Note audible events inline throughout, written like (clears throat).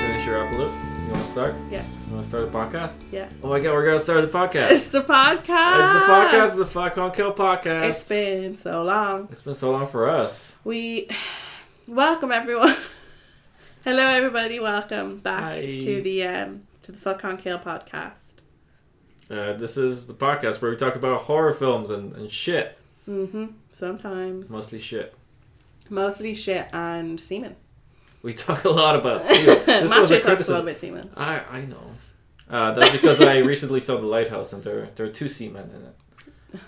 Chirapoulou. You want to start? Yeah. You want to start the podcast? Yeah. (laughs) Oh my god, we're gonna start the podcast. It's the podcast. it's the podcast. It's the Fuck On Kill podcast. It's been so long. it's been so long for us. We (sighs) welcome everyone. (laughs) Hello, everybody. Welcome back Hi. to the um to the Fuck on Kill podcast. Uh, this is the podcast where we talk about horror films and, and shit, Mm-hmm. Sometimes mostly shit. mostly shit (laughs) and semen. We talk a lot (laughs) about. semen. this was Macho a talks a little criticism. bit semen. I I know. Uh, that's because I recently saw The Lighthouse and there there are two seamen in it.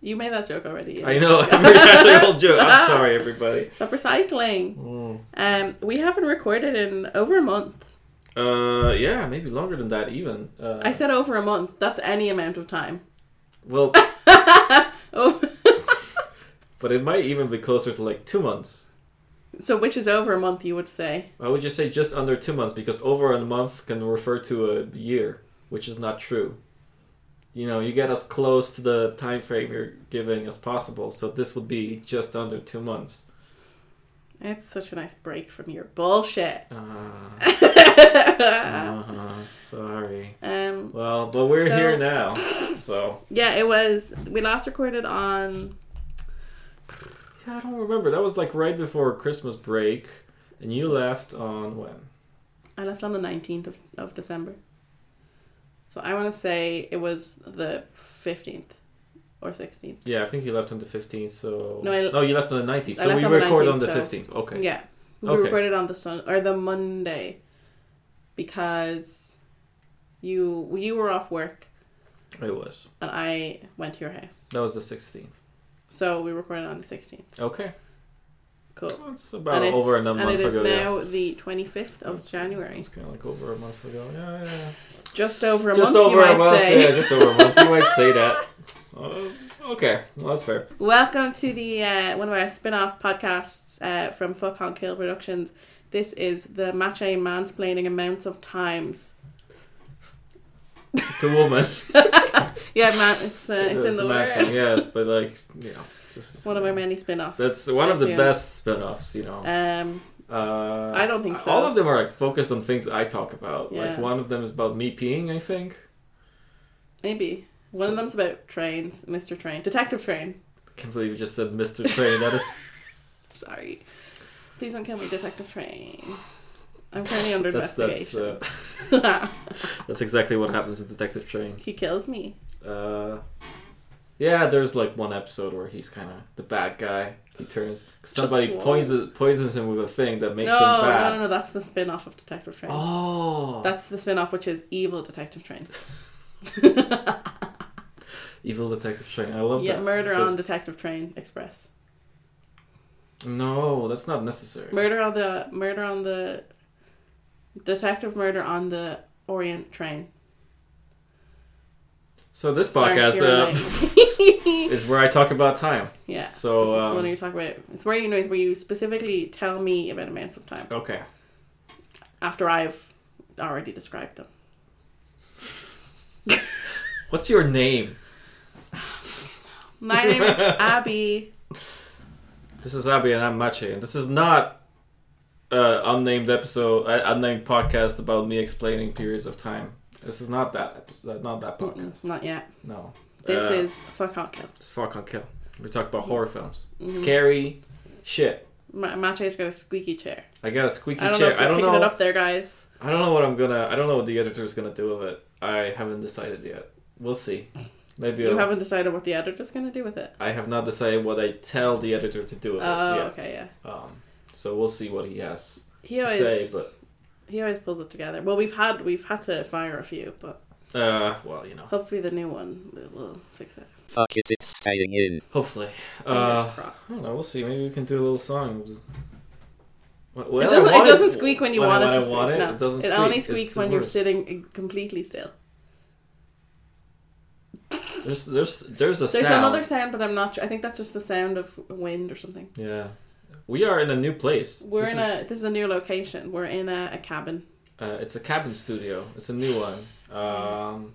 You made that joke already. I know. (laughs) I made (laughs) that whole joke. I'm sorry, everybody. Stop recycling. Mm. Um, we haven't recorded in over a month. Uh, yeah, maybe longer than that even. Uh, I said over a month. That's any amount of time. (laughs) well, Oh. but it might even be closer to like two months. So which is over a month, you would say? I would just say just under two months because over a month can refer to a year, which is not true. You know, you get as close to the time frame you're giving as possible, so this would be just under two months. It's such a nice break from your (laughs) bullshit. Uh, Uh-huh. um, uh-huh, sorry. yeah, Well, but we're So- here now, so Um, it was. We last recorded on. yeah, I don't remember. That was like right before Christmas break, and you left on when? I left on the nineteenth of, of December. So I want to say it was the fifteenth or sixteenth. Yeah, I think you left on the 15th, so. No, I- you left on the 19th. I So left we on the record 19th, on the so- 15th. Okay. Yeah, we Okay. recorded on the sun or the Monday because you you were off work It was. and I went to your house. That was the 16th. So we recorded on the sixteenth. Okay. Cool. That's about it's- over a month and it ago. is yeah. now the 25th of That's- January. It's kind of like over a month ago. Yeah, yeah. yeah. It's just over a just month, over you a might month. say. Yeah, just over a month. You might say that. Uh, okay, well, that's fair. (laughs) Welcome to the uh, one of our spin-off podcasts uh, from Fuck on Kill Productions. This is the Mache mansplaining amounts of times. To woman, Yeah, man, it's uh, it's Uh, in a the mask word. thing, Yeah, but like you know, just, just (laughs) One of our many spin-offs. That's one Stay of the tuned. best spin-offs, you know. Um, Uh, I don't think so. All of them are like focused on things I talk about. Like Yeah. one of them is about me peeing, I think. maybe one So- of them's about trains, Mr. Train, Detective Train. I can't believe you just said Mr. Train. That (laughs) is Sorry, please don't kill me, Detective Train. I'm currently under that's that's investigation. uh, that's exactly what happens in Detective Train. (laughs) he kills me. Uh, yeah, there's like one episode where he's kind of the bad guy. He turns somebody one. poisons poisons him with a thing that makes no, him no, bad. no, no. That's the spin-off of Detective Train. Oh, That's the spin-off, which is Evil Detective Train. evil detective train. I love yeah, that. Murder because- on Detective Train Express. No, that's not necessary. Murder on the Murder on the Detective Murder on the Orient Train. so this Sorry, podcast Kira uh, Knightley. is where I talk about time. (laughs) yeah. so, this is the um, one where you talk about. It's where you know. It's where you specifically tell me about amounts of time Okay. after I've already described them. What's your name? My name (laughs) is Abby. This is Abby and I'm Mache, and this is not uh, unnamed episode, uh, unnamed podcast about me explaining periods of time. This is not that episode, not that Mm-mm, podcast. Not yet. No. This Uh, is fuck hot kill. It's fuck on kill. We talk about horror films. Mm-hmm. Scary shit. Ma- Mache's got a squeaky chair. I got a squeaky I don't know chair. if I you're don't picking know. it up there, guys. I don't know what I'm gonna. I don't know what the editor is gonna do with it. I haven't decided yet. We'll see. Maybe You I'll- haven't decided what the editor's going to do with it. I have not decided what I tell the editor to do Oh, with it yet. okay, yeah. Um, so we'll see what he has He to always say. But he always pulls it together. Well, we've had we've had to fire a few, but uh, well, you know. hopefully the new one will- will fix it. Fuck it, it's staying in. Hopefully. Fingers Uh, I crossed. don't know, we'll see. Maybe we can do a little song. Well, It I doesn't, it want doesn't squeak when you when I- want when it I to want squeak. It, no. it doesn't squeak. only It's squeaks the when you're worst. sitting completely still. There's there's there's a There's sound. another sound, but I'm not. sure. I think that's just the sound of wind or something. Yeah. We are in a new place. We're This in is- a this is a new location. We're in a, a cabin. Uh, it's a cabin studio. It's a new one. Um,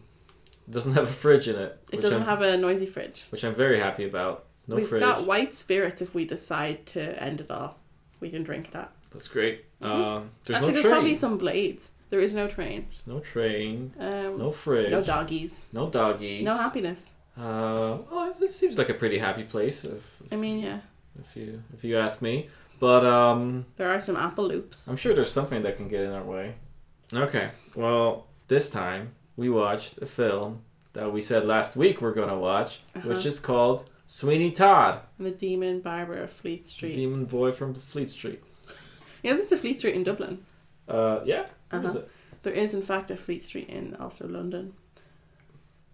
doesn't have a fridge in it. It which doesn't I'm, have a noisy fridge. Which I'm very happy about. No We've fridge. got white spirits if we decide to end it all. We can drink that. That's great. Um, there's Mm-hmm. Actually, no there's train. probably some blades. There is no train. There's no train, Um, no fridge, no doggies. no doggies. No happiness. Uh, well, it seems like a pretty happy place. If, I mean, yeah, if you if you ask me, but um, there are some apple loops. I'm sure there's something that can get in our way. Okay, well, this time we watched a film that we said last week we're gonna watch, which Uh-huh. is called Sweeney Todd, The Demon Barber of Fleet Street. Demon Boy from Fleet Street. yeah, this is a Fleet Street in Dublin. Uh, yeah, what is Uh-huh. it? There is, in fact, a Fleet Street in also London,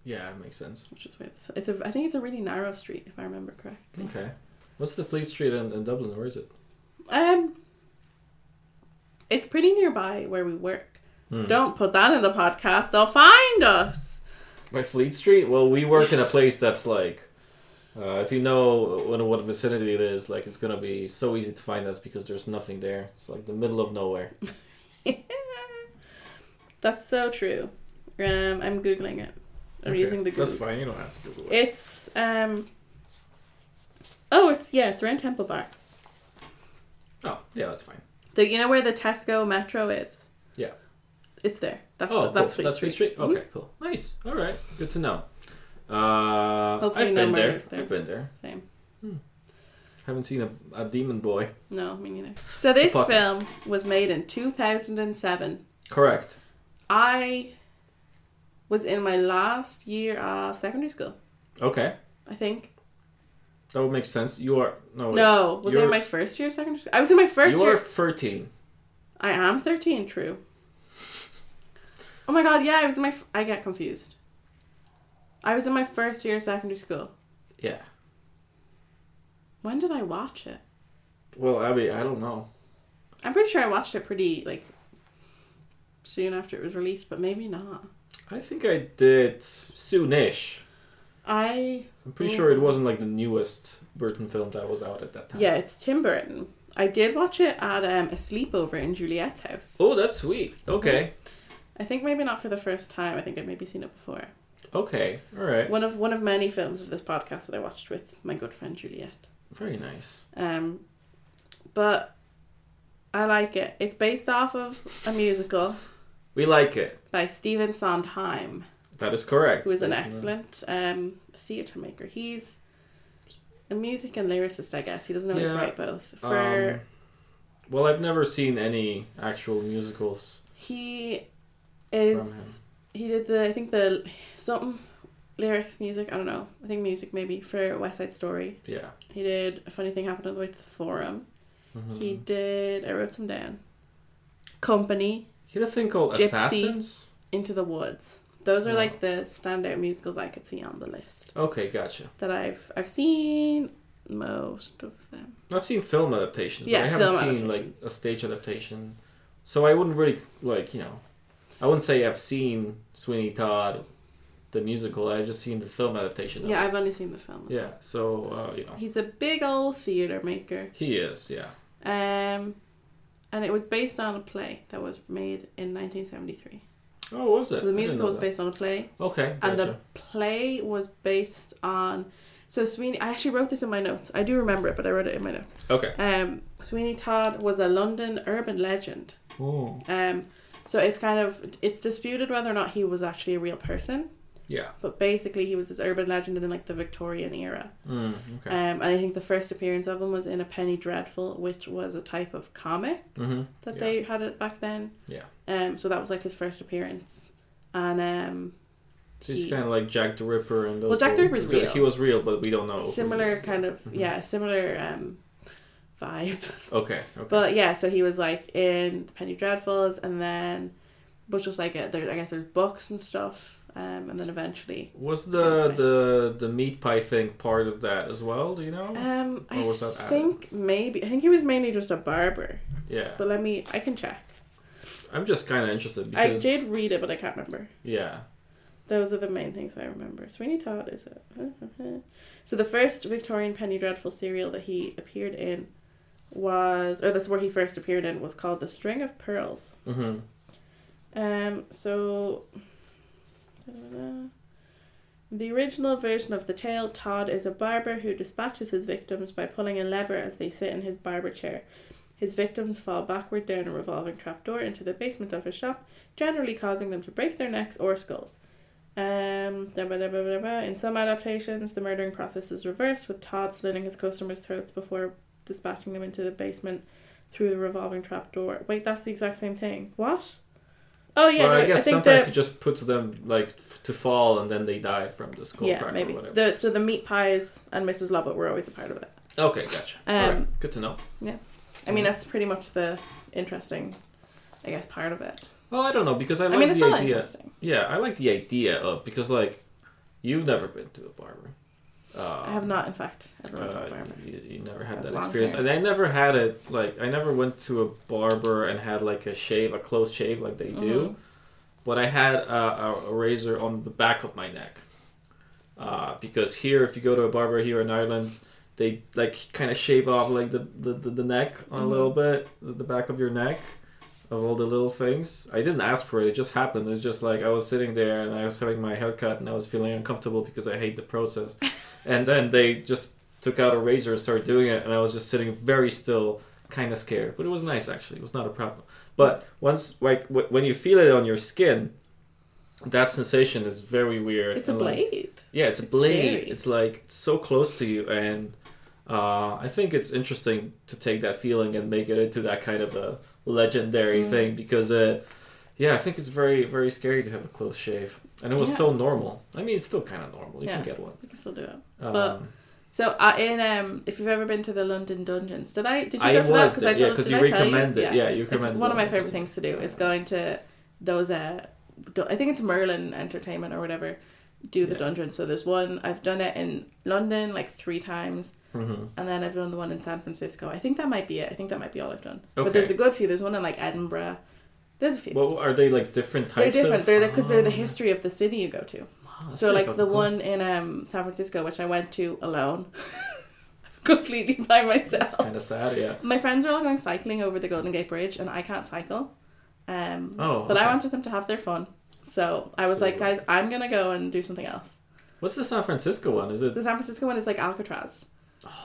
Yeah, it makes sense. which is weird. It's a, I think it's a really narrow street, if I remember correctly. Okay, what's the Fleet Street in, in Dublin? Where is it? Um, it's pretty nearby where we work. Hmm. Don't put that in the podcast. They'll find us. (laughs) By Fleet Street? Well, we work in a place that's like, uh, if you know what, what vicinity it is, like it's gonna be so easy to find us because there's nothing there. It's like the middle of nowhere. That's so true. Um, I'm googling it. I'm using the Google. fine. You don't have to Google It's um. Oh, it's yeah, it's around Temple Bar. Oh, yeah, that's fine. So you know where the Tesco Metro is? Yeah. It's there. That's Oh, that's cool. Fleet that's Street. Fleet Street. Okay, cool. Nice. All right. Good to know. Uh, Hopefully I've no been there. murders there. I've been there. Same. Haven't seen a, a demon boy. No, me neither. So this podcast. film was made in 2007. Correct. I was in my last year of secondary school, Okay, I think. that would make sense. You are no. wait. no, was I in You're- my first year of secondary school? I was in my first you year. are thirteen. I am 13, true. Oh my god, yeah, I was in my. F- I get confused. I was in my first year of secondary school. Yeah. When did I watch it? Well, I mean, I don't know. I'm pretty sure I watched it pretty, like, soon after it was released, but maybe not. I think I did soonish. I. I'm pretty sure Mm. it wasn't like the newest Burton film that was out at that time. Yeah, it's Tim Burton. I did watch it at um, a sleepover in Juliet's house. Oh, that's sweet. Mm-hmm. Okay. I think maybe not for the first time. I think I'd maybe seen it before. Okay. All right. One of one of many films of this podcast that I watched with my good friend Juliet. Very nice. Um, but I like it. It's based off of a musical We like it. by Stephen Sondheim, That is correct. who is an That's, uh, excellent um, theatre maker. He's a music and lyricist, I guess. He doesn't always Yeah, write both. For Um, well, I've never seen any actual musicals. he is he did the I think the something lyrics music I don't know I think music maybe for West Side Story. Yeah. He did a funny thing happened on the way to the forum. Mhm. He did I wrote some down. Company. He had a thing called Gypsy. Assassins. Into the Woods. Those are Yeah. like the standout musicals I could see on the list Okay, gotcha. that I've I've seen most of them. I've seen film adaptations, Yeah, but I haven't film seen like adaptations. a stage adaptation. So I wouldn't really like you know, I wouldn't say I've seen Sweeney Todd, the musical. I've just seen the film adaptation. of Yeah, it. I've only seen the film. as yeah. So uh, you know, well. He's a big old theater maker. he is. Yeah. Um and it was based on a play that was made in 1973. Oh, was it? So the I didn't know musical was that. based on a play Okay, and gotcha. the play was based on so Sweeney I actually wrote this in my notes. I do remember it, but I wrote it in my notes. Okay. Um Sweeney Todd was a London urban legend Oh, Um, so it's kind of it's disputed whether or not he was actually a real person, yeah. but basically he was this urban legend in like the Victorian era. Mm, okay. Um, and I think the first appearance of him was in a Penny Dreadful, which was a type of comic mm-hmm. that Yeah. they had it back then. Yeah. Um, so that was like his first appearance, and um, So he's he- kind of like Jack the Ripper and those. Well, Jack the people. Ripper's real. He was real, but we don't know. if he similar was. kind of Mhm. yeah similar um, vibe. (laughs) Okay. Okay. But yeah, so he was like in the Penny Dreadfuls, and then, but just like uh, there, I guess there's books and stuff, um, and then eventually was the the the meat pie thing part of that as well? Do you know? Um, I Or was that added? think maybe I think he was mainly just a barber, yeah. but let me I can check. I'm just kind of interested I because did read it, but I can't remember. yeah. Those are the main things I remember. Sweeney Todd is it? (laughs) so the first Victorian Penny Dreadful serial that he appeared in was, or that's where he first appeared in, was called The String of Pearls. Mm-hmm. Um, so. The original version of the tale Todd is a barber who dispatches his victims by pulling a lever as they sit in his barber chair. His victims fall backward down a revolving trapdoor into the basement of his shop, generally causing them to break their necks or skulls. Um, da ba da ba ba da ba. In some adaptations, the murdering process is reversed, with Todd slitting his customers' throats before dispatching them into the basement through the revolving trapdoor. Wait, that's the exact same thing. What? Oh yeah, Well, no, I guess think sometimes the- it just puts them like f- to fall and then they die from the skull yeah, crack maybe. or whatever. The, so the meat pies and Mrs. Lovett were always a part of it. Okay, gotcha. Um, All right, good to know. I Mm. mean, that's pretty much the interesting, I guess, part of it. Well, I don't know because I I, like mean, it's the all idea. interesting. Yeah, I like the idea of because like you've never been to a barber. Uh, I have not, in fact, ever been to a Uh, barber. you, you never had Have that long experience, hair. and I never had it. Like I never went to a barber and had like a shave, a close shave like they do. But I had a, a, a razor on the back of my neck, uh, because here, if you go to a barber here in Ireland, they like kind of shave off like the the, the, the neck on a Mhm. little bit, the, the back of your neck. Of all the little things, I didn't ask for it. It just happened. It's just like I was sitting there and I was having my haircut and I was feeling uncomfortable because I hate the process (laughs) and then they just took out a razor and started doing it and i was just sitting very still kind of scared but it was nice actually it was not a problem but once like w- when you feel it on your skin that sensation is very weird It's a and, like- blade. yeah it's a It's blade scary. it's like so close to you and uh, i think it's interesting to take that feeling and make it into that kind of a legendary Mm. thing because uh, yeah i think it's very very scary to have a close shave and it was Yeah. so normal i mean it's still kind of normal you can Yeah. get one We can still do it. um, But- So, uh, in um, if you've ever been to the London Dungeons, did I? Did you I go to that? was there, yeah, told- because did you I tell recommended, yeah. you It's recommended. one of my that. favorite things to do is going to those. Uh, du- I think it's Merlin Entertainment or whatever. Do the Yeah. dungeon. So there's one I've done it in London like three times, Mhm. and then I've done the one in San Francisco. I think that might be it. I think that might be all I've done. Okay. But there's a good few. There's one in like Edinburgh. There's a few. Well, are they like different they're types? different. Of... They're because they're the (gasps) Oh. history of the city you go to. Wow, that's So pretty like fucking the cool. one in um San Francisco, which I went to alone, (laughs) completely by That's myself. kind of sad. Yeah. My friends are all going cycling over the Golden Gate Bridge, and I can't cycle. Um, Oh, but I okay. wanted them to have their fun, so I was So- like, guys, I'm gonna go and do something else. What's the San Francisco one? Is it? Oh, The San Francisco one is like Alcatraz.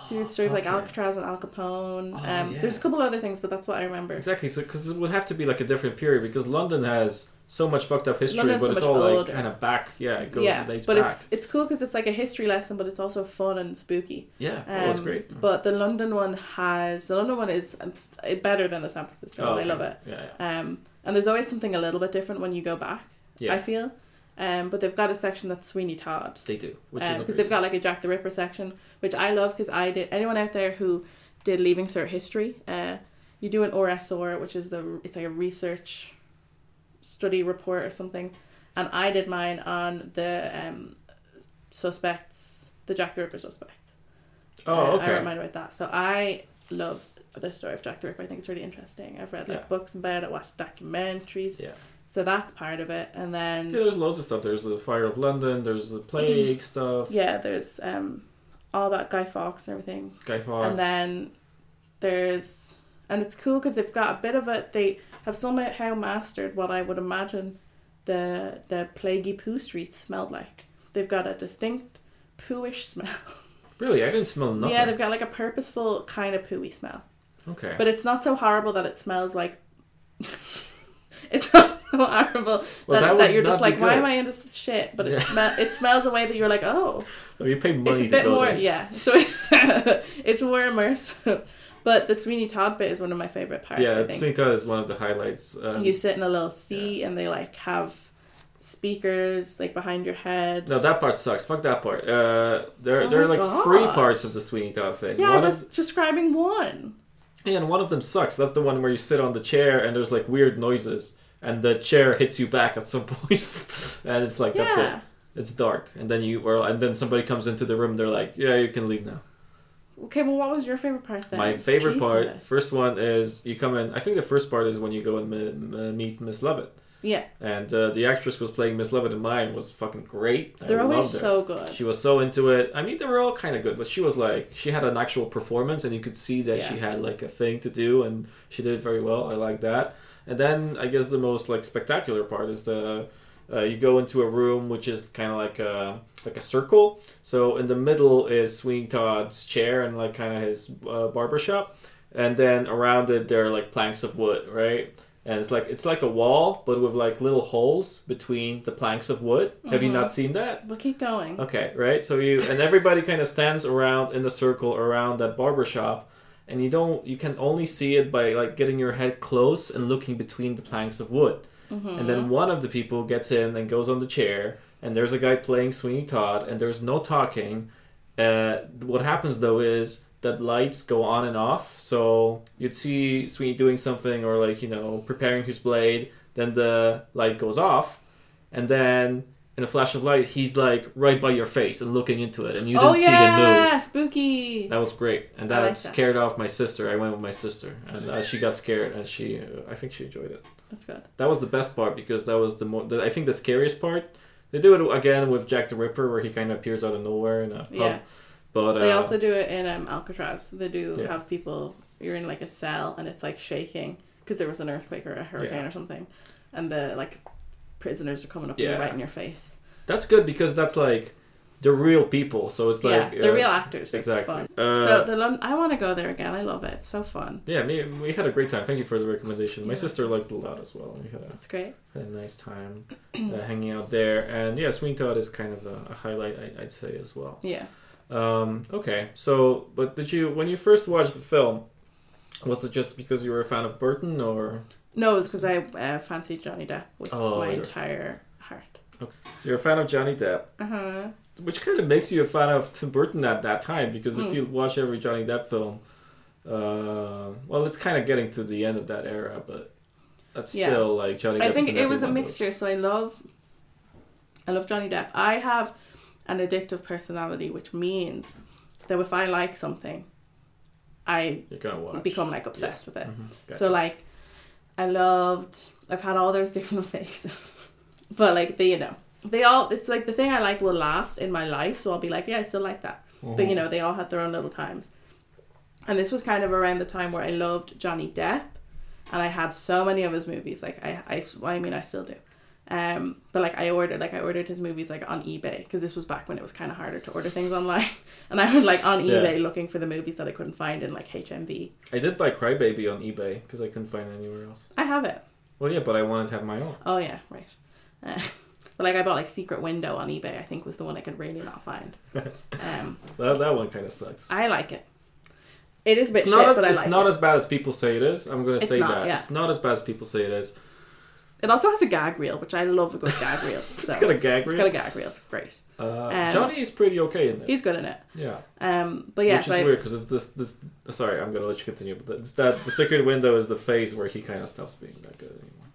So you story of like okay. Alcatraz and Al Capone. Oh, um, yeah. There's a couple other things, but that's what I remember. Exactly. So because it would have to be like a different period because London has so much fucked up history, London's but so it's much all like older. kind of back. Yeah, it goes yeah, and dates but back. it's it's cool because it's like a history lesson, but it's also fun and spooky. Yeah. oh, it's Um, great. But the London one has the London one is it's better than the San Francisco. one. I Oh, okay. love it. Yeah. yeah. Um, and there's always something a little bit different when you go back. Yeah. I feel. Um, but they've got a section that's Sweeney Todd They do, which is because Uh, they've got like a Jack the Ripper section, which I love because I did. Anyone out there who did Leaving Cert history, uh, you do an ORSOR, which is the it's like a research study report or something, and I did mine on the um, suspects, the Jack the Ripper suspects. Oh, Uh, I okay. don't mind about that. So I love the story of Jack the Ripper. I think it's really interesting. I've read like Yeah. books about it, watched documentaries. Yeah. So that's part of it, and then Yeah, there's loads of stuff. There's the fire of London. There's the plague stuff. yeah, there's um all that Guy Fawkes and everything, Guy Fawkes. and then there's and it's cool because they've got a bit of a they have somehow mastered what I would imagine the the plaguey poo streets smelled like. They've got a distinct pooish smell. really, I didn't smell (laughs) nothing. Yeah, they've got like a purposeful kind of pooey smell, okay. but it's not so horrible that it smells like. (laughs) it's not so horrible Well, that that, that, would you're not just be like, why good. am I in this shit? But Yeah. it, smell it smells a way that you're like, oh, Oh, you pay money it's a to bit go more there. yeah (laughs) so it's, it's more immersive (laughs) but the sweeney todd bit is one of my favorite parts i Yeah, think Sweeney Todd is one of the highlights. Um, you sit in a little seat and they like have speakers like behind your head no, that part sucks. Fuck that part. Uh, there, Oh there are my like three God. parts of the Sweeney Todd thing. yeah i'm one just of, describing one and one of them sucks. That's the one where you sit on the chair and there's like weird noises, and the chair hits you back at some (laughs) point, and it's like that's yeah it. It's dark, and then you or and then somebody comes into the room. They're like, yeah, you can leave now. okay well what was your favorite part then My favorite part, Jesus. first one is you come in. I think the first part is when you go and m- m- meet Miss Lovett, yeah and uh, the actress was playing Miss Lovett, and mine was fucking great. I they're always loved her. so good She was so into it. I mean, they were all kind of good, but she was like, she had an actual performance, and you could see that she had like a thing to do, and she did very well. I like that. And then I guess the most like spectacular part is the uh, you go into a room which is kind of like a like a circle. So in the middle is Sweeney Todd's chair and like kind of his uh, barber shop, and then around it there are like planks of wood, right? And it's like it's like a wall, but with like little holes between the planks of wood. Have you Mhm. not seen that? We'll keep going. Okay, right? So you and everybody kind of stands around in the circle around that barber shop, and you don't you can only see it by like getting your head close and looking between the planks of wood. And then one of the people gets in and goes on the chair, and there's a guy playing Sweeney Todd, and there's no talking. Uh, what happens though is that lights go on and off, so you'd see Sweeney doing something or like you know preparing his blade, then the light goes off, and then in a flash of light he's like right by your face and looking into it, and you didn't oh yeah, see him move. spooky. That was great, and I that like that. scared off my sister. I went with my sister, and uh, she got scared, and she uh, I think she enjoyed it. That's good. That was the best part because that was the more. The, I think the scariest part. They do it again with Jack the Ripper, where he kind of appears out of nowhere in a pub. Yeah. But uh, They also do it in um, Alcatraz. They do Yeah. have people. You're in like a cell and it's like shaking because there was an earthquake or a hurricane Yeah. or something, and the like prisoners are coming up and Yeah. they're right in your face. that's good because that's like the real people. So it's like yeah, they're uh, real actors. so It's Exactly. fun. Uh, so the Lon- I want to go there again. I love it. It's so fun. yeah, me, we had a great time. Thank you for the recommendation. My Yeah. sister liked it a lot as well. We had a, It's great. had a nice time uh, (clears throat) hanging out there, and yeah, Sweeney Todd is kind of a, a highlight, I, I'd say as well. Yeah. Um, okay, so but did you when you first watched the film? Was it just because you were a fan of Burton, or No, it's because I uh, fancied Johnny Depp with Oh, my you're- entire heart. so you're a fan of Johnny Depp? Uh huh. which kind of makes you a fan of Tim Burton at that time because if Hmm. you watch every Johnny Depp film, uh, well, it's kind of getting to the end of that era, but that's Yeah. still like Johnny. Depp I is think in it was a every one of mixture. So I love, I love Johnny Depp. I have an addictive personality, which means that if I like something, I those. You're gonna watch. become like obsessed with it. Mhm. Gotcha. So like, I loved. I've had all those (laughs) different faces, but like they, you know, they all. It's like the thing I like will last in my life. So I'll be like, yeah, I still like that Mm-hmm. but you know they all had their own little times and this was kind of around the time where i loved johnny depp and i had so many of his movies like i i, well, I mean i still do um but like i ordered like i ordered his movies like on ebay because this was back when it was kind of harder to order things online (laughs) and i was like on Yeah. ebay looking for the movies that i couldn't find in like hmv I did buy Crybaby on eBay because I couldn't find it anywhere else. i have it Well, yeah, but I wanted to have my own. oh yeah right uh, (laughs) but like i bought like secret window on ebay i think was the one i could really not (laughs) find um That, that one kind of sucks. i like it it is a bit It's shit not, but a, i it's like not it. as bad as people say it is. I'm gonna It's say not, that yeah. it's not as bad as people say it is. It also has a gag reel, which I love a good gag reel. (laughs) So. It's got a gag It's reel. got a gag reel. It's great. uh, um, Johnny is pretty okay in it. He's good in it. Yeah. Um, but yeah, which is so I- weird because it's this this. Sorry, I'm gonna let you continue, but it's that the secret window is the phase where he kind of stops being that good anymore. Uh,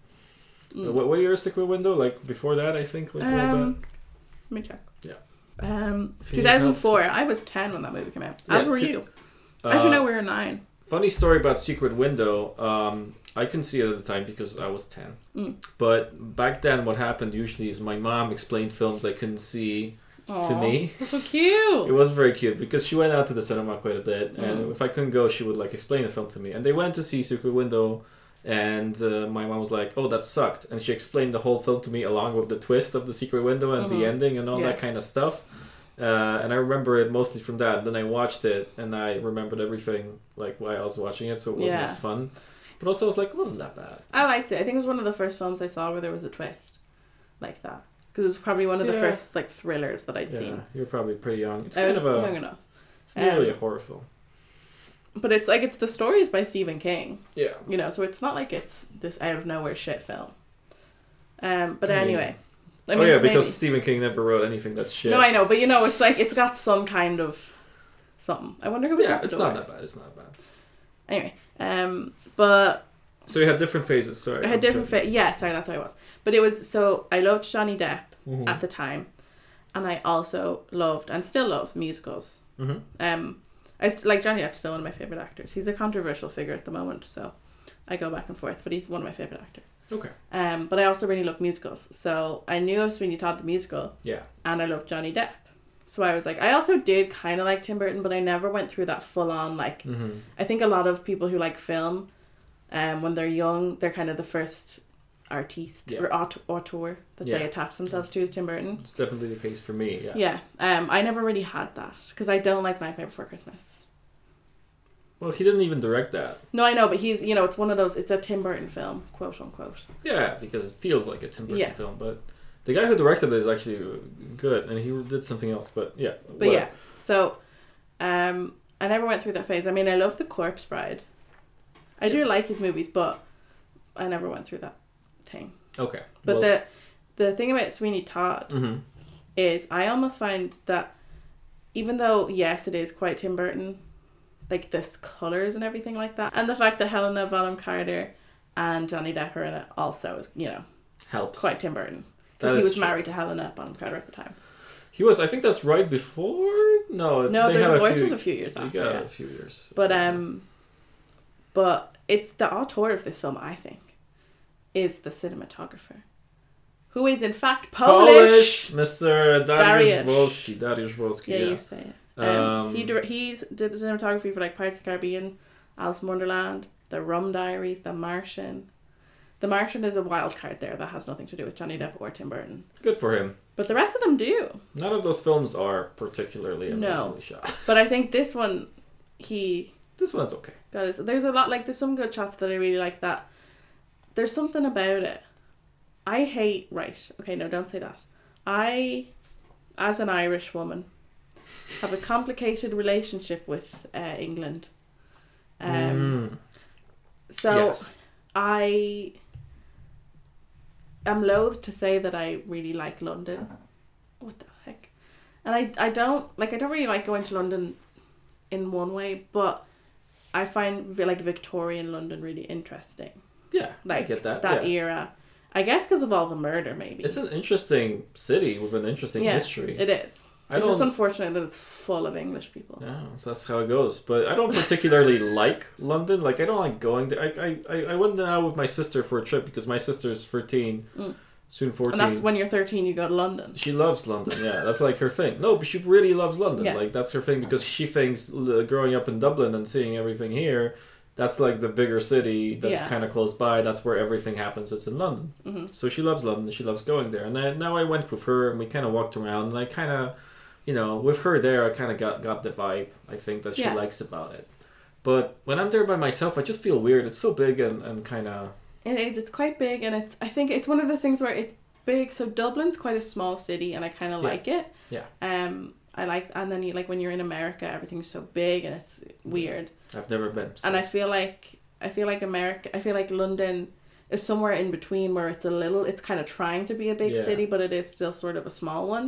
Mm. What what year is secret window? Like before that, I think. Like a little bit. um, let me check. Yeah. Um, If you need 2004. I was 10 when that movie came out. As Yeah, were two- you. Uh, Actually, no, we were nine. Funny story about secret window. Um, I couldn't see it at the time because I was ten. Mm. But back then, what happened usually is my mom explained films I couldn't see to Aw, me. that's (laughs) so It cute. was very cute because she went out to the cinema quite a bit, and Mm. if I couldn't go, she would like explain the film to me. And they went to see Secret Window, and uh, my mom was like, "Oh, that sucked," and she explained the whole film to me along with the twist of the Secret Window and Mhm. the ending and all that Yeah. kind of stuff. Uh, and I remember it mostly from that. Then I watched it, and I remembered everything like while I was watching it, so it wasn't Yeah. as fun. But also, I was like, it wasn't that bad. I liked it. I think it was one of the first films I saw where there was a twist like that. Because it was probably one of the Yeah. first like thrillers that I'd yeah, seen. you're probably pretty young. It's I kind was of a, young enough. it's nearly um, a horror film. But it's like it's the stories by Stephen King. Yeah. you know so it's not like it's this out of nowhere shit film um but I mean- anyway I oh mean, yeah, because maybe. Stephen King never wrote anything that's shit. no i know but you know it's like it's got some kind of something i wonder who was yeah, at the it's door. not that bad. It's not bad. anyway um but So you had different phases. Sorry, i had different fa- yeah sorry that's how i was but it was so i loved johnny depp Mhm. at the time and i also loved and still love musicals Mhm. um i st- like johnny depp's still one of my favorite actors he's a controversial figure at the moment so i go back and forth but he's one of my favorite actors Okay. Um, but I also really love musicals, so I knew of Sweeney Todd the musical, Yeah. and I loved Johnny Depp. So I was like, I also did kind of like Tim Burton, but I never went through that full on like. Mm-hmm. I think a lot of people who like film, um, when they're young, they're kind of the first artiste Yeah. or aut- auteur that Yeah. they attach themselves to is Tim Burton. It's definitely the case for me. Yeah. Yeah. Um, I never really had that because I don't like Nightmare Before Christmas. Well, he didn't even direct that. No, I know, but he's you know it's one of those. It's a Tim Burton film, quote unquote. Yeah, because it feels like a Tim Burton Yeah. film, but the guy who directed it is actually good, and he did something else. But yeah, But yeah, so um, I never went through that phase. I mean, I love the Corpse Bride. I do like his movies, but I never went through that thing. Okay, But the the thing about Sweeney Todd hmm is I almost find that even though yes, it is quite Tim Burton, like this colors and everything like that, and the fact that Helena Bonham Carter and Johnny Depp are in it also is you know helps quite Tim Burton That because he is was true. married to Helena Bonham Carter at the time. He was. I think that's right before. No, No, they their had divorce a few, was a few years They after. got yeah. a few years. But um, but it's the auteur of this film, I think, is the cinematographer, who is in fact Polish. Polish, Mr. Dariusz Dariusz. Wolski. Dariusz Wolski. Yeah, Yeah. you say it. Um, Um, he dir- he's did the cinematography for like Pirates of the Caribbean, Alice in Wonderland, The Rum Diaries, The Martian. The Martian is a wild card there that has nothing to do with Johnny Depp or Tim Burton, Good for him. but the rest of them do. None of those films are particularly No. amazingly shot. But I think this one, he This one's okay. Got it. So there's a lot like there's some good shots that I really like that. There's something about it. I hate right. Okay, no, don't say that. I as an Irish woman have a complicated relationship with uh, England. Um Mm, so yes. I am loath to say that I really like London. What the heck? And I, I don't like I don't really like going to London in one way, but I find like Victorian London really interesting. yeah, Like I get that. yeah. era. I guess because of all the murder, maybe It's an interesting city with an interesting Yeah, history. it is. I it's just don't. unfortunate that it's full of English people. Yeah, so that's how it goes. But I don't (laughs) particularly like London. Like I don't like going there. I I, I- I went out with my sister for a trip because my sister's thirteen, Mm. soon fourteen. And that's when you're 13, you go to London. She loves London, yeah. That's like her thing. No, but she really loves London. Yeah. Like that's her thing because she thinks l- growing up in Dublin and seeing everything here, that's like the bigger city that's Yeah. kind of close by. That's where everything happens. It's in London. Mhm. So she loves London. She loves going there. And I, now I went with her and we kind of walked around and I kind of, you know, with her there, I kind of got got the vibe. I think that she Yeah. likes about it. But when I'm there by myself, I just feel weird. It's so big and, and kind of It is. It's quite big, and it's. I think it's one of those things where it's big. So Dublin's quite a small city, and I kind of Yeah. like it. Yeah. Um, I like, and then you like when you're in America, everything's so big and it's weird. I've never been. so- And I feel like I feel like America. I feel like London is somewhere in between where it's a little. It's kind of trying to be a big Yeah. city, but it is still sort of a small one.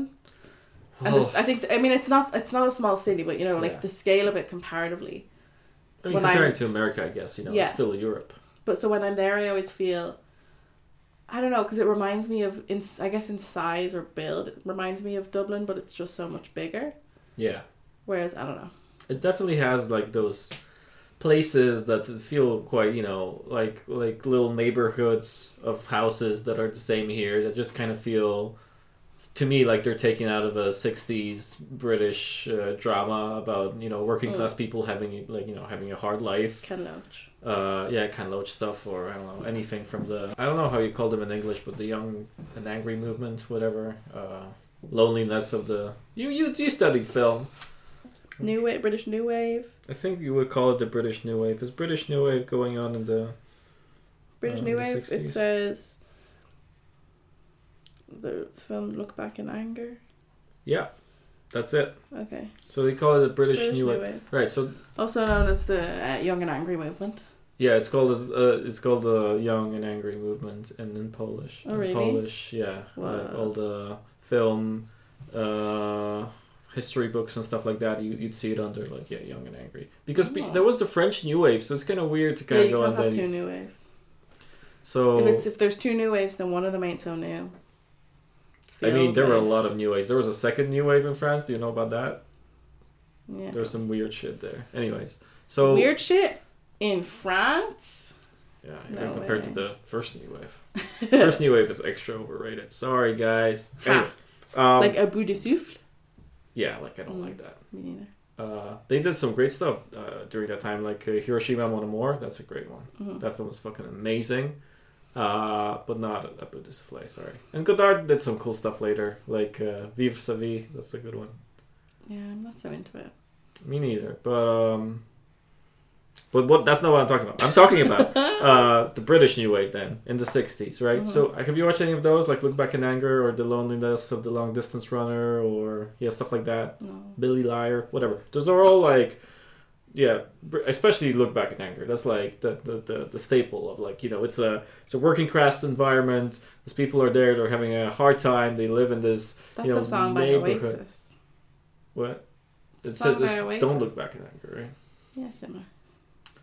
And (sighs) it's, I think I mean it's not it's not a small city, but you know like Yeah. the scale of it comparatively. I mean, when I- comparing to America, I guess you know, Yeah. it's still Europe. But so when I'm there, I always feel. I don't know, because it reminds me of, in, I guess, in size or build, it reminds me of Dublin, but it's just so much bigger. Yeah. Whereas, I don't know. it definitely has like those places that feel quite you know like like little neighborhoods of houses that are the same here that just kind of feel to me like they're taken out of a 60s british uh, drama about you know working class people having like you know having a hard life Ken Loach. uh yeah Ken Loach stuff or i don't know anything from the i don't know how you call them in english but the young and angry movement whatever uh loneliness of the you you, you studied film New Wave, British New Wave. I think you would call it the British New Wave. Is British New Wave going on in the? British Um, New the Wave, 60s. it says. The film Look Back in Anger. Yeah, that's it. Okay. So they call it Oh, the British, New, Wave. Wave. Right. So Also known as the uh, Young and Angry Movement. yeah, it's called as uh, it's called the Young and Angry Movement, and in Polish. Oh, in really? Polish, yeah. Like Wow. all the film, uh, history books and stuff like that. You you'd see it under like yeah, Young and Angry because be, Oh. there was the French New Wave, so it's kind of weird to kind yeah, of you go can't on have that. e- Oh. two new waves. So If, it's, if there's two new waves, then one of them ain't so new. It's the I mean, old there were a wave. lot of New Waves. There was a second New Wave in France. Do you know about that? Yeah. There's some weird shit there. Anyways, so weird shit in France. yeah, No even compared to way. the first new (laughs) wave. first new wave is extra overrated. Sorry guys. Ha. Anyways, um, like a bout de souffle. yeah, like I don't Mm. like that. Me neither. Uh, they did some great stuff uh, during that time, like uh, Hiroshima Mon Amour. That's a great one. Mhm. That film was fucking amazing. Uh, but not a Buddhist Flay, sorry. And Godard did some cool stuff later, like uh, Vive Sa Vie. That's a good one. Yeah, I'm not so into it. Me neither. But um, But what? That's not what I'm talking about. I'm talking about (laughs) uh, the British New Wave then in the '60s, right? Mm-hmm. So, have you watched any of those, like Look Back in Anger or The Loneliness of the Long Distance Runner, or yeah, stuff like that? No. Billy Liar, whatever. Those are all like, yeah, br- especially Look Back in Anger. That's like the the, the, the staple of like you know it's a it's a working class environment. These people are there. They're having a hard time. They live in this That's you know a song by neighborhood. Oasis. What? It's a It song says by it's, don't look Oasis. back in anger, right? Yeah, similar.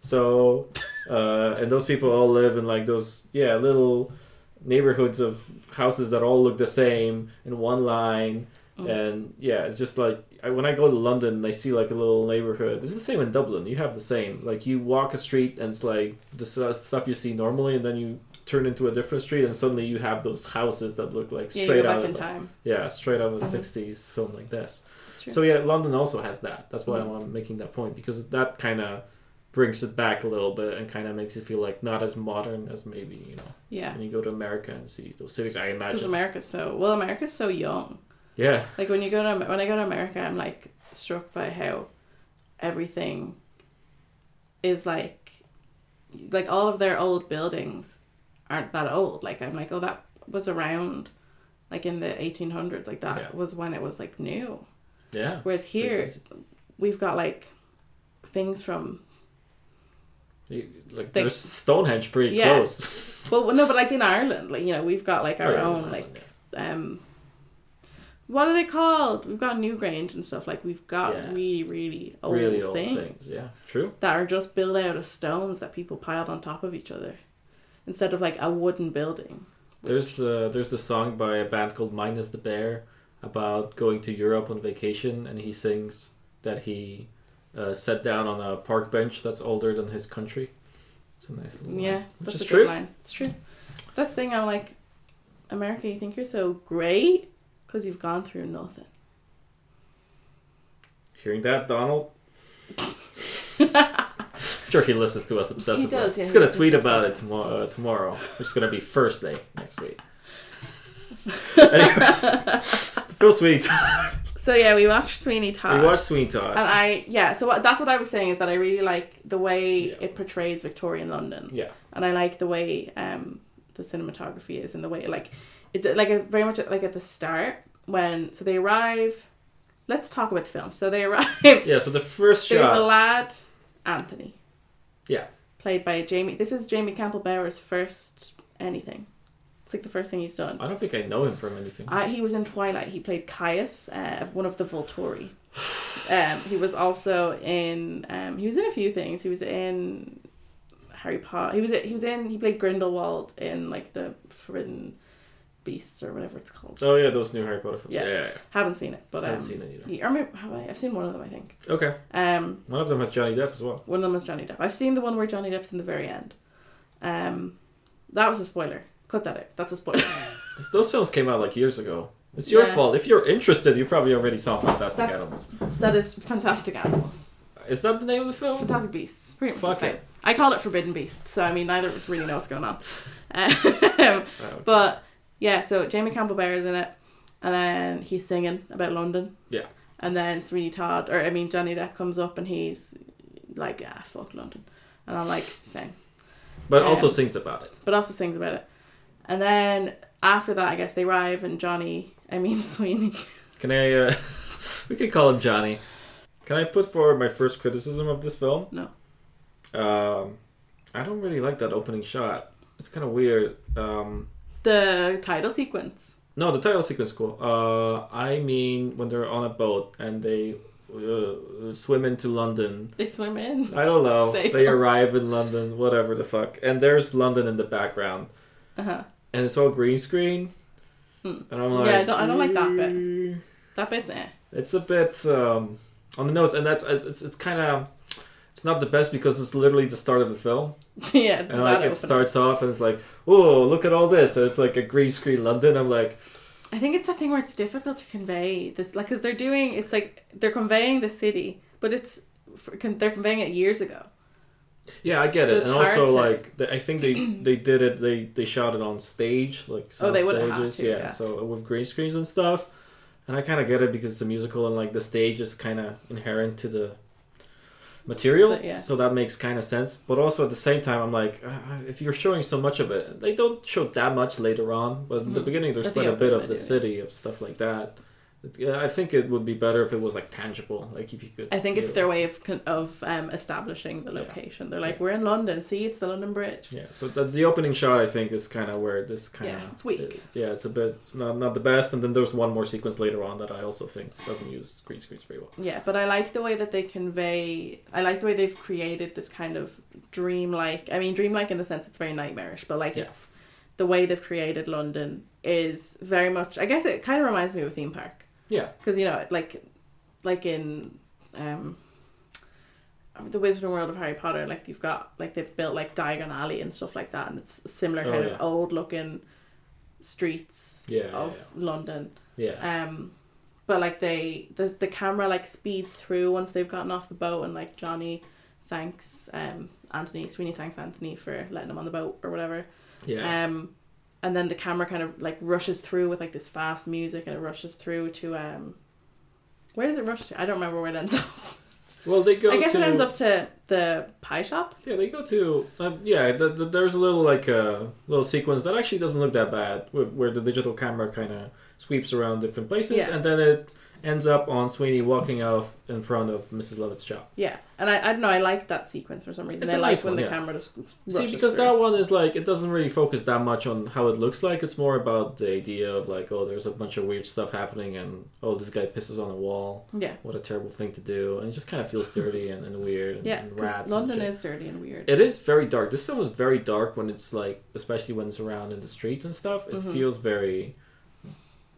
So, uh, and those people all live in like those, yeah, little neighborhoods of houses that all look the same in one line. Mm. And yeah, it's just like I, when I go to London and I see like a little neighborhood, it's the same in Dublin. You have the same. Like you walk a street and it's like the stu- stuff you see normally, and then you turn into a different street, and suddenly you have those houses that look like Yeah, straight you go out of back in a- time. yeah, straight out of a Mhm. 60s film like this. It's true. So yeah, London also has that. That's why Mhm. I'm making that point because that kind of brings it back a little bit and kind of makes it feel like not as modern as maybe you know yeah. when you go to America and see those cities. I Because imagine. America's so well, America's so young. Yeah, Like when you go to when I go to America, I'm like struck by how everything is like like all of their old buildings aren't that old. Like I'm like, oh, that was around like in the 1800s. Like that Yeah. was when it was like new. yeah. Whereas here we've got like things from You- like They- there's Stonehenge pretty Yeah. close. well no, but like in Ireland, like you know we've got like our Or own Ireland, like (laughs) Oh, yeah. um what are they called? We've got Newgrange and stuff. Like we've got Yeah. really, really old, really old things, things. Yeah, true. that are just built out of stones that people piled on top of each other, instead of like a wooden building. There's uh, there's the song by a band called Minus the Bear about going to Europe on vacation, and he sings that he uh, sat down on a park bench that's older than his country. It's a nice little Yeah, line, which that's is a true. good line. It's true. That's the thing. I'm like, America, you think you're so great because you've gone through nothing. Hearing that, (laughs) Donald. I'm sure he listens to us obsessively. He does, yeah, He's he gonna listens tweet to us about it podcasts. tomorrow. Uh, tomorrow, which is gonna be Thursday next (laughs) week. Anyways, (laughs) Phil Sweeney. Todd. So yeah, we watched Sweeney Todd. We watched Sweeney Todd. and I yeah, so what, that's what I was saying is that I really like the way Yeah. it portrays Victorian London. yeah, and I like the way um the cinematography is and the way like it like it very much like at the start when so they arrive. Let's talk about the film. So they (laughs) arrive. yeah. So the first There's shot. a lad, Anthony. Yeah. Played by Jamie. This is Jamie Campbell Bower's first anything. It's like the first thing he's done. I don't think I know him from anything. Uh, he was in Twilight. He played Caius, uh, one of the Volturi. Um, he was also in. Um, he was in a few things. He was in Harry Potter. He was he was in. He played Grindelwald in like the Forbidden Beasts or whatever it's called. Oh yeah, those new Harry Potter films. Yeah. Yeah, yeah, Haven't seen it, but um, I haven't seen it either. He, or maybe, have I? I've seen one of them. I think. yeah. Okay, Um, one of them has Johnny Depp as well. one of them is Johnny Depp. I've seen the one where Johnny Depp's in the very end. Um, that was a spoiler. Cut that out. That's a (laughs) spoiler. 'Cause Those films came out like years ago. It's your Yeah. fault. If you're interested, you probably already saw Fantastic That's- Animals. that is Fantastic Animals. Is that the name of the film? Fantastic Beasts. Pretty much the Fuck same. it. I call it Forbidden Beasts, so I mean, neither of us really know what's going on. Um, (laughs) Oh, but yeah, so Jamie Campbell Bear is in it, and then he's singing about London. Yeah. And then Sweeney Todd, or I mean, Johnny Depp comes up and he's like, ah, fuck London. And I'm like, same. but also um, sings about it. But also sings about it. And then after that, I guess they arrive and Johnny, I mean, (laughs) Sweeney. Can I? Uh, (laughs) we could call him Johnny. Can I put forward my first criticism of this film? No. Um, I don't really like that opening shot. It's kind of weird. Um, The title sequence. no, the title sequence is cool. Uh, I mean, when they're on a boat and they uh, swim into London. They swim in. I don't know. (laughs) Same. They arrive in London, whatever the fuck, and there's London in the background, Uh huh. and it's all green screen. Hmm. And I'm Yeah, like, I don't- I don't like that bit. "Eh." That fits in. It's a bit um, on the nose, and that's it's it's, it's kind of it's not the best because it's literally the start of the film, (laughs) yeah. it's and that like it opening. starts off and it's like, oh, look at all this, and it's like a green screen London. I'm like, I think it's that thing where it's difficult to convey this, like, because they're doing it's like they're conveying the city, but it's for, con, they're conveying it years ago. yeah, I get So it, it's and hard also to- like the, I think they they did it, they they shot it on stage, like some Oh, they would've had stages, to, yeah, yeah. so uh, with green screens and stuff, and I kind of get it because it's a musical and like the stage is kind of inherent to the material. But, yeah. So that makes kind of sense. But also at the same time, I'm like, uh, if you're showing so much of it, they don't show that much later on. But in the Mhm. beginning, there's At the quite a bit open, of they the do. city of stuff like that. It- yeah, I think it would be better if it was like tangible, like if you could. I think it's feel their way of con- of um, establishing the Yeah. location. They're like, we're in London. See, it's the London Bridge. Yeah, so the, the opening shot I think is kind of where this kind of Yeah, it's weak. yeah, it's a bit it's not not the best, and then there's one more sequence later on that I also think doesn't use green screens very well. Yeah, but I like the way that they convey. I like the way they've created this kind of dreamlike. I mean, dreamlike in the sense it's very nightmarish, but like Yeah. it's the way they've created London is very much. I guess it kind of reminds me of a theme park Yeah, because you know, like, like in um, the Wizarding World of Harry Potter, like you've got like they've built like Diagon Alley and stuff like that, and it's similar Oh, kind yeah. of old looking streets yeah, yeah, of London. yeah. yeah. Um, but like they, there's the camera like speeds through once they've gotten off the boat, and like Johnny thanks um Anthony Sweeney thanks Anthony for letting him on the boat or whatever. Yeah. Um, and then the camera kind of like rushes through with like this fast music, and it rushes through to um, where does it rush to? I don't remember where it ends up. well, they go. I guess to, it ends up to the pie shop. Yeah, they go to. Um, yeah, the, the, there's a little like uh, little sequence that actually doesn't look that bad, where, where the digital camera kind of sweeps around different places, Yeah. and then it ends up on Sweeney walking off in front of Mrs. Lovett's shop. Yeah, and I, I don't know. I like that sequence for some reason. It's I a like nice when one, the yeah. camera just See, rushes because through. that one is like it doesn't really focus that much on how it looks like. It's more about the idea of like, oh, there's a bunch of weird stuff happening, and oh, this guy pisses on a wall. yeah What a terrible thing to do! And it just kind of feels dirty and, and weird. And, yeah and 'cause rats. and London shit. is dirty and weird. It is very dark. This film is very dark when it's like, especially when it's around in the streets and stuff. It Mhm. feels very,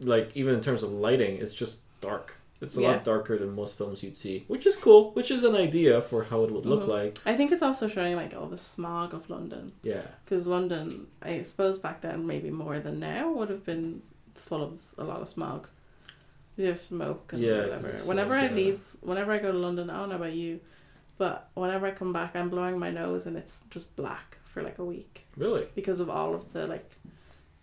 like even in terms of lighting, it's just dark. It's a Yeah. lot darker than most films you'd see, which is cool. Which is an idea for how it would look Mhm. like. I think it's also showing like all the smog of London Yeah. because London, I suppose back then maybe more than now would have been full of a lot of smog. There's smoke and Yeah, 'cause whatever. it's Whenever like, I uh, leave, whenever I go to London, I don't know about you, but whenever I come back, I'm blowing my nose and it's just black for like a week Really. because of all of the like.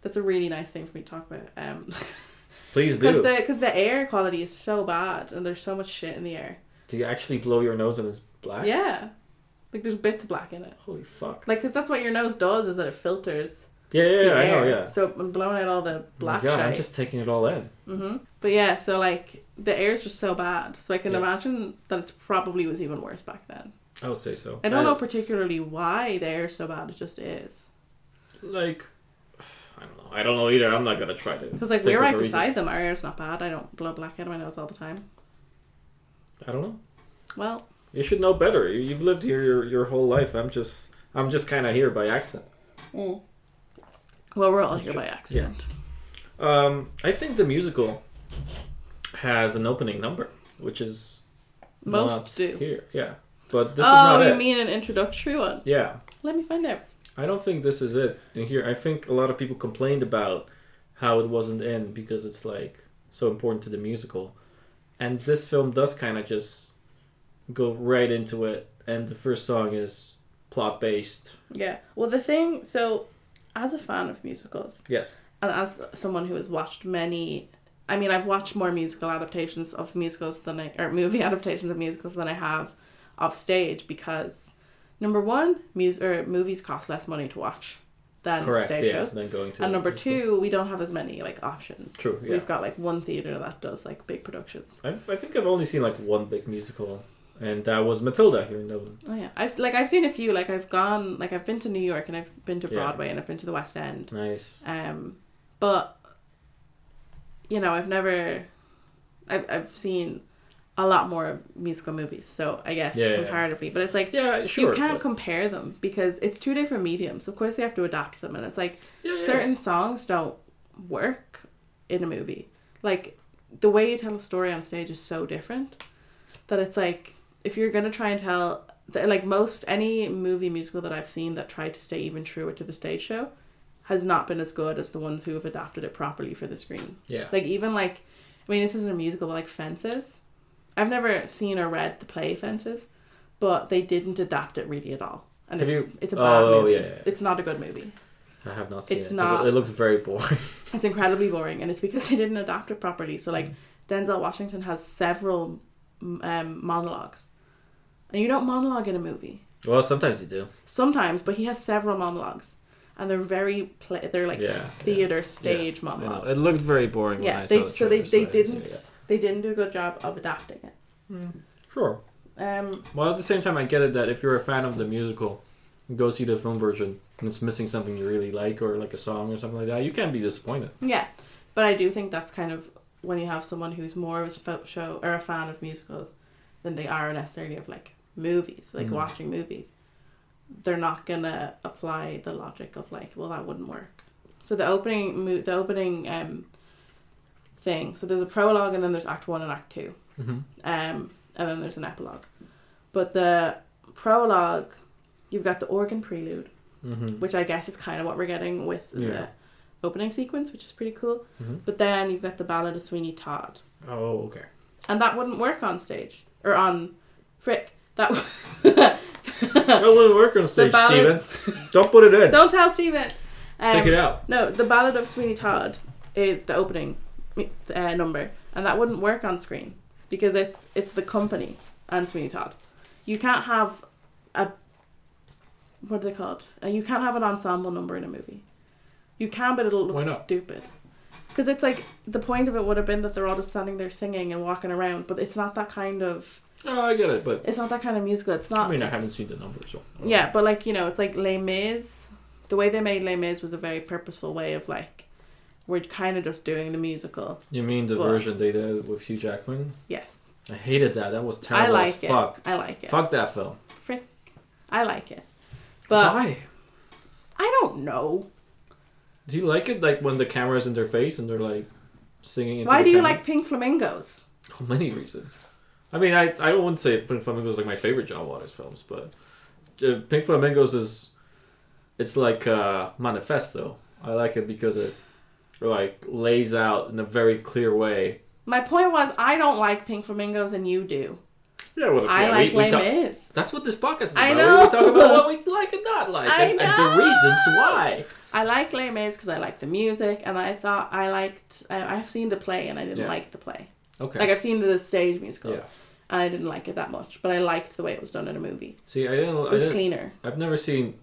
That's a really nice thing for me to talk about. Um, (laughs) Please do. because the because the air quality is so bad and there's so much shit in the air. Do you actually blow your nose and it's black? Yeah, like there's bits of black in it. Holy fuck. Like, because that's what your nose does is that it filters. Yeah, yeah, yeah the I know, air. yeah. So I'm blowing out all the black oh my God, I'm shite. just taking it all in. hmm But yeah, so like the air is just so bad. So I can Yeah. imagine that it's probably was even worse back then. I would say so. I don't know particularly why the air is so bad. It just is. Like, I don't know. I don't know either. I'm not gonna try to. Because like think we're of right a reason. beside them. Our air's not bad. I don't blow black out of my nose all the time. I don't know. Well, You should know better. You- You've lived here your, your whole life. I'm just I'm just kind of here by accident. well, we're all That's here true. by accident. Um, I think the musical has an opening number, which is not Most do. here. Yeah, but this oh, is not you it. mean an introductory one? yeah, Let me find out. I don't think this is it in here. I think a lot of people complained about how it wasn't in because it's like so important to the musical, and this film does kind of just go right into it. And the first song is plot based. Yeah. Well, the thing. So, as a fan of musicals, Yes. and as someone who has watched many i mean i've watched more musical adaptations of musicals than i or movie (laughs) adaptations of musicals than i have off stage because number one mus- or movies cost less money to watch than Correct. stage Yeah. shows And then going to and number musical. two we don't have as many like options True, yeah. we've got like one theater that does like big productions I've, I think I've only seen like one big musical, and that was Matilda here in Dublin. oh yeah i've like i've seen a few like i've gone like i've been to new york and i've been to Yeah. broadway and i've been to the west end Nice. Um, but you know, I've never, I've I've seen a lot more of musical movies, so I guess Yeah, yeah, yeah. comparatively. But it's like Yeah, sure. you can't but- compare them because it's two different mediums. Of course, they have to adapt them, and it's like Yeah, yeah, certain songs don't work in a movie. Like the way you tell a story on stage is so different that it's like if you're gonna try and tell that like most any movie musical that I've seen that tried to stay even truer to the stage show has not been as good as the ones who have adapted it properly for the screen. Yeah. Like even like I mean this isn't a musical but like Fences. I've never seen or read the play Fences, but they didn't adapt it really at all. And Have it's you- it's a bad Oh, movie. yeah, yeah, yeah. It's not a good movie. I have not seen It's it. 'cause not- It, it looked very boring. (laughs) It's incredibly boring, and it's because (laughs) they didn't adapt it properly. So, like, Denzel Washington has several um, monologues, And you don't monologue in a movie. Well, sometimes you do. Sometimes, but he has several monologues, and they're very play- they're like Yeah, theater stage I know. monologues. It looked very boring. when yeah, I they, saw the so they, trailer, they I didn't see didn't it yet. they didn't do a good job of adapting it. Sure. Um, Well, at the same time, I get it that if you're a fan of the musical, go see the film version, and it's missing something you really like, or like a song or something like that, you can't be disappointed. yeah, but I do think that's kind of when you have someone who's more of a spo- show or a fan of musicals than they are necessarily of like movies, like Mm. watching movies. They're not gonna apply the logic of like, well, that wouldn't work. So the opening mo- the opening um thing. So there's a prologue and then there's Act One and Act Two. Mm-hmm. um, and then there's an epilogue. But the prologue, you've got the organ prelude, Mm-hmm. which I guess is kind of what we're getting with Yeah. the opening sequence, which is pretty cool. Mhm. But then you've got the Ballad of Sweeney Todd, Oh, okay. and that wouldn't work on stage or on frick. That (laughs) That wouldn't work on stage, ballad- Steven. Don't put it in. don't tell Steven. Um, Take it out. No, the Ballad of Sweeney Todd is the opening uh, number, and that wouldn't work on screen because it's it's the company and Sweeney Todd. You can't have a what are they called? Uh, you can't have an ensemble number in a movie. You can, but it'll Why look not? stupid. Because it's like the point of it would have been that they're all just standing there singing and walking around, but it's not that kind of Oh, I get it, but it's not that kind of musical. It's not I mean, I haven't seen the numbers, so. uh, yeah, but like you know, it's like Les Mis. The way they made Les Mis was a very purposeful way of like, we're kind of just doing the musical. You mean the Well- version they did with Hugh Jackman? Yes, I hated that. That was terrible I as like it. fuck. I like it. Fuck that film. Frick, I like it. But Why? I don't know. Do you like it? Like when the camera's in their face and they're like singing. Into Why the do you camera? (laughs) like Pink Flamingos? Oh, many reasons. I mean, I I wouldn't say Pink Flamingos is like my favorite John Waters films, but uh, Pink Flamingos is it's like uh, manifesto. I like it because it like lays out in a very clear way. My point was, I don't like Pink Flamingos, and you do. Yeah, well, I yeah, like we, we Les talk- Mis. That's what this podcast is about. I We talk know. about what we like and not like, (laughs) I and, and the know. reasons why. I like Les Mis because I like the music, and I thought I liked. I, I've seen the play, and I didn't Yeah. like the play. Okay. Like I've seen the stage musical, yeah. and I didn't like it that much. But I liked the way it was done in a movie. See, I didn't. It I was didn't cleaner. I've never seen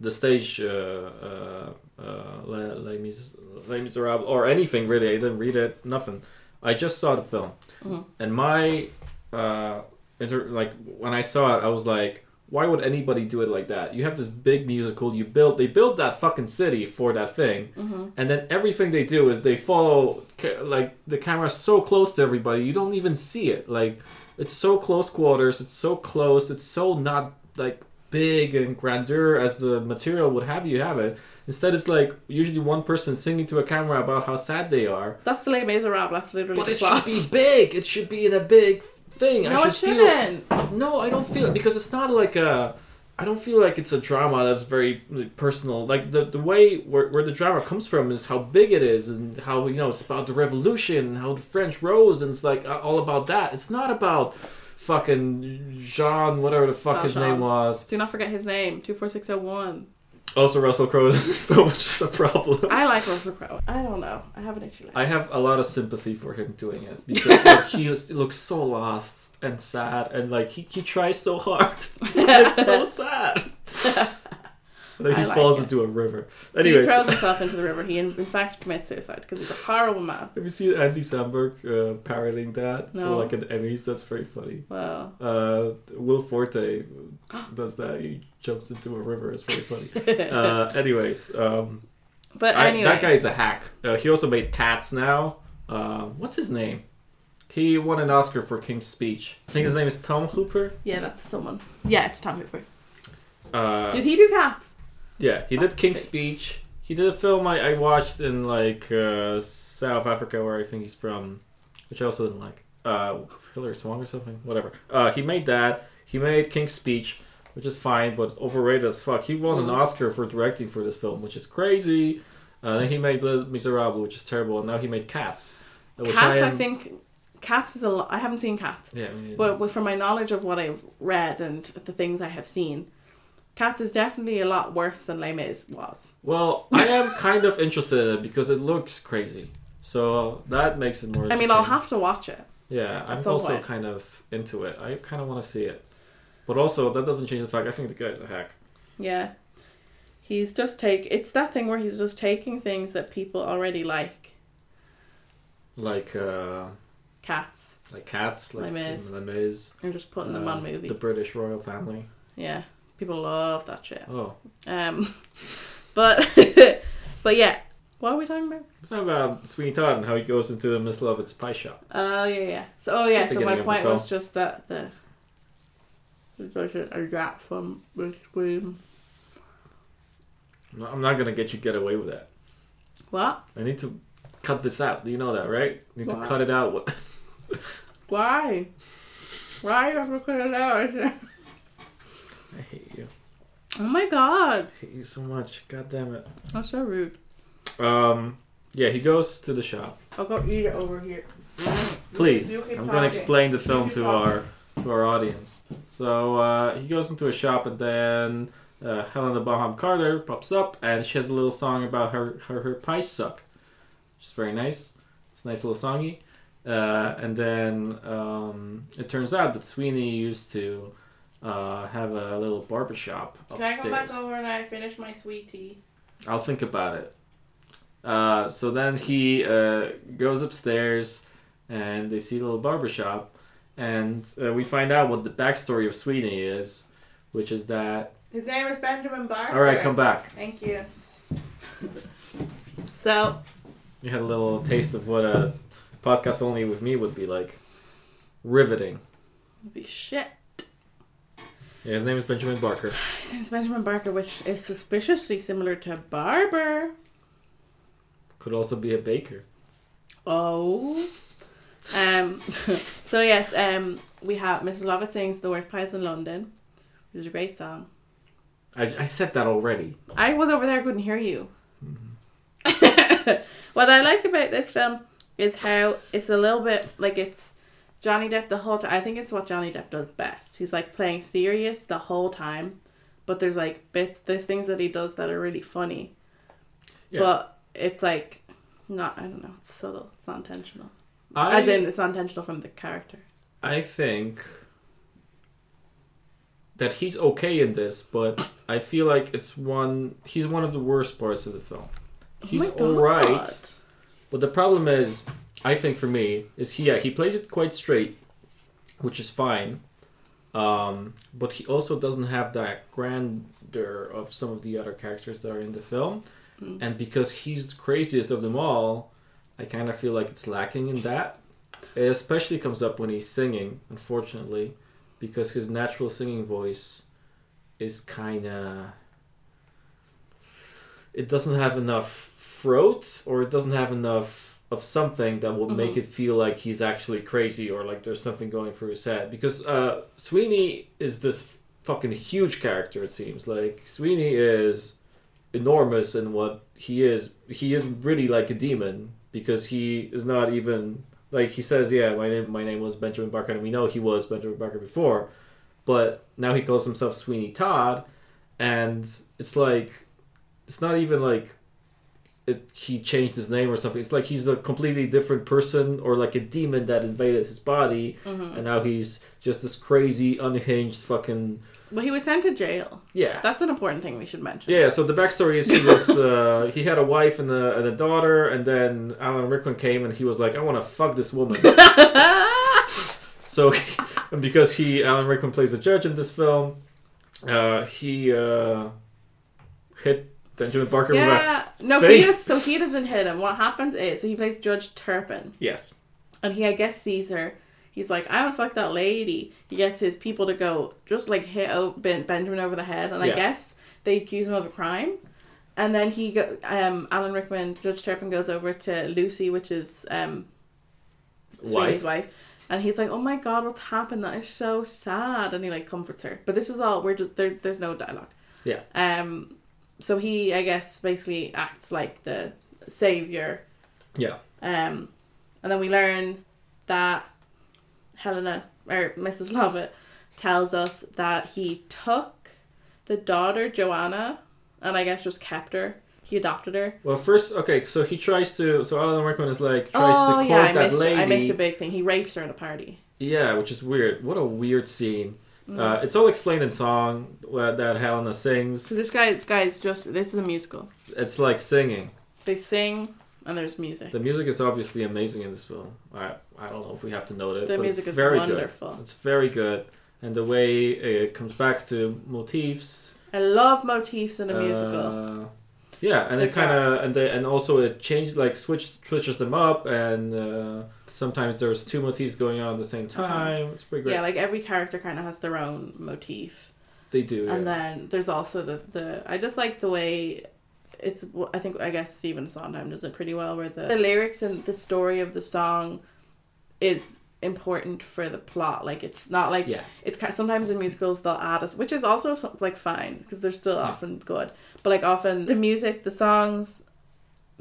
the stage uh, uh, uh, Les, Les, Mis- Les Miserables or anything really. I didn't read it, nothing. I just saw the film, Mhm. and my uh, inter- like when I saw it, I was like, why would anybody do it like that? You have this big musical. You build they build that fucking city for that thing, Mm-hmm. and then everything they do is they follow ca- like the camera's so close to everybody you don't even see it. Like it's so close quarters. It's so close. It's so not like big and grandeur as the material would have you have it. Instead, it's like usually one person singing to a camera about how sad they are. That's the Les Miserables. That's literally But the it plot. should be (laughs) big. It should be in a big thing. no, I it should feel shouldn't. no, I don't feel it because it's not like a. I don't feel like it's a drama that's very like, personal. Like the the way where, where the drama comes from is how big it is and how you know it's about the revolution and how the French rose and it's like uh, all about that. It's not about fucking Jean, whatever the fuck his Valjean. name was. Do not forget his name. Two four six zero one. Also, Russell Crowe is (laughs) in this film, which is a problem. I like Russell Crowe. I don't know. I have an issue. Like I have a lot of sympathy for him doing it because (laughs) like, he is- looks so lost and sad, and like he, he tries so (laughs) hard. (laughs) it's so sad. Then he I like falls it. into a river. he Anyways, throws himself into the river. He in, in fact commits suicide because he's a horrible man. have you seen Andy Samberg uh, parodying that No. for like an Emmys? That's very funny. Well, Uh, Will Forte does that. He jumps into a river. It's very (laughs) funny. uh, anyways, um, but I- anyway, that guy's a hack. Uh, he also made Cats now. Uh, what's his name? He won an Oscar for King's Speech. I think his name is Tom Hooper. yeah, that's someone. Yeah, it's Tom Hooper. Uh, Did he do Cats? yeah, he Oh, did King's sick. Speech. He did a film I, I watched in like uh, South Africa, where I think he's from, which I also didn't like. Uh, Hillary Swank or something, whatever. Uh, he made that. He made King's Speech, which is fine, but overrated as fuck. He won an Mhm. Oscar for directing for this film, which is crazy. Uh, then he made Les Miserables, which is terrible, and now he made Cats. which Cats, I, am- think. Cats is a. Lo- I haven't seen Cats, Yeah, I mean, but with- from my knowledge of what I've read and the things I have seen, Cats is definitely a lot worse than Les Mis was. well, I am kind of interested in it because it looks crazy. So that makes it more. I mean, interesting. I'll have to watch it. Yeah, I'm some also point. kind of into it. I kind of want to see it. But also, that doesn't change the fact I think the guy's a hack. Yeah. He's just take it's that thing where he's just taking things that people already like. Like, uh, Cats. like cats, like Lemmings. Lemmings, And just putting them uh, on movie. the British royal family. Yeah. People love that shit. Oh, Um (laughs) but (laughs) but yeah. What are we talking about? it's not about Sweeney Todd and how he goes into Miss Lovett's pie shop. Oh yeah, yeah. So oh It's yeah. at the So my beginning of the point was just that the there's a gap from between No, I'm not gonna get you get away with that. what? I need to cut this out. You know that, right? I need Why? to cut it out. (laughs) Why? Why you have to cut it out? I hate you. (laughs) oh my god, I hate you so much. God damn it. that's so rude. Um, yeah, he goes to the shop. I'll go eat it over here. Please, You keep I'm gonna talking. explain the film keep to talking. our to our audience. So uh, he goes into a shop, and then uh, Helena Bonham Carter pops up, and she has a little song about her her, her pies suck, which is very nice. It's a nice little songy. Uh, and then um, it turns out that Sweeney used to uh, have a little barber shop Can I upstairs. come back over and I finish my sweet tea? I'll think about it. Uh, so then he uh, goes upstairs and they see the little barber shop, And uh, we find out what the backstory of Sweeney is, which is that. His name is Benjamin Barker. All right, come back. Thank you. So You had a little taste of what a podcast only with me would be like. Riveting. be shit. Yeah, his name is Benjamin Barker. His name's Benjamin Barker, which is suspiciously similar to Barber. Could also be a baker. Oh. Um, (laughs) so yes, um, we have Mrs. Lovett sings "The Worst Pies in London," which is a great song. I, I said that already. I was over there, couldn't hear you. Mm-hmm. (laughs) what I like about this film is how it's a little bit like it's Johnny Depp the whole time. I think it's what Johnny Depp does best. He's like playing serious the whole time, but there's like bits, there's things that he does that are really funny. Yeah. But it's like not, I don't know, it's subtle, it's not intentional. I, As in, it's not intentional from the character. I think that he's okay in this, but I feel like it's one. He's one of the worst parts of the film. He's Oh my God. all right, but the problem is, I think for me is he. Yeah, he plays it quite straight, which is fine. Um, but he also doesn't have that grandeur of some of the other characters that are in the film, Mm. and because he's the craziest of them all, I kind of feel like it's lacking in that. It especially comes up when he's singing, unfortunately, because his natural singing voice is kind of it doesn't have enough throat or it doesn't have enough of something that will make it feel like he's actually crazy or like there's something going through his head because uh, sweeney is this fucking huge character it seems like sweeney is enormous in what he is he isn't really like a demon because he is not even like he says yeah my name my name was benjamin barker and we know he was benjamin barker before but now he calls himself sweeney todd and it's like it's not even like it, he changed his name or something. It's like he's a completely different person or like a demon that invaded his body, and now he's just this crazy, unhinged fucking Well, he was sent to jail. yeah. That's an important thing we should mention. Yeah, so the backstory is he was uh, he had a wife and a, and a daughter, and then Alan Rickman came and he was like, "I want to fuck this woman." (laughs) so, and (laughs) because he Alan Rickman plays a judge in this film, uh, he uh, hit Benjamin Barker with a Yeah, no, Thing. he is. So he doesn't hit him. What happens is, so he plays Judge Turpin, yes, and he, I guess, sees her. He's like, I would fuck that lady. He gets his people to go just like hit o- ben- Benjamin over the head, and I Yeah. guess they accuse him of a crime. And then he, go- um, Alan Rickman, Judge Turpin goes over to Lucy, which is um, wife. Sweeney's wife, and he's like, "Oh my god, what's happened? That is so sad." And he like comforts her, but this is all we're just there. There's no dialogue. Yeah. Um. So he, I guess, basically acts like the savior. Yeah. Um, and then we learn that Helena or Mrs. Lovett tells us that he took the daughter Joanna, and I guess just kept her. He adopted her. Well, first, okay, so he tries to. So Alan Rickman is like tries to court Oh, yeah, I that missed. lady. I missed a big thing. He rapes her at a party. Yeah, which is weird. What a weird scene. Mm. Uh, it's all explained in song uh, that Helena sings. So this guy, guys, just this is a musical. It's like singing. They sing and there's music. The music is obviously amazing in this film. I I don't know if we have to note it. The but music it's is very wonderful. Good. It's very good, and the way it comes back to motifs. I love motifs in a musical. uh, uh, yeah, and Like it kind of and they, and also it changes like switch switches them up, and uh, sometimes there's two motifs going on at the same time. It's pretty great. Uh-huh. Yeah, like every character kind of has their own motif, they do. Yeah. and then there's also the the. I just like the way it's. I think I guess Stephen Sondheim does it pretty well, where the, the lyrics and the story of the song is important for the plot. Like it's not like yeah, it's kind sometimes in musicals they'll add us, which is also so- like fine because they're still Yeah. often good. But like often the music, the songs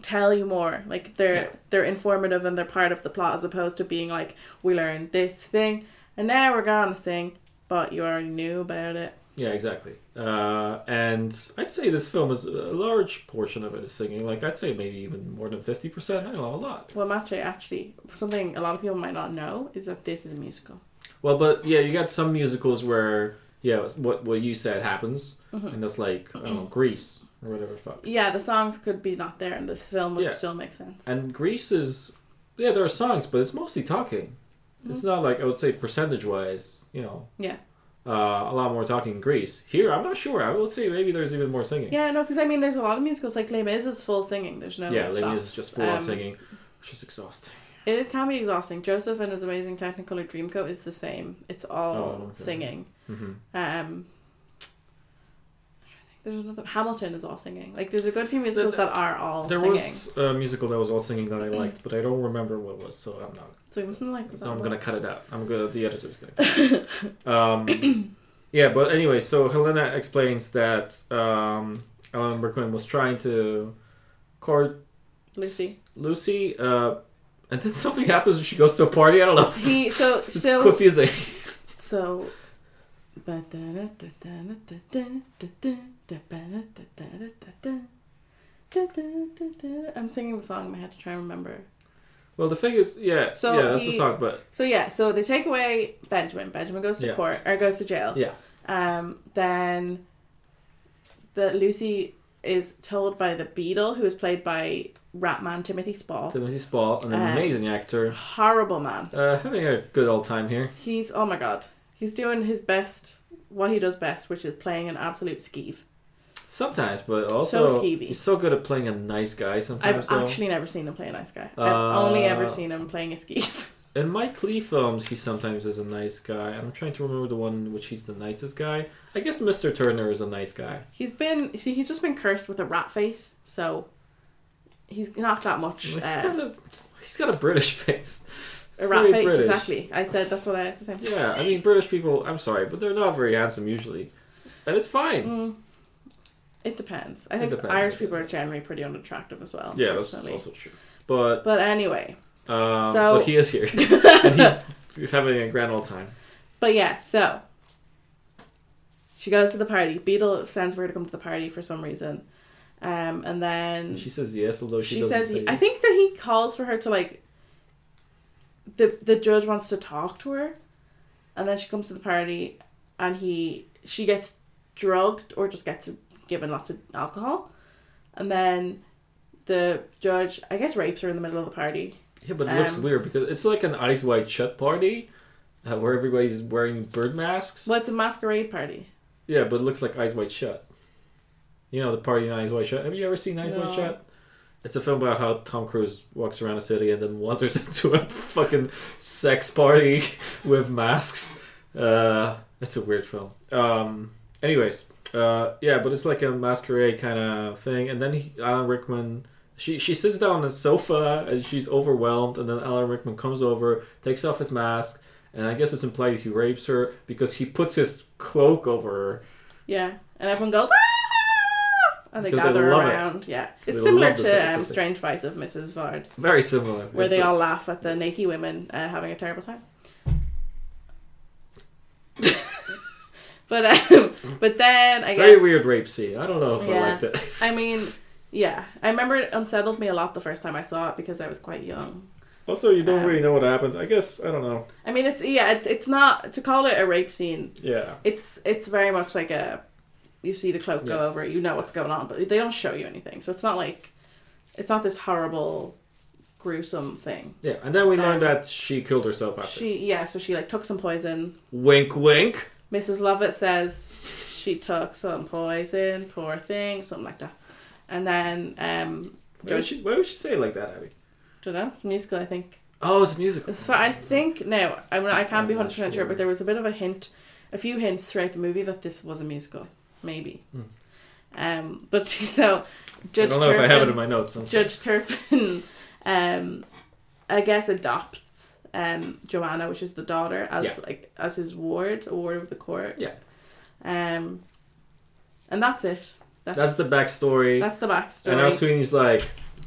tell you more. Like they're Yeah. they're informative and they're part of the plot as opposed to being like we learned this thing and now we're gonna sing, but you already knew about it. yeah, exactly. Uh, and I'd say this film is a large portion of it is singing. Like I'd say maybe even more than fifty percent. I don't know a lot. Well, Mache actually something a lot of people might not know is that this is a musical. Well, but yeah, you got some musicals where yeah, it's what what you said happens, Mhm. and that's like I don't know, Grease or whatever the fuck. Yeah, the songs could be not there, and this film would Yeah. still make sense. And Grease is yeah, there are songs, but it's mostly talking. It's not like I would say percentage wise, you know. Mm-hmm. Yeah. Uh, a lot more talking in Greece. Here, I'm not sure. I would say maybe there's even more singing. Yeah, no, because I mean, there's a lot of musicals like Les Mis is full singing. There's no yeah, Lady stops. is just full on Um, singing, which is exhausting. It is can be exhausting. Joseph and his amazing Technicolor Dreamcoat is the same. It's all Oh, okay. singing. hmm Um, there's another Hamilton is all singing. Like there's a good few musicals There- that are all There singing. was a musical that was all singing that I liked, but I don't remember what it was, so I'm not so we mustn't like. So I'm gonna cut it out. I'm gonna the editor's (laughs) gonna. Cut it out. Um, (clears throat) yeah, but anyway, so Helena explains that um, Alan Berkman was trying to court (laughs) Lucy. Lucy, uh, and then (laughs) something happens when she goes to a party. I don't know. He (laughs) so It's so confusing. so. I'm singing the song in my head to try and remember. Well, the thing is, yeah, So yeah, that's the he- song, but So yeah, so they take away Benjamin. Benjamin goes to Yeah. court or goes to jail. Yeah. Um. Then, the Lucy is told by the Beadle, who is played by Ratman Timothy Spall, Timothy Spall, an Um, amazing actor, horrible man. uh, having a good old time here. He's oh my god, he's doing his best, what he does best, which is playing an absolute skeeve. Sometimes, but also skeevy. he's so good at playing a nice guy. Sometimes I've though. actually never seen him play a nice guy. Uh, I've only ever seen him playing a skeeve. In Mike Lee films, he sometimes is a nice guy. I'm trying to remember the one in which he's the nicest guy. I guess Mr. Turner is a nice guy. (laughs) He's been see, he's just been cursed with a rat face, so he's not that much. He's uh, got a he's got a British (laughs) face. It's A rat very face, exactly. I said that's what I was saying. Yeah, I mean British people. I'm sorry, but they're not very handsome usually, and it's fine. Mm, it depends. I It think depends, Irish I people are guess. generally pretty unattractive as well. Yeah, that's personally. also true. But But anyway, um, So- but he is (laughs) here, and he's having a grand old time. but yeah, so she goes to the party. Beetle sends for her to come to the party for some reason, um, and then And she says yes, although she, she doesn't says say I think that he calls for her to like the the judge wants to talk to her and then she comes to the party and he she gets drugged or just gets given lots of alcohol and then the judge I guess rapes her in the middle of the party. Yeah, but it looks Um, weird because it's like an eyes wide shut party, uh, where everybody's wearing bird masks. Well it's a masquerade party. Yeah, but it looks like Eyes Wide Shut. You know the party in Eyes Wide Shut. Have you ever seen Eyes No. Wide Shut? It's a film about how Tom Cruise walks around a city and then wanders (laughs) into a fucking sex party (laughs) with masks. Uh, it's a weird film. Um, anyways, uh, yeah, but it's like a masquerade kind of thing. And then he, Alan Rickman, she she sits down on the sofa and she's overwhelmed. And then Alan Rickman comes over, takes off his mask, and I guess it's implied he rapes her because he puts his cloak over her. Yeah. And everyone goes "Ah!" and they Because they gather love it. around. Yeah. It's they similar love the sex, to um, it's a- Strange Vice of Mrs. Vard. Very similar. where It's they a- all laugh at the naked women uh, having a terrible time. (laughs) but um, but then I very guess weird rape scene. I don't know if I Yeah. liked it. I mean, yeah, I remember it unsettled me a lot the first time I saw it because I was quite young. (laughs) Also, you don't Um, really know what happened. I guess I don't know. I mean, it's yeah, it's it's not to call it a rape scene. Yeah, It's it's very much like a you see the cloak Yeah. go over, it, you know what's going on, but they don't show you anything. So it's not like it's not this horrible, gruesome thing. yeah. And then we learned Um, that she killed herself after. She yeah, so she like took some poison. Wink, wink. Mrs. Lovett says she took some poison, poor thing, something like that. And then um, Why would she? Why would she say it like that, Abby? don't know, it's a musical, I think. Oh, it's a musical. As far I think no, I mean I can't be I'm not hundred percent sure, sure. but there was a bit of a hint, a few hints throughout the movie that this was a musical, maybe. Hmm. Um, but (laughs) so Judge I don't know if I have it in Turpin, my notes. I'm sorry. Judge Turpin, um, I guess adopts um Joanna, which is the daughter, as Yeah. like as his ward, a ward of the court. Yeah. Um, and that's it. That's That's the backstory. that's the backstory. and now Sweeney's like,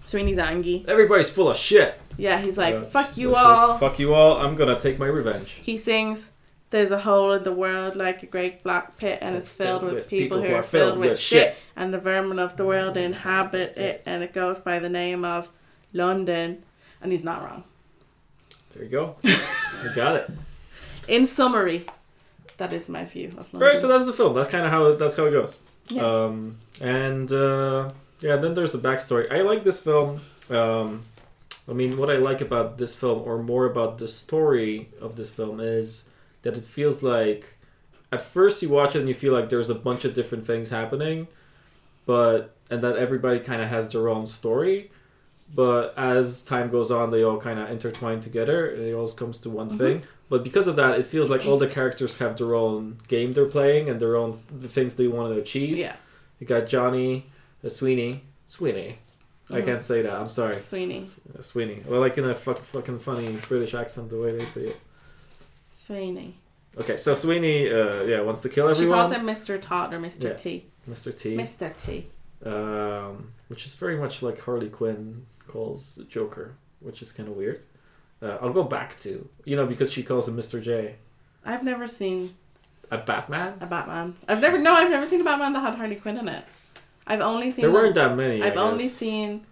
Sweeney's angry. everybody's full of shit. Yeah, he's like, Uh, "Fuck you so says, all." Fuck you all. I'm gonna take my revenge. He sings, There's a hole in the world like a great black pit, and it's, filled, with people, who are filled with shit, Mm-hmm. and the vermin of the world inhabit it, and it goes by the name of London. And he's not wrong. There you go. I got it. In summary, that is my view of London. Right. So that's the film. That's kind of how that's how it goes. Yeah. Um, and uh, yeah, then there's the backstory. I like this film. Um, I mean, what I like about this film, or more about the story of this film, is that it feels like at first you watch it and you feel like there's a bunch of different things happening, but and that everybody kind of has their own story. But as time goes on, they all kind of intertwine together. and It always comes to one Mhm. thing. But because of that, it feels like all the characters have their own game they're playing and their own the things they want to achieve. yeah. You got Johnny uh, Sweeney. Sweeney. I Mhm. can't say that. I'm sorry. Sweeney. Uh, Sweeney. Well, like in a fuck, fucking funny British accent, the way they say it. Sweeney. Okay, so Sweeney, uh, yeah, wants to kill everyone. She calls him Mr. Todd or Mr. Yeah. T. Mr. T, Mr. T. um, which is very much like Harley Quinn calls Joker, which is kind of weird. Uh, I'll go back to you know because she calls him Mr. J, I've never seen a Batman. a Batman. I've never no, I've never seen a Batman that had Harley Quinn in it. I've only seen There the- weren't that many. I I've only guess. seen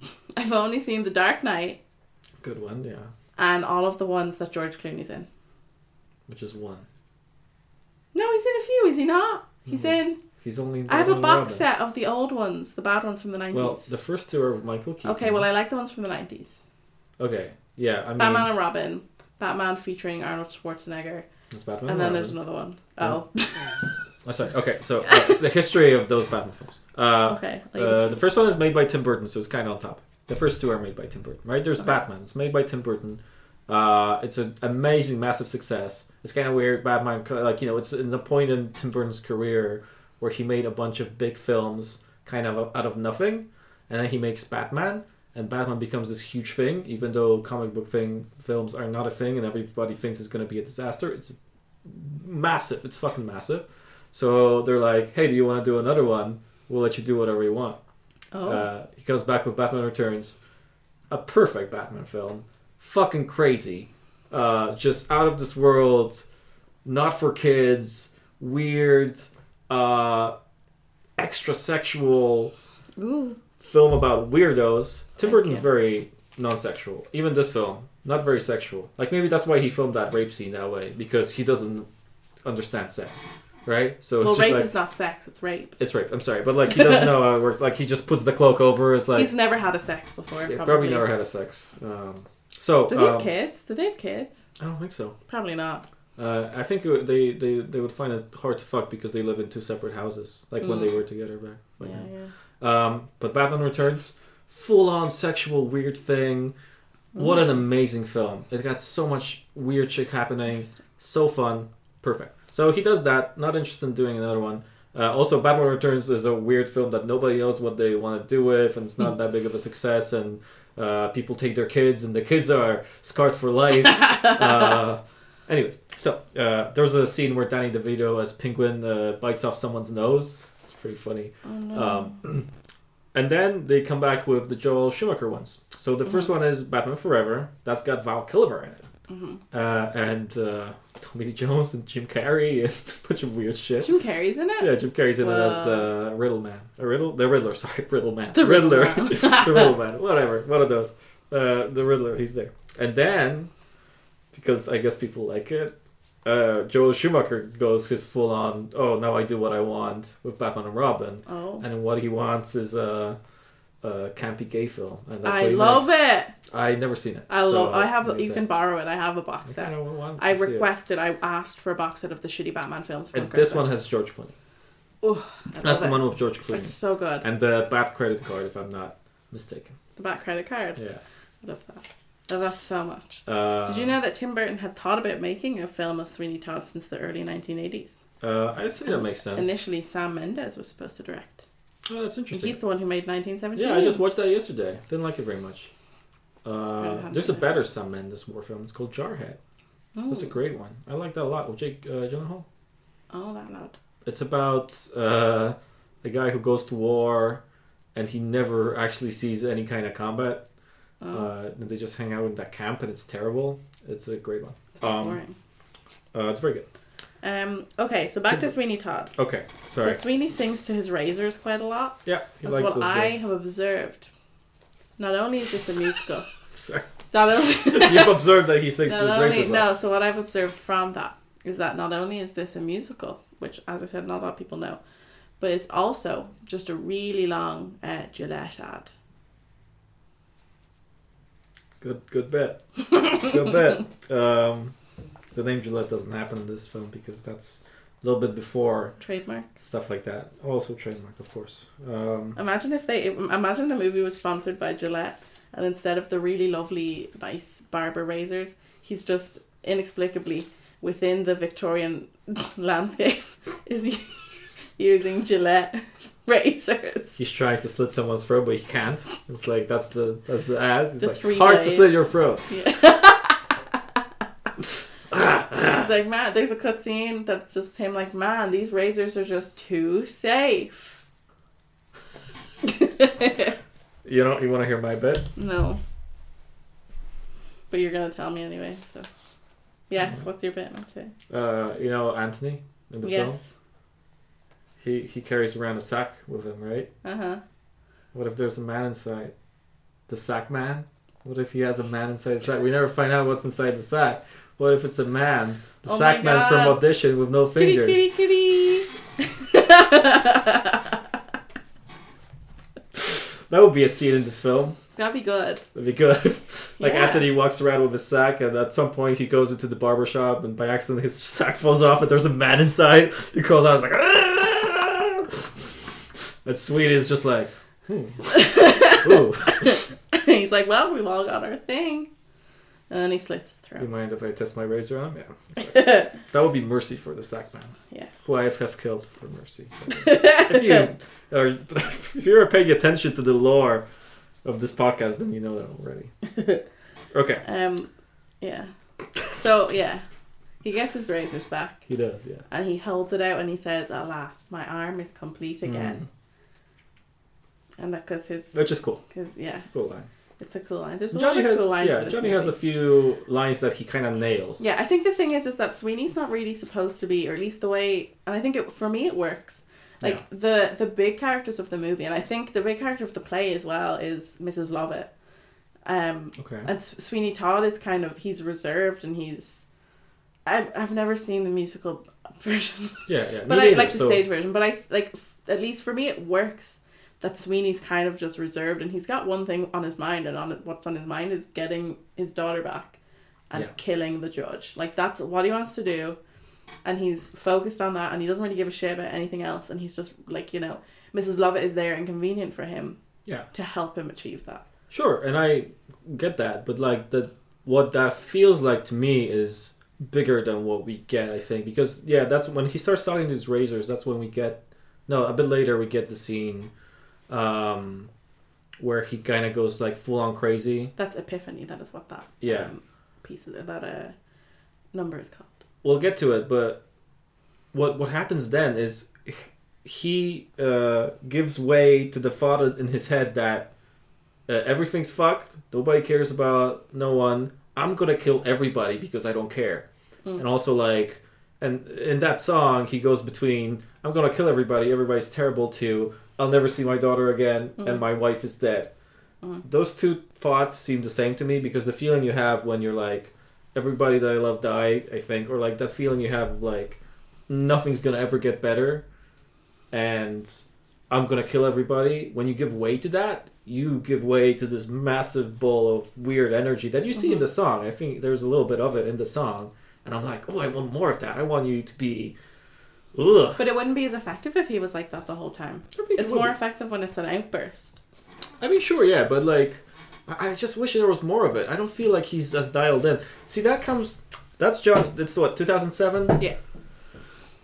(laughs) I've only seen The Dark Knight good one, yeah, and all of the ones that George Clooney's in. which is one. No, he's in a few, is he not? He's Mhm. in He's only. the I have a only Robin. box set of the old ones, the bad ones from the Well, nineties. the first two are with Michael Keaton. okay, well I like the ones from the nineties. Okay. Yeah, I mean, Batman and Robin. Batman featuring Arnold Schwarzenegger. it's Batman. and then there's Robin. another one. Oh. Yeah. Oh. Oh, sorry. Okay, so uh, the history of those Batman films. Uh, okay. Like, uh, the first one is made by Tim Burton, so it's kind of on topic. The first two are made by Tim Burton, right? There's Okay. Batman. It's made by Tim Burton. Uh, it's an amazing, massive success. It's kind of weird. Batman, co- like you know, it's in the point in Tim Burton's career where he made a bunch of big films, kind of out of nothing, and then he makes Batman, and Batman becomes this huge thing. Even though comic book thing films are not a thing, and everybody thinks it's going to be a disaster, it's massive. It's fucking massive. So they're like, "Hey, do you want to do another one? We'll let you do whatever you want." oh. Uh, he comes back with Batman Returns, a perfect Batman film, fucking crazy, uh, just out of this world, not for kids, weird, uh, extra sexual Ooh. film about weirdos. Tim Thank Burton's you. very non-sexual. Even this film, not very sexual. Like maybe that's why he filmed that rape scene that way because he doesn't understand sex, right? So it's Well just rape like is not sex, it's rape. it's rape. I'm sorry, but like he (laughs) doesn't know how it works. Like he just puts the cloak over. It's like He's never had a sex before, yeah, probably. probably. never had a sex. Um, so Does he have um, kids? Do they have kids? I don't think so. Probably not. Uh, I think it would- they, they they would find it hard to fuck because they live in two separate houses, like when Mm. they were together back. back yeah, then. yeah. Um, but Batman Returns, full on sexual weird thing. What an amazing film! It got so much weird shit happening. So fun, perfect. So he does that. Not interested in doing another one. Uh, also, Batman Returns is a weird film that nobody knows what they want to do with, and it's not that big of a success. And uh, people take their kids, and the kids are scarred for life. uh, anyways, so uh, there's a scene where Danny DeVito as Penguin uh, bites off someone's nose. It's pretty funny. Oh, no. Um, (clears throat) and then they come back with the Joel Schumacher ones. So the first one is Batman Forever. That's got Val Kilmer in it. Mhm. Uh, and uh, (laughs) Tommy Lee Jones and Jim Carrey (laughs) and a bunch of weird shit. Jim Carrey's in it. Yeah, Jim Carrey's in it as Wow. the Riddle Man. A Riddle? The Riddler, (laughs) sorry. Riddle Man. The (laughs) Riddler. Riddler. the Riddle Man. Whatever. One of those. uh, the Riddler, he's there. And then, because I guess people like it, uh, Joel Schumacher goes his full on, oh, now I do what I want with Batman and Robin. Oh, And what he wants is a, a campy gay film. And that's I what he love makes. it. I never seen it. I so love. I have. I'm You can excited. borrow it. I have a box I set. kinda want I to see it. requested. I asked for a box set of the shitty Batman films. From And this one has Christmas. George Clooney. I That's love the it. one with George Clooney. It's so good. And the Bat credit card, if I'm not mistaken. The back credit card. Yeah. I love that. I love so much. Uh, Did you know that Tim Burton had thought about making a film of Sweeney Todd since the early 1980s? Uh, I think that makes sense. Initially, Sam Mendes was supposed to direct. oh, that's And he's interesting. the one who made 1917. Yeah, I just watched that yesterday. Didn't like it very much. Uh, Haven't there's a seen it. better Sam Mendes war film. It's called Jarhead. Mm, That's a great one. I like that a lot with Jake uh, Gyllenhaal. all that loud. It's about uh, a guy who goes to war and he never actually sees any kind of combat. Oh, Uh, they just hang out in that camp and it's terrible. It's a great one. it's Um, boring. uh, it's very good. Um, okay, so back Tim- to Sweeney Todd. Okay, sorry. So Sweeney sings to his razors quite a lot. yeah, he That's likes what those I guys. (laughs) have observed. Not only is this a musical, (laughs) Sorry. not only You've observed that he sings to not his only Rangers. no so what i've observed from that is that not only is this a musical which as i said not a lot of people know but it's also just a really long uh, gillette ad Good, good bet. (laughs) good bet. Um, the name Gillette doesn't happen in this film because that's a little bit before trademark stuff like that. Also trademark, of course. Um, imagine if they imagine the movie was sponsored by gillette and instead of the really lovely nice barber razors he's just inexplicably within the victorian (laughs) landscape is (laughs) using gillette (laughs) razors he's trying to slit someone's throat, but he can't. It's like that's the that's the ad. It's The like three hard to ways. slit your throat. He's like, man, there's a cutscene that's just him like, man, these razors are just too safe. You know, you want to hear my bet? no. But you're gonna tell me anyway, so. Yes, what's your bet, actually? Uh, you know Anthony in the film. Yes. He he carries around a sack with him, right? Uh huh. What if there's a man inside? The sack man? What if he has a man inside the sack? We never find out what's inside the sack. What if it's a man? The Oh sack my man from God. audition with no Kitty, fingers. kitty, kitty. (laughs) That would be a scene in this film. That'd be good. (laughs) That'd be (laughs) good. like Yeah. Anthony walks around with his sack and at some point he goes into the barber shop and by accident his (laughs) sack falls off and there's a man inside. He calls out, he's like "Ah!" And Sweetie is just like (laughs) hmm. Ooh. He's like, well, we've all got our thing. And then he slits his You throat. mind if I test my razor on him? Yeah. (laughs) That would be mercy for the sack man. yes. who I have killed for mercy. if (laughs) you are, (laughs) if you're paying attention to the lore of this podcast, then you know that (laughs) already. Okay, Um, yeah. So, yeah. He gets his razors back. he does. Yeah, and he holds it out and he says, "Alas, my arm is complete Hmm. again." And that because his which is cool. because yeah, It's a cool line. it's a cool line. There's a Johnny lot of has cool lines. in yeah. this Johnny has a movie. few lines that he kind of nails. Yeah, I think the thing is, is that Sweeney's not really supposed to be, or at least the way, and I think it for me it works. Like Yeah. the the big characters of the movie, and I think the big character of the play as well is Mrs. Lovett. Um, Okay. and S- Sweeney Todd is kind of he's reserved and he's. I've I've never seen the musical (laughs) version. Yeah, yeah. me But I neither, like the so- stage version. But I like f- at least for me it works that Sweeney's kind of just reserved and he's got one thing on his mind and on what's on his mind is getting his daughter back and Yeah. killing the judge. Like that's what he wants to do and he's focused on that and he doesn't really give a shit about anything else and he's just like, you know, Mrs. Lovett is there and convenient for him Yeah. to help him achieve that. Sure, and I get that, but like the what that feels like to me is bigger than what we get. I think because yeah, that's when he starts talking to his razors. That's when we get no a bit later we get the scene um, where he kind of goes like full on crazy. That's epiphany, that is what that Yeah. um, piece of that uh number is called. We'll get to it, but what what happens then is he uh, gives way to the thought in his head that uh, everything's fucked. Nobody cares about no one. I'm gonna kill everybody because I don't care. And also like, and in that song, he goes between I'm gonna kill everybody. Everybody's terrible too. I'll never see my daughter again, and my wife is dead. Mhm. Those two thoughts seem the same to me because the feeling you have when you're like, everybody that I love died, I think, or like that feeling you have of like, nothing's gonna ever get better, and I'm gonna kill everybody. When you give way to that, you give way to this massive bowl of weird energy that you see in Mhm. the song. I think there's a little bit of it in the song, and I'm like, oh, I want more of that. I want you to be, ugh. But it wouldn't be as effective if he was like that the whole time. I think it It's would more be. effective when it's an outburst. I mean, sure, yeah, but like, I I just wish there was more of it. I don't feel like he's as dialed in. See, that comes. That's John. It's what 2007. Yeah.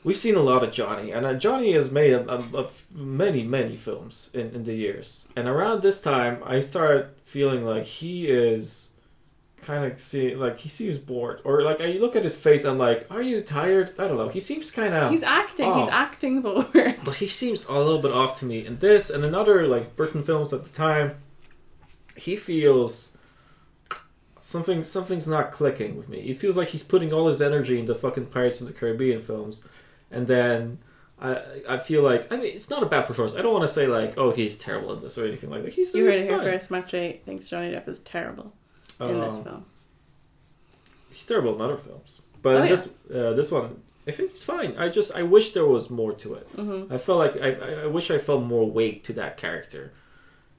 We've seen a lot of Johnny, and uh, Johnny has made a, a- a f- many, many films in, in the years. And around this time, I started feeling like he is kind of see like he seems bored, or like I look at his face. I'm like, are you tired? I don't know. He seems kind of He's acting. Oh. He's acting bored. but he seems a little bit off to me in this and another like Burton films at the time. He feels something something's not clicking with me. He feels like he's putting all his energy into fucking Pirates of the Caribbean films, and then I I feel like I mean it's not a bad performance. I don't want to say like oh he's terrible in (laughs) this or anything like that. He's You heard he's it here fine. first. Match eight thinks Johnny Depp is terrible in this Um, film. he's terrible in other films, but Oh, in yeah. this uh, this one I think he's fine. I just I wish there was more to it. hmm I felt like I- I, I wish I felt more weight to that character.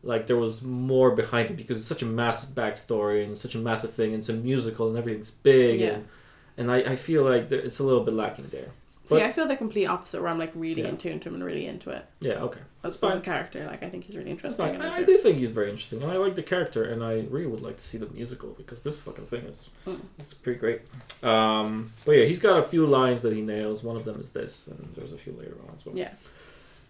Like there was more behind it because it's such a massive backstory and such a massive thing and it's a musical and everything's big Yeah. and, and I, I feel like there, it's a little bit lacking there. See, but- I feel the complete opposite where I'm like really Yeah. in tune to him and really into it. Yeah, okay. That's fine. fine. character. Like I think he's really That's interesting. fine. and I I, I do sort think he's very interesting and I like the character and I really would like to see the musical because this fucking thing is Mm. it's pretty great. Um, but yeah, he's got a few lines that he nails. One of them is this and there's a few later on as well. Yeah.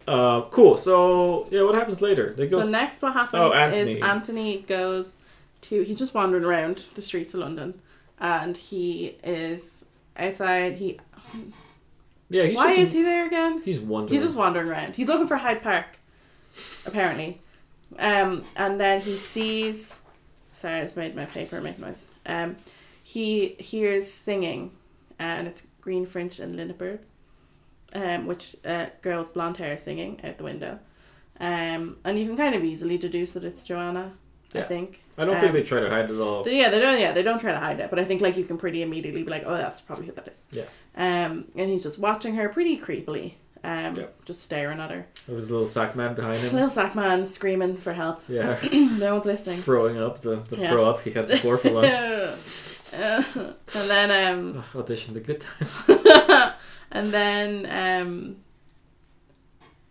Uh, cool. So yeah, what happens later? They go So next, what happens Oh, Anthony. is Anthony goes to. He's just wandering around the streets of London, and he is outside. He yeah. He's why just, is he there again? He's wondering. He's just wandering around. He's looking for Hyde Park, apparently. Um, and then he sees. Sorry, I just made my paper make noise. Um, he hears singing, uh, and it's Green Fringe and Lindbergh, um, which uh, girl with blonde hair is singing out the window. Um, and you can kind of easily deduce that it's Joanna, I Yeah. think. I don't Um, think they try to hide it all. Th- yeah, they don't. Yeah, they don't try to hide it, but I think like you can pretty immediately be like, oh, that's probably who that is. Yeah. Um, and he's just watching her pretty creepily. Um, Yeah. just staring at her. There was a little sack man behind him. (laughs) Little sack man screaming for help. (clears throat) Yeah, no one's listening. (laughs) throwing up the, the Yeah. throw up he had before for (laughs) lunch. Uh, and then um, Ugh, audition the good times. (laughs) and then um,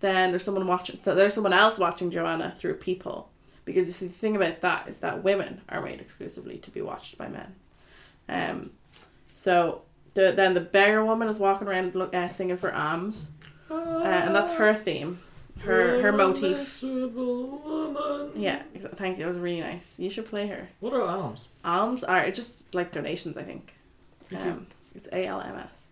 then there's someone watching. th- There's someone else watching Joanna through a peephole. Because you see, the thing about that is that women are made exclusively to be watched by men. Um, so the, then the bear woman is walking around look, uh, singing for alms, (laughs) uh, and that's her theme, her her motif. Yeah, ex- thank you. It was really nice. You should play her. What are alms? Alms are just like donations, I think. Thank you. um, It's A L M S.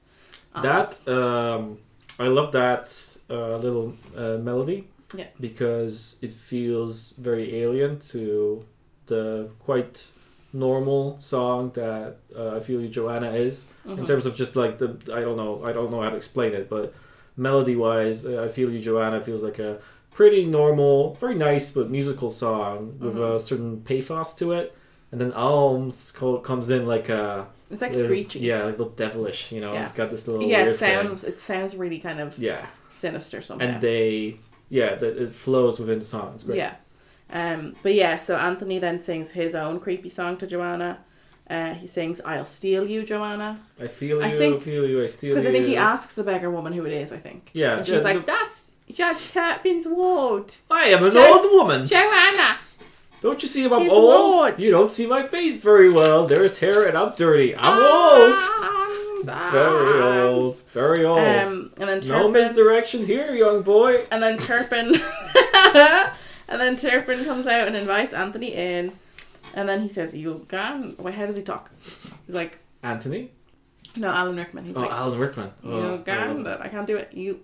Ah. That um, I love that uh, little uh, melody. Yeah. Because it feels very alien to the quite normal song that uh, I feel you Joanna is. in terms of just like the I don't know I don't know how to explain it, but melody wise, I feel you, Joanna feels like a pretty normal, very nice but musical song with a certain pathos to it, and then Alms co- comes in like a It's like little- screechy. yeah, like a little devilish, you know. Yeah. It's got this little Yeah, it weird thing. sounds it sounds really kind of yeah, sinister somehow. and they yeah that it flows within the song. It's great. Yeah. Um, but yeah, so Anthony then sings his own creepy song to Joanna. Uh, he sings "I'll steal you, Joanna," I feel you, I I think- feel you, I steal you. because I think he asks the beggar woman who it is. I think, Yeah, and yeah, she's the- like, "That's Judge Turpin's ward, I am an So- old woman. Joanna." Don't you see I'm He's old? old. You don't see my face very well. There's hair and I'm dirty. I'm old. Arms, Very old. arms. Very old. Um, and then Turpin, no misdirection here, young boy. and then Turpin, (laughs) and then Turpin comes out and invites Anthony in, and then he says, "You gone?" Wait, how does he talk? He's like, Anthony? "No, Alan Rickman." He's oh, like, Alan Rickman. "You Oh, gone?" I can't do it. You.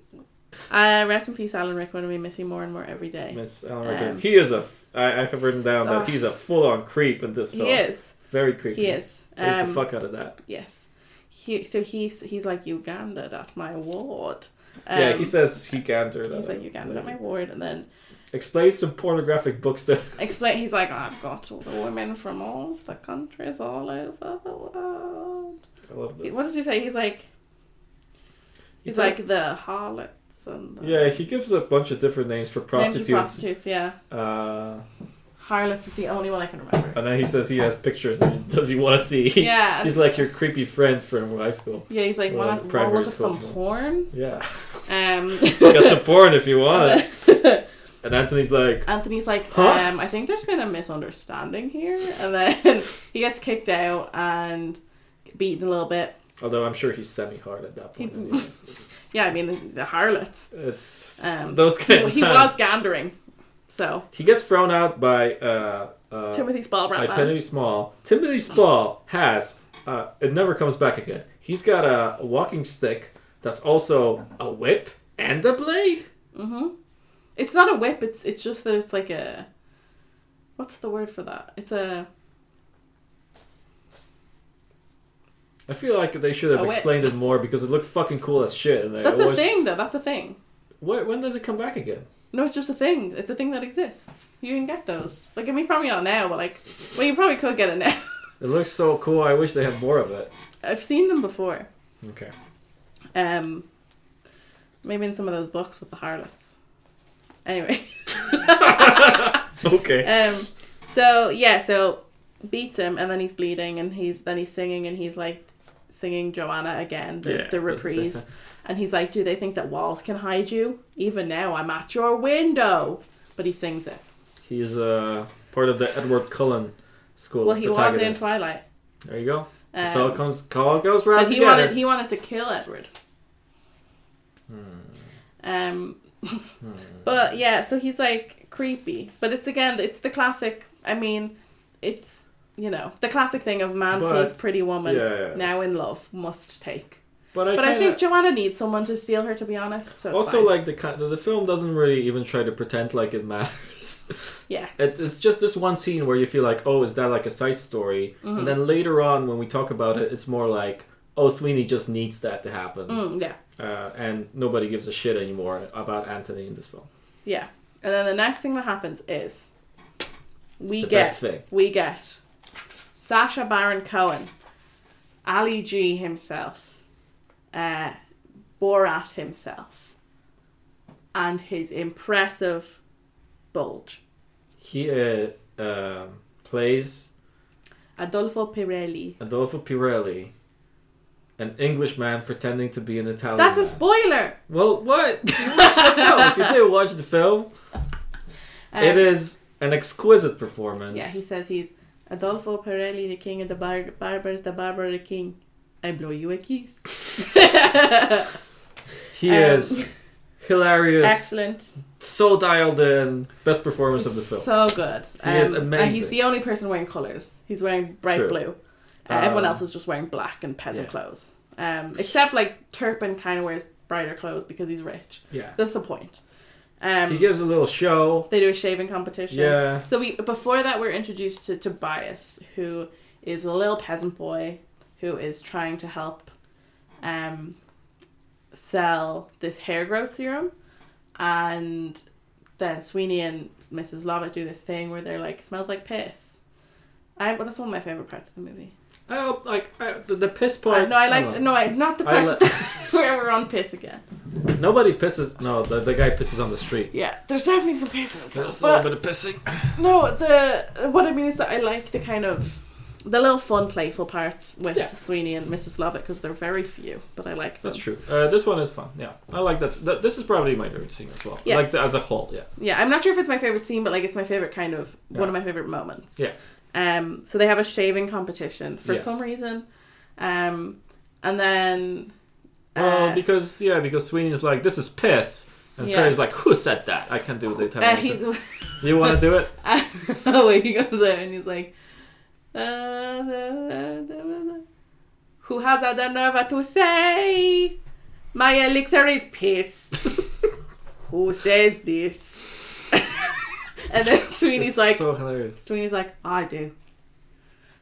Uh, rest in peace, Alan Rickman. We miss you more and more every I love day. Miss Alan Rickman. Um, he is a. f- I, I have written down so- that he's a full-on creep in this film. He is. Very creepy. He is. Plays Um, the fuck out of that. yes. He, so he's he's like Uganda at my ward. Um, yeah, he says he cantered. he's like Uganda at my ward, and then Explain some pornographic books to. Explain. He's like, I've got all the women from all the countries all over the world. (laughs) I love He- this. What does he say? He's like, He he's told- like the harlots and the Yeah, he gives a bunch of different names for prostitutes. prostitutes. prostitutes. Yeah, Uh, harlots is the only one I can remember. and then he says he has pictures and does he (laughs) want to see. (laughs) yeah, He's like your creepy friend from high school. yeah. He's like, Well, well, well, primary look from school. porn. (laughs) Yeah. Um, (laughs) Got some porn if you want (laughs) it. And Anthony's like, Anthony's like, Huh? um, I think there's been a misunderstanding here, and then (laughs) he gets kicked out and beaten a little bit. although I'm sure he's semi hard at that point. He- anyway. Yeah, I mean the, the harlots. (laughs) It's Um, those kinds He, of he times. was gandering, so He gets thrown out by uh, uh, Timothy Spall by brought that. Timothy Small. Timothy Small has uh, it never comes back again. He's got a walking stick that's also a whip and a blade. hmm It's not a whip. It's it's just that it's like a. What's the word for that? It's a. I feel like they should A have whip. explained it more because it looked fucking cool as shit. And they That's a always- thing, though. That's a thing. Wh- when does it come back again? No, it's just a thing. It's a thing that exists. You can get those. Like, I mean, probably not now, but like, well, you probably could get it now. (laughs) It looks so cool. I wish they had more of it. I've seen them before. (laughs) Okay. Um, maybe in some of those books with the harlots. Anyway. (laughs) Okay. um so yeah so beats him and then he's bleeding and he's then he's singing and he's like singing joanna again the, Yeah, the doesn't reprise say and he's like do they think that walls can hide you even now i'm at your window but he sings it He's uh, part of the Edward Cullen school. well of he was in protagonists. twilight There you go. um, so it comes, call goes round like he together. wanted he wanted to kill edward Hmm. um (laughs) but yeah so he's like creepy but it's again it's the classic i mean it's you know the classic thing of man But- sees pretty woman yeah, yeah. now in love must take But I, But I kinda, think Joanna needs someone to steal her, to be honest. So it's also fine. like the kind the film doesn't really even try to pretend like it matters. (laughs) yeah, it, it's just this one scene where you feel like, oh, is that like a side story? Mm-hmm. And then later on, when we talk about it, it's more like, oh, Sweeney just needs that to happen, mm, yeah, uh, and nobody gives a shit anymore about Anthony in this film. yeah. And then the next thing that happens is we The best get thing. we get Sasha Baron Cohen, Ali G himself, uh, Borat himself, and his impressive bulge, He uh, um plays Adolfo Pirelli. Adolfo Pirelli, an Englishman pretending to be an Italian. That's a man. (laughs) spoiler. well, what? You watched the film. Oh, If you did watch the (laughs) film, Um, it is an exquisite performance. Yeah, he says he's Adolfo Pirelli, the king of the bar- barbers, the barber, the king. I blow you (laughs) a kiss. (laughs) He Um, is hilarious, Excellent. so dialed in, best performance of the film. So good. Um, He is And he's amazing. the only person wearing colours. He's wearing bright True. blue. Uh, everyone Um, else is just wearing black and peasant yeah. clothes. Um, except like Turpin kind of wears brighter clothes because he's rich. yeah, That's the point. Um, he gives a little show. They do a shaving competition. Yeah. So we before that we're introduced to Tobias, who is a little peasant boy who is trying to help um sell this hair growth serum and then Sweeney and Mrs. Lovett do this thing where they're like, smells like piss. I well, that's one of my favorite parts of the movie. Oh, like I, the, the piss Uh, part. no, I don't liked know. no, I not the I part (laughs) where we're on piss again. Nobody pisses. No, the, the guy pisses on the street. Yeah, there's definitely some piss in this. There's a but- little bit of pissing. No, the what I mean is that I like the kind of the little fun, playful parts with Yeah. Sweeney and Mrs. Lovett because they're very few, but I like them. That's true. Uh, this one is fun. Yeah, I like that. Th- This is probably my favorite scene as well. Yeah. Like the, as a whole. Yeah. Yeah, I'm not sure if it's my favorite scene, but like it's my favorite kind of one of my favorite moments. Yeah. Um. So they have a shaving competition for Yes. some reason, um, and then. Well, uh, Oh, because yeah, because Sweeney's like, this is piss, and Yeah. Perry's like, who said that? I can't do the Italian. uh, accent. he's You want to do it? the way he goes out and he's like, uh, da, da, da, da, da. "Who has had the nerve to say my elixir is piss? Who says this?" (laughs) and then (laughs) Sweeney's It's like, so hilarious. Sweeney's like, "I do."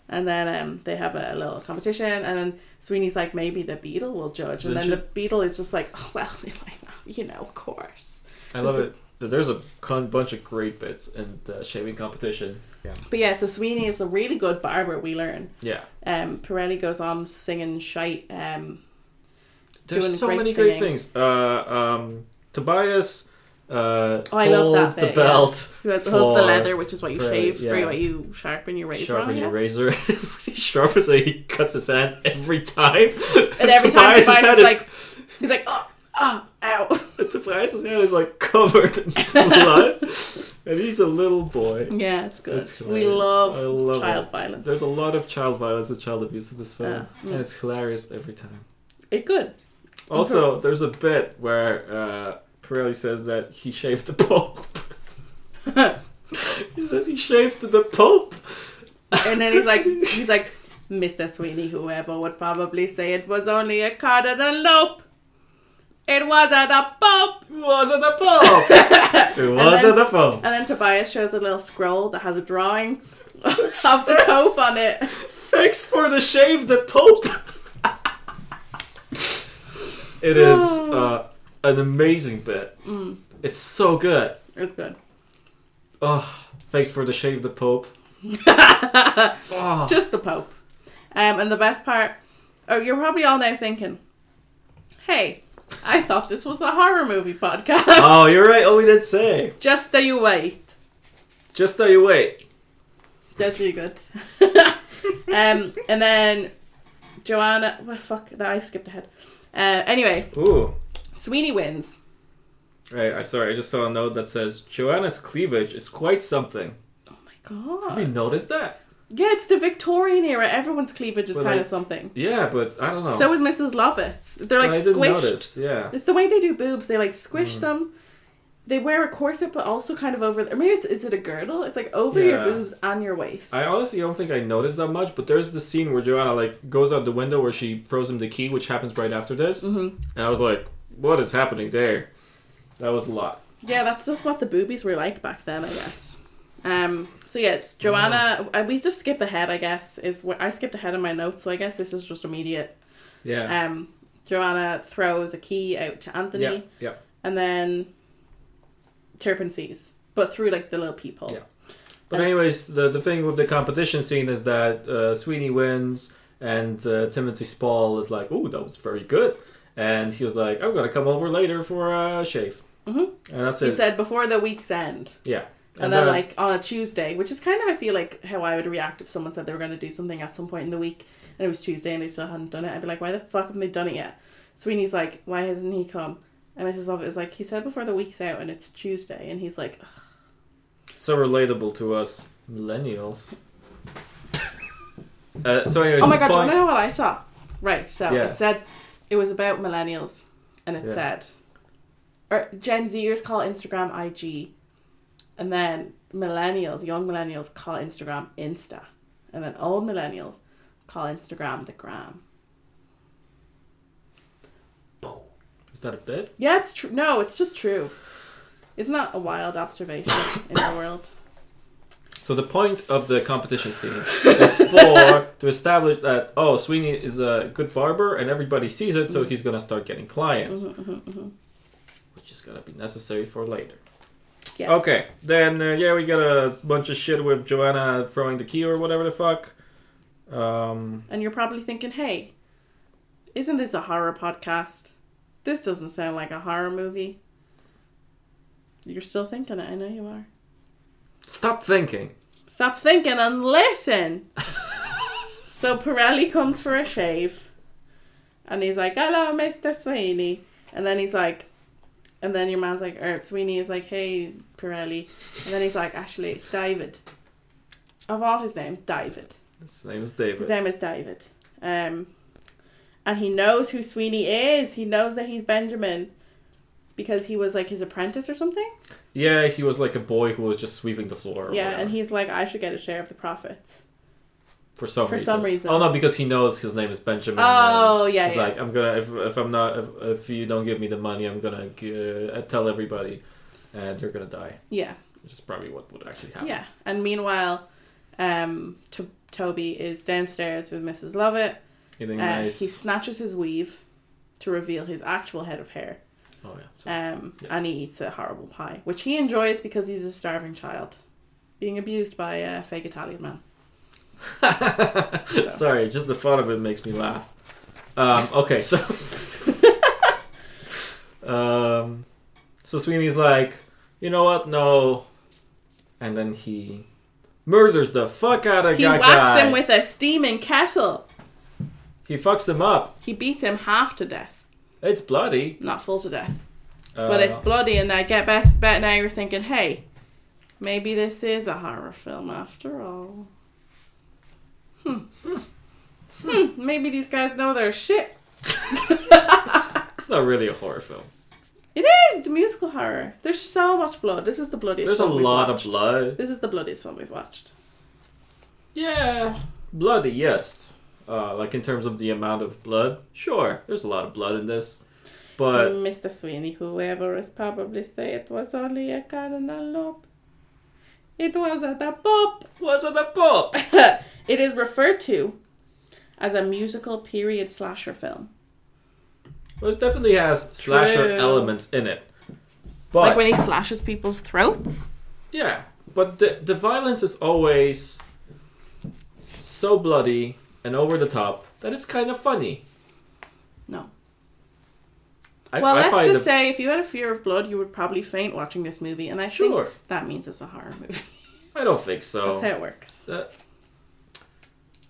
And then um, they have a little competition, and then Sweeney's like, "Maybe the beetle will judge," and Then (laughs) then the beetle is just like, "Oh well, if I, you know, of course." I love it. there's a con- bunch of great bits in the shaving competition. But yeah, so Sweeney is a really good barber, we learn. Yeah, Um, Pirelli goes on singing shite. Um, there's Doing so great many great singing. things. Uh, um, Tobias uh, Oh, I love that holds bit, the yeah. belt, who has For- the leather, which is what you for- shave, yeah. or what you sharpen your razor sharpen on. your yes. razor, (laughs) sharp so he cuts his hand every time. (laughs) (laughs) And every time Tobias's Tobias hand is is- like, he's like, oh, oh, ow. (laughs) (laughs) Tobias's hand is like covered in blood, and he's a little boy. Yeah, it's good. That's we hilarious. love, I love child it. violence. There's a lot of child violence and child abuse in this film, Yeah. and it's hilarious every time. It's good. (laughs) Also, there's a bit where uh, Pirelli says that he shaved the Pope. (laughs) he says he shaved the Pope. And then he's like, he's like, Mr. Sweeney, whoever would probably say it was only a cardinalope. It wasn't a pope. It wasn't the (laughs) Pope. it wasn't then- the Pope. And then Tobias shows a little scroll that has a drawing (laughs) of the Jesus. pope on it. (laughs) Thanks for the shave, the Pope. (laughs) it (sighs) is uh, an amazing bit. Mm. It's so good. It's good. Oh, thanks for the shave, the (laughs) Pope. Oh, Just the pope. Um, and the best part, oh, you're probably all now thinking, hey, I thought this was a horror movie podcast. oh, you're right. Oh, we did say. (laughs) Just so you wait. Just so you wait. That's really good. (laughs) um, and then Joanna. Well, fuck, that I skipped ahead. Uh, anyway, Ooh. Sweeney wins. Right, I sorry, I just saw a note that says Joanna's cleavage is quite something. Oh my god. Have you noticed that? yeah, it's the Victorian era. Everyone's cleavage is Well, kind of like- something. Yeah, but I don't know. So is Mrs. Lovitz. They're I like didn't squished. notice. Yeah, It's the way they do boobs. They like Mm. squish them. They wear a corset, but also kind of over. Or maybe it's, is it a girdle? It's like over your Yeah. boobs and your waist. I honestly don't think I noticed that much. But there's the scene where Joanna like goes out the window where she throws him the key, which happens right after this, Mhm. and I was like, "What is happening there?" That was a lot. Yeah, that's just what the boobies were like back then, I guess. Um, so yeah, Mm. it's Joanna. uh, We just skip ahead, I guess. Is where I skipped ahead in my notes, so I guess this is just immediate. Yeah. Um, Joanna throws a key out to Anthony, yeah. Yeah. and then Turpin sees, but through like the little peephole. Yeah. But anyways, the the thing with the competition scene is that uh, Sweeney wins, and uh, Timothy Spall is like, "Oh, that was very good," and he was like, "I'm gonna come over later for a shave," Mhm. and that's He it. said before the week's end, yeah, and, then, like on a Tuesday, which is kind of I feel like how I would react if someone said they were going to do something at some point in the week, and it was Tuesday and they still hadn't done it. I'd be like, why the fuck haven't they done it yet? Sweeney's like, why hasn't he come? And Mrs. Lovett is like, he said before the week's out, and it's Tuesday, and he's like, "Ugh, so relatable to us (laughs) millennials. uh, so anyways, oh my the god, do you point- want to know what I saw? Right, so Yeah. it said it was about millennials, and it Yeah. said, or Gen Zers call Instagram IG, and then millennials, young millennials call Instagram Insta, and then old millennials call Instagram the gram. is that a bit? Yeah, it's true. No, it's just true. Isn't that a wild observation in the world? So the point of the competition scene is (laughs) for to establish that oh Sweeney is a good barber and everybody sees it, Mm-hmm. so he's gonna start getting clients, which is gonna be necessary for later. Yes. Okay, then uh, yeah, we got a bunch of shit with Joanna throwing the key or whatever the fuck. Um, And you're probably thinking, hey, isn't this a horror podcast? This doesn't sound like a horror movie. You're still thinking it. I know you are. stop thinking. Stop thinking and listen. so Pirelli comes for a shave, and he's like, "Hello, Mister Sweeney," and then he's like, and then your man's like, or Sweeney is like, "Hey, Pirelli," and then he's like, "Actually, it's David." Of all his names, David. His name is His David. name is David. Um, and he knows who Sweeney is. He knows that he's Benjamin because he was like his apprentice or something. Yeah, he was like a boy who was just sweeping the floor. or yeah, whatever, and he's like, "I should get a share of the profits." for some for reason. some reason. Oh no, because he knows his name is Benjamin. Oh, and yeah, He's yeah. like, I'm gonna if, if I'm not if, if you don't give me the money, I'm gonna uh, tell everybody, and they're gonna die. Yeah. Which is probably what would actually happen. Yeah, and meanwhile, um, to- Toby is downstairs with Mrs. Lovett. Eating Uh, nice. He snatches his weave to reveal his actual head of hair. (laughs) Oh yeah. So- Um, Yes. And he eats a horrible pie, which he enjoys because he's a starving child, being abused by a fake Italian man. Sorry, just the thought of it makes me laugh. Um, okay, (laughs) so. um, so Sweeney's like, you know what? No. And then he murders the fuck out of He that whacks guy. him with a steaming kettle. he fucks him up. He beats him half to death, It's bloody. not full to death, Uh, but it's bloody. And I get best bet now. You're thinking, hey, maybe this is a horror film after all. Hmm. hmm. Maybe these guys know their shit. it's not really a horror film. It is. It's musical horror. There's so much blood. This is the bloodiest. There's a film we've lot of watched. blood. This is the bloodiest film we've watched. Yeah, bloody, yes. Uh, like in terms of the amount of blood, sure, there's a lot of blood in this. But Mr. Sweeney, whoever is probably say it was only a cardinal loop. It was at the pop. was it the Pope? (laughs) it is referred to as a musical period slasher film. Well, it definitely has slasher True. elements in it. But like when he slashes people's throats. yeah, but the the violence is always so bloody and over the top that it's kind of funny. No. I, well, I let's find just the- say if you had a fear of blood, you would probably faint watching this movie, and I sure. think that means it's a horror movie. (laughs) I don't think so. That's how it works. That-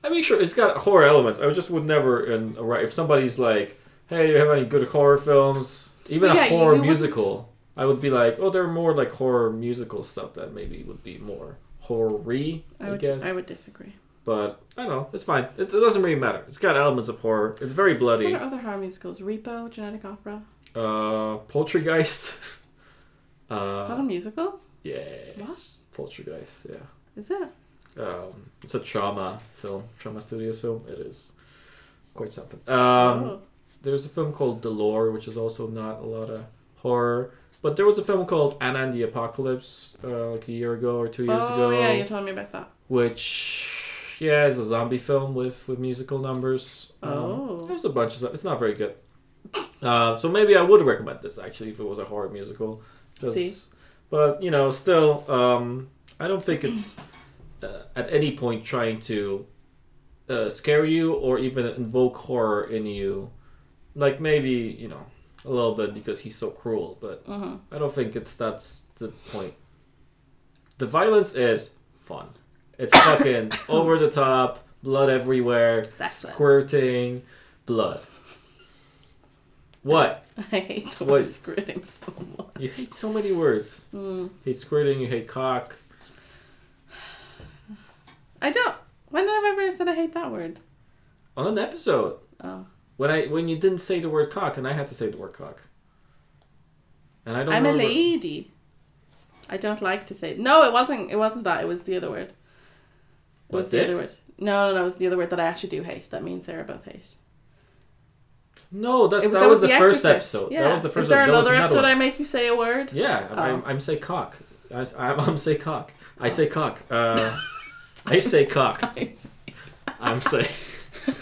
I mean, sure, it's got horror elements. I just would never, and right, if somebody's like, "Hey, do you have any good horror films?" Even Well, yeah, a you- horror you wouldn't- musical, I would be like, "Oh, they're more like horror musical stuff that maybe would be more horror-y, I, I would, guess." I would disagree. But I don't know. It's fine. It, it doesn't really matter. It's got elements of horror. It's very What bloody. are other horror musicals? Repo, Genetic Opera. Uh, Poltergeist. (laughs) Is that a uh, musical? yeah, What Poltergeist. Yeah, is it? um, it's a trauma film, trauma studios film. It is quite something. Um, oh. there's a film called The Lore, which is also not a lot of horror. But there was a film called Anna and the Apocalypse, uh, like a year ago or two years oh ago, yeah, you told me about that. which yeah, is a zombie film with with musical numbers. Um, Oh. (laughs) there's a bunch of stuff. It's not very good. Uh, so maybe I would recommend this actually if it was a horror musical. 'Cause- See. But you know, still, um, I don't think it's uh, at any point trying to uh, scare you or even invoke horror in you. Like maybe you know a little bit because he's so cruel, but Mhm. I don't think it's that's the point. The violence is fun. (coughs) It's fucking over the top, blood everywhere, That's it. squirting, blood. What? I hate the What? word squirting so much. You hate so many words. Mm. Hate squirting, you hate cock. I don't. When have I ever said I hate that word? On an episode. Oh, When I when you didn't say the word cock and I had to say the word cock. And I I'm don't remember. a lady. I don't like to say. No, it wasn't. It wasn't that. It was the other word. It What, was the dick? other word. No, no, no. It was the other word that I actually do hate. That means Sarah both hate. No, that's, It- that, was, the, first Exorcist. episode. Yeah. That was the first Is there episode. another that was episode another I make you say a word? one. Yeah, I'm, I'm, I'm say cock. I, s- I'm, I'm say cock. I say cock. Uh, I say cock. I'm say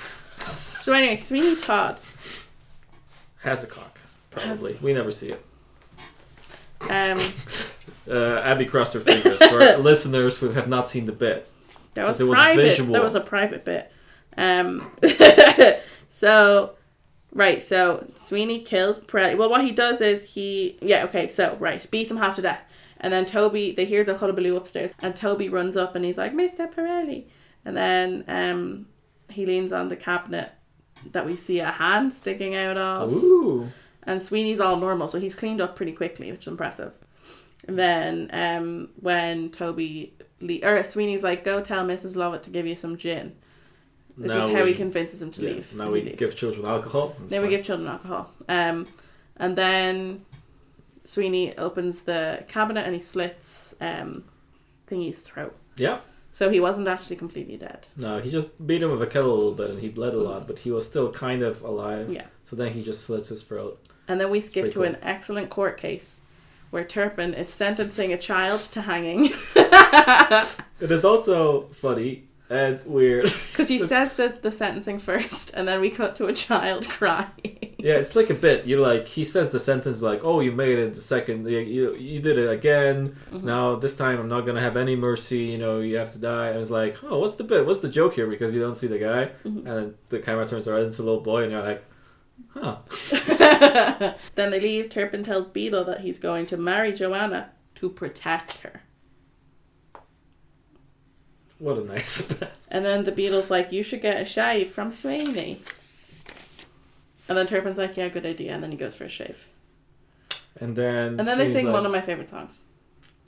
(laughs) so anyway, Sweeney Todd. has a cock. Probably. We never see it. Um, uh, Abby (laughs) crossed her fingers for listeners who have not seen the bit. That was 'Cause it was private. visual. That was a private bit. Um, (laughs) so, right. So Sweeney kills Pirelli. Well, what he does is he, yeah, okay. So right, beats him half to death, and then Toby. They hear the hullabaloo upstairs, and Toby runs up and he's like, "Mister Pirelli," and then um, he leans on the cabinet that we see a hand sticking out of. Ooh, And Sweeney's all normal, so he's cleaned up pretty quickly, which is impressive. And then um, when Toby le- or Sweeney's like, "Go tell Mrs. Lovett to give you some gin," which Now is how we- he convinces him to yeah, leave. now and we he leaves. give children alcohol. It's then we fine. give children alcohol. Um, and then Sweeney opens the cabinet and he slits um, Thingy's throat. Yeah. So he wasn't actually completely dead. No, he just beat him with a kettle a little bit, and he bled a lot, but he was still kind of alive. Yeah. So then he just slits his throat. And then we skip Pretty to cool. an excellent court case where Turpin is sentencing a child to hanging. (laughs) It is also funny and weird. (laughs) (laughs) (laughs) Because he says the, the sentencing first, and then we cut to a child crying. yeah, it's like a bit. You're like he says the sentence like, "Oh, you made it the second. You, you, you did it again. Mm-hmm. Now this time I'm not gonna have any mercy. You know, you have to die." And it's like, "Oh, what's the bit? What's the joke here?" Because you don't see the guy, Mm-hmm. and then the camera turns around it's a little boy, and you're like, "Huh." then they leave. Turpin tells Beetle that he's going to marry Joanna to protect her. What a nice (laughs) bit. And then the Beetle's like, You should get a shave from Sweeney. And then Turpin's like, Yeah, good idea. And then he goes for a shave. And then And then they she's sing like, "Uh, one of my favorite songs,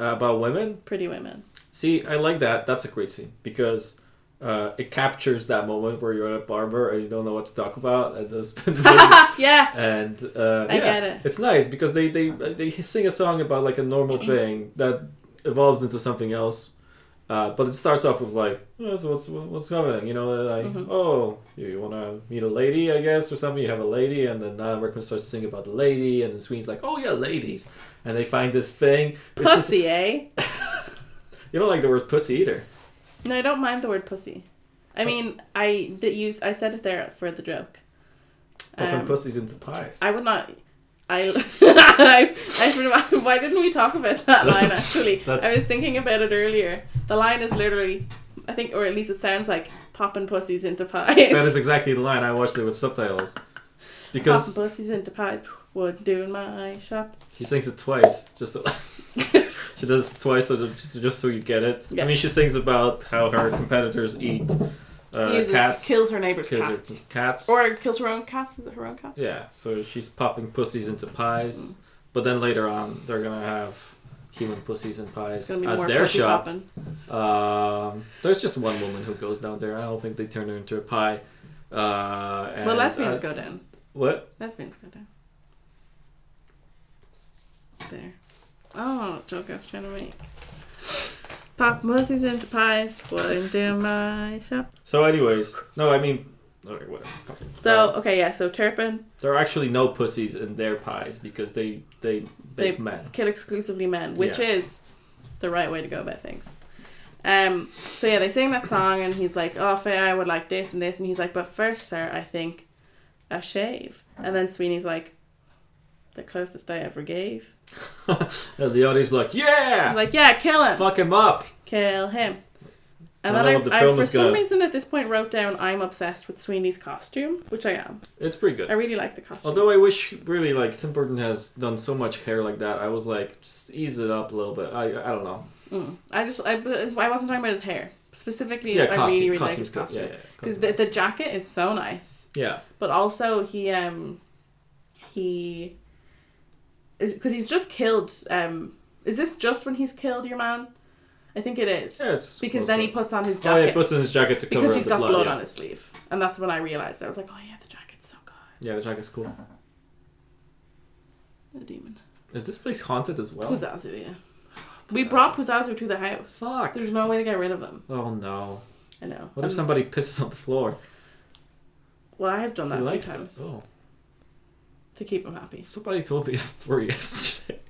about women. Pretty Women. (laughs) See, I like that. That's a great scene because uh, it captures that moment where you're at a barber and you don't know what to talk about, and there's (laughs) been yeah. and uh, I yeah, get it. it's nice because they, they they sing a song about like a normal Mm-hmm. thing that evolves into something else. Uh, but it starts off with like, oh, so what's what's happening? You know, like Mhm. oh, you, you want to meet a lady, I guess, or something. You have a lady, and then Nana Workman starts to sing about the lady, and the Sweeney's like, oh yeah, ladies, and they find this thing. It's just- Pussy, eh? you don't like the word pussy either. No, I don't mind the word pussy. Oh. I mean, I did use I said it there for the joke. Popping Um, pussies into pies. I would not. I, (laughs) I, I forgot- (laughs) why didn't we talk about (laughs) that line actually? That's- I was thinking about it earlier. The line is literally, I think, or at least it sounds like popping pussies into pies. that (laughs) is exactly the line. I watched it with subtitles because popping pussies into pies. What do in my shop? she sings it twice. Just so, (laughs) she does it twice, so that- just, just so you get it. Yeah. I mean, she sings about how her competitors eat uh, Uses cats, kills her neighbor's kills her- cats, cats. or kills her own cats. Is it her own cats? yeah, so she's popping pussies into pies, Mm-hmm. but then later on they're gonna have human pussies and pies It's gonna be at more their pussy shop. popping. Um, there's just one woman who goes down there. I don't think they turn her into a pie. Uh, and, Well, lesbians uh, go down. What? Lesbians go down. There. Oh, joke I was trying to make. Pop pussies into pies. What into my shop? So, anyways, no, I mean, okay, whatever. So Uh, okay, yeah. So Turpin there are actually no pussies in their pies because they they They- make men. (laughs) kill exclusively men, which Yeah. is the right way to go about things. Um. So yeah, they sing that song, and he's like, "Oh, fair, I would like this and this," and he's like, "But first, sir, I think a shave." And then Sweeney's like, "The closest I ever gave." and the audience like, yeah, I'm like, "Yeah, kill him, fuck him up. kill him." And I don't then know what the I, I film for is some gonna- reason at this point wrote down I'm obsessed with Sweeney's costume, which I am. It's pretty I good. really like the costume. Although I wish really like Tim Burton has done so much hair like that. I was like, just ease it up a little bit. I I don't know. Mm. I just I, I wasn't talking about his hair specifically. Yeah, I costume, really really like costume's his good. Yeah, costume yeah, because costume. the, the jacket is so nice, yeah, but also he um he because he's just killed um is this just when he's killed your man? I think it is yeah, it's because close then to he it. puts on his Oh yeah, he jacket puts in his jacket to cover because up he's the got blood. blood, yeah. on his sleeve, and that's when I realized I was like, oh yeah, the jacket's so good. yeah, the jacket's cool. The demon Is this place haunted as well? Puzazu, (sighs) yeah. We brought Puzazu to the house. Fuck. There's no way to get rid of him. Oh no. I know. What if Um, somebody pisses on the floor? Well, I have done that he a few likes that. times Oh. to keep him happy. Somebody told me a story (laughs) yesterday.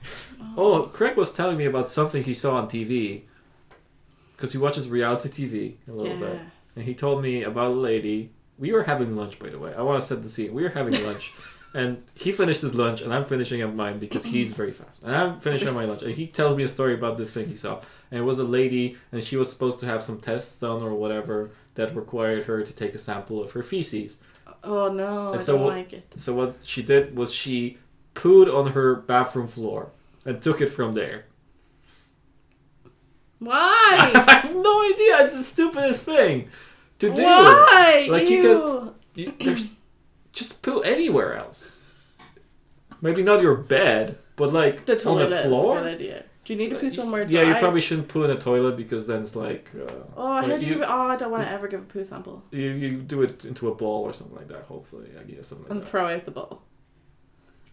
Oh, Craig was telling me about something he saw on TV because he watches reality TV a little bit. Yes. And he told me about a lady. We were having lunch, by the way. I want to set the scene. We were having lunch, and he finished his lunch, and I'm finishing up mine because he's very fast. And I'm finishing up my lunch, and he tells me a story about this thing he saw. And it was a lady, and she was supposed to have some tests done or whatever that required her to take a sample of her feces. Oh no, And I so don't what- like it. (laughs) So what she did was she pooed on her bathroom floor and took it from there. (laughs) I (laughs) Why? have no idea. It's the stupidest thing to do. Why? Like, you Ew. You- there's just poo anywhere else. Maybe not your bed, but like the on toilet the is a floor. good idea. Do you need to poo somewhere dry? yeah, you probably shouldn't poo in a toilet because then it's like uh, Oh, how like, do you? you, Oh, I don't want to ever give a poo sample you you do it into a ball or something like that. Hopefully, I guess something like and that. throw out the bowl.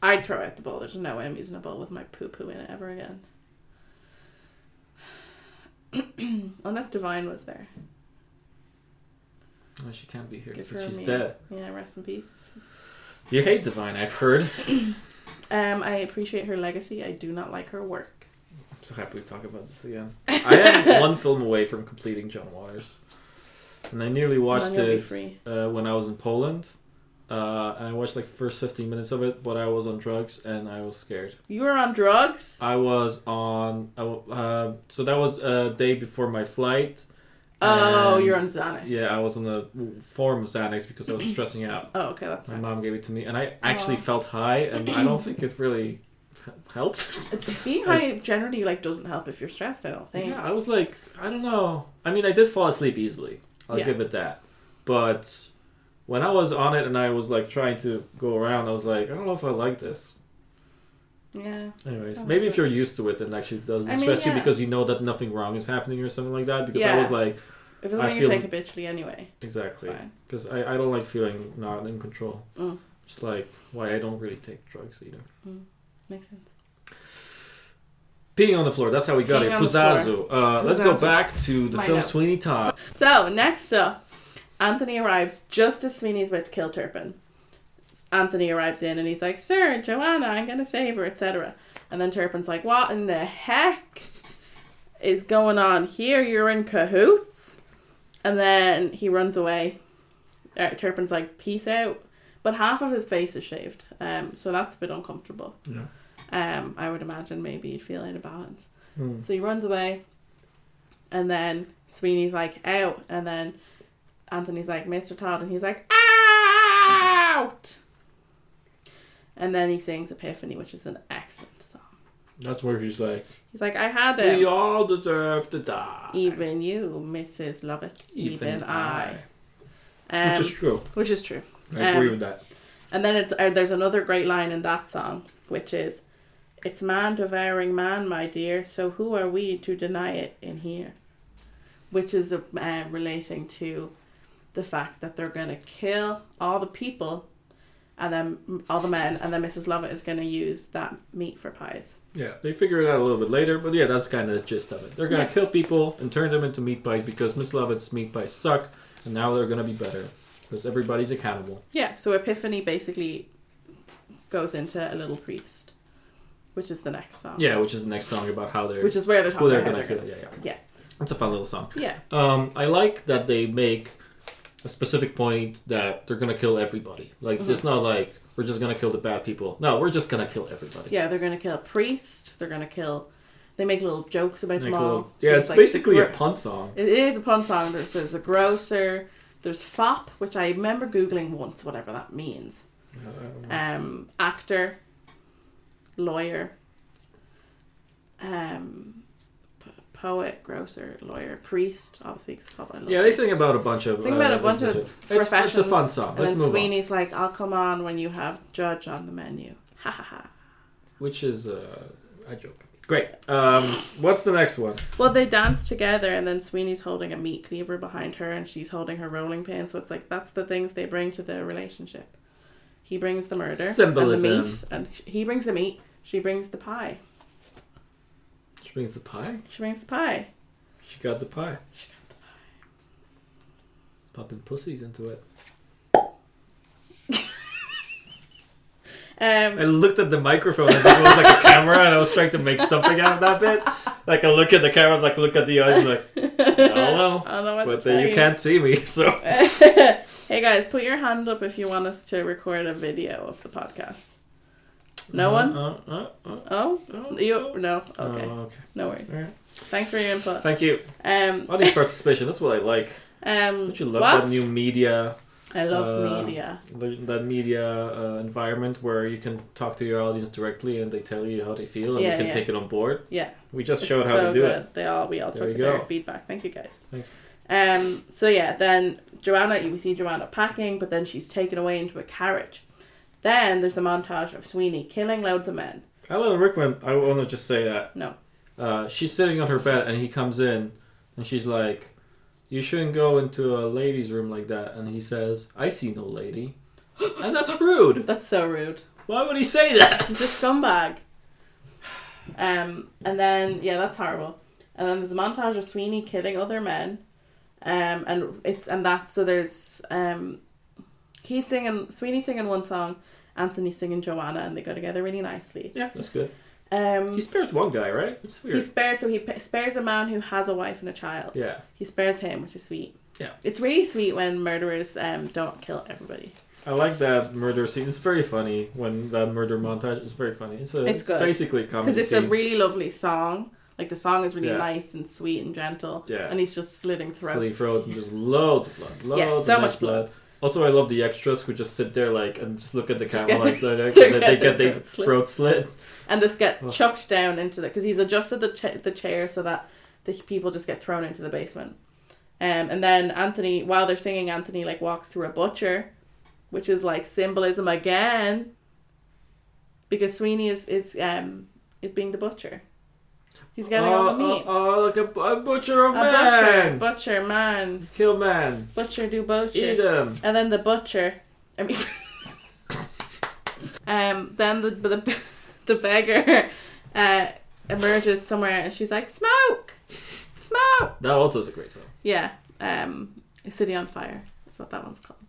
I'd throw out the bowl. There's no way I'm using a bowl with my poo poo in it ever again. (clears throat) Unless Divine was there. Oh, she can't be here Give because her a she's meal. dead. Yeah, rest in peace. You hate Divine, I've heard. Um, I appreciate her legacy. I do not like her work. I'm so happy we talk about this (laughs) again. I am one film away from completing John Waters, and I nearly watched Then you'll be it free. uh, when I was in Poland. Uh, and I watched like first 15 minutes of it, but I was on drugs and I was scared. You were on drugs? I was on. I w- Uh, so that was a day before my flight. Oh, and- you're on Xanax. Yeah, I was on a form of Xanax because (clears throat) I was stressing out. Oh, okay, that's My fine. mom gave it to me, and I actually Aw. felt high, and I don't think it really h- helped. (laughs) Being high generally like doesn't help if you're stressed. I don't think. yeah, I was like, I don't know. I mean, I did fall asleep easily. I'll Yeah. give it that. But when I was on it and I was like trying to go around, I was like, I don't know if I like this. Yeah. Anyways, Oh, maybe if good. you're used to it, then actually it doesn't I mean, stress yeah. you because you know that nothing wrong is happening or something like that. Because I Yeah. was like, If it's I something you feel- take habitually anyway, it's exactly. fine. Because I, I don't like feeling not in control. Mm. Just like why I don't really take drugs either. Makes sense. Peeing on the floor. That's how we got Peeing it. on the Puzazu. Uh, let's go Puzazu. back to the My film notes. Sweeney Todd. So next up, Anthony arrives just as Sweeney's about to kill Turpin. Anthony arrives in and he's like, "Sir, Joanna, I'm gonna save her, etc." And then Turpin's like, "What in the heck is going on here? You're in cahoots." And then he runs away. Uh, Turpin's like, "Peace out," but half of his face is shaved, um, so that's a bit uncomfortable. Yeah. Um, I would imagine maybe you'd feel out of balance. Mm. So he runs away, and then Sweeney's like out, and then Anthony's like Mr. Todd, and he's like out, and then he sings Epiphany, which is an excellent song. That's where he's like, He's like, I had we it, all deserve to die. even you, Mrs. Lovett, even, I, um, Which is true. which is true. I agree um, with that. And then it's uh, there's another great line in that song, which is, "It's man devouring man, my dear. So who are we to deny it in here?" Which is uh, uh, relating to the fact that they're gonna kill all the people, and then all the men, and then Mrs. Lovett is gonna use that meat for pies. Yeah, they figure it out a little bit later, but yeah, that's kind of the gist of it. They're gonna Yeah. kill people and turn them into meat pies because Miss Lovett's meat pies suck, and now they're gonna be better because everybody's accountable. Yeah. So Epiphany basically goes into a little priest, which is the next song. Yeah, which is the next song about how they're Which is where they're talking who they're about gonna how kill. Yeah, yeah, Yeah. It's a fun little song. Yeah. Um, I like that they make a specific point that they're gonna kill everybody. Like Mm-hmm. it's not like we're just gonna kill the bad people. No, we're just gonna kill everybody. Yeah, they're gonna kill a priest. They're gonna kill. They make little jokes about Like them a all. little- yeah, So it's, basically a gro- pun song. It is a pun song. There's, there's a grocer. There's fop, which I remember googling once, whatever that means. Um, actor, lawyer, um, p- poet, grocer, lawyer, priest. Obviously, it's called. I love Yeah, they it. sing about a bunch of. Think about uh, a bunch of religion. it's, it's a professions, fun song. And Let's then move on. Sweeney's like, "I'll come on when you have judge on the menu." Ha ha ha. Which is uh, a joke. Great. Um, what's the next one? Well, they dance together, and then Sweeney's holding a meat cleaver behind her, and she's holding her rolling pin. So it's like that's the things they bring to the relationship. He brings the murder, Symbolism. and the meat, and sh- he brings the meat. She brings the pie. She brings the pie. She brings the pie. She got the pie. She got the pie. Popping pussies into it. I Um, looked at the microphone as if it was like (laughs) a camera, and I was trying to make something out of that bit. Like I look at the cameras, like look at the eyes, like I don't know, (laughs) I don't know what but to then tell you can't see me, (laughs) so (laughs) hey guys, put your hand up if you want us to record a video of the podcast. No one? Uh, uh, uh, Oh, uh, you? No. uh, Okay, okay. no worries. Alright. Thanks for your input. Thank you. Um, Audience participation. That's what I like. um, Don't you love what? that new media? I love uh, media. the, that media uh, environment where you can talk to your audience directly and they tell you how they feel and Yeah, you can yeah. take it on board. Yeah. We just It's showed how so to do good. it. They all we all There took you their go. feedback. Thank you guys. Thanks. Um. So yeah, then Joanna, we see Joanna packing, but then she's taken away into a carriage. Then there's a montage of Sweeney killing loads of men. Alan Rickman, I want to just say that. No. Uh, she's sitting on her bed and he comes in and she's like, You shouldn't go into a lady's room like that. And he says, I see no (gasps) lady. And that's rude. That's so rude. Why would he say that? (laughs) He's a scumbag. Um. And then yeah, that's horrible. And then there's a montage of Sweeney killing other men. Um. And it's and that's so there's um. He's singing Sweeney singing one song, Anthony singing Joanna, and they go together really nicely. Yeah, that's good. Um, He spares one guy, right? It's He weird. spares, so he p- spares a man who has a wife and a child. Yeah. He spares him, which is sweet. Yeah. It's really sweet when murderers um, don't kill everybody. I like that murder scene. It's very funny when that murder montage is very funny. It's a It's it's, good. basically a comedy Because it's a scene. really lovely song. Like the song is really Yeah. nice and sweet and gentle. Yeah. And he's just slitting throats. Silly throats and just loads of blood, loads Yeah, of so nice much blood. Also, I love the extras who just sit there like and just look at the Just camera like get (laughs) they, their- they, their- they get their their throat slit. throat slit. And this get Ugh. chucked down into the because he's adjusted the cha- the chair so that the people just get thrown into the basement. Um, and then Anthony, while they're singing, Anthony like walks through a butcher, which is like symbolism again, because Sweeney is is um it being the butcher. He's getting all the meat. Oh, oh, look a, bu- a butcher of a man, butcher, butcher, man, kill man, butcher do butcher. eat him. And then the butcher, I mean, (laughs) um, then the the the beggar uh, emerges somewhere, and she's like, "Smoke, smoke." That also is a great song. Yeah, um, a city on fire is what that one's called.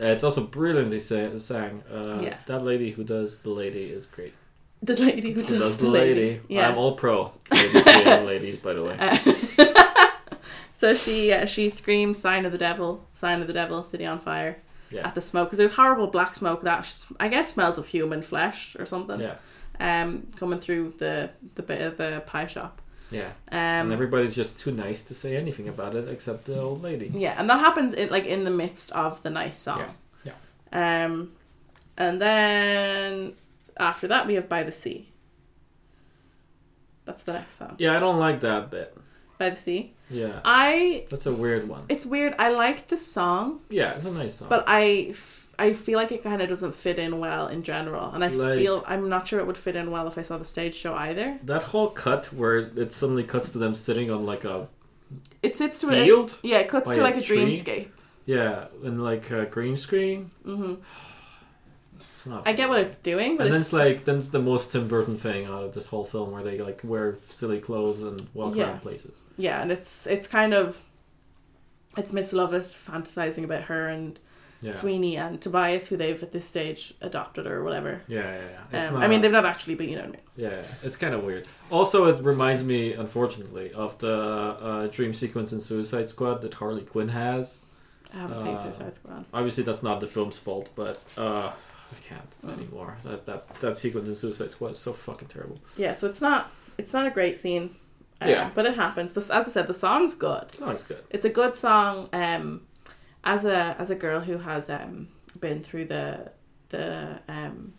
Uh, it's also brilliantly sa- sang. Uh, Yeah. That lady who does the lady is great. The lady who Who does, does the lady. Yeah. I'm all (laughs) pro. Ladies, being ladies, by the way. Uh, (laughs) so she uh, she screams, "Sign of the devil, sign of the devil, city on fire." Yeah. At the smoke, because there's horrible black smoke that sh- I guess smells of human flesh or something. Yeah. um, coming through the the bit of the pie shop. Yeah. and Um, everybody's just too nice to say anything about it except the old lady. yeah, and that happens in like in the midst of the nice song. Yeah, Yeah. Um, and then after that we have by the sea. That's the next song. Yeah, I don't like that bit. By the sea. Yeah. Um, I That's a weird one. it's weird. I like the song, Yeah, it's a nice song. but I f- I feel like it kind of doesn't fit in well in general, and I Like- feel I'm not sure it would fit in well if I saw the stage show either. that whole cut where it suddenly cuts to them sitting on like a It sits to a, field, yeah, it cuts By to a like a tree? dreamscape. yeah, and like a green screen. hmm (sighs) It's not. I get what it's doing, but and then it's it's like then it's the most Tim Burton thing out of this whole film where they like wear silly clothes and walk Yeah. around places. yeah, and it's it's kind of it's Miss Lovett fantasizing about her and Yeah. Sweeney and Tobias, who they've at this stage adopted or whatever. Yeah, yeah, yeah. It's Um, not, I mean, they've not actually, but you know what I mean. yeah, it's kind of weird. Also, it reminds me, unfortunately, of the uh, dream sequence in Suicide Squad that Harley Quinn has. I haven't seen Uh, Suicide Squad. obviously that's not the film's fault, but uh, I can't Oh. anymore. That that that sequence in Suicide Squad is so fucking terrible. Yeah, so it's not it's not a great scene. Uh, Yeah. but it happens. This, as I said, the song's good. No, it's good. It's a good song. Um, as a as a girl who has um been through the the um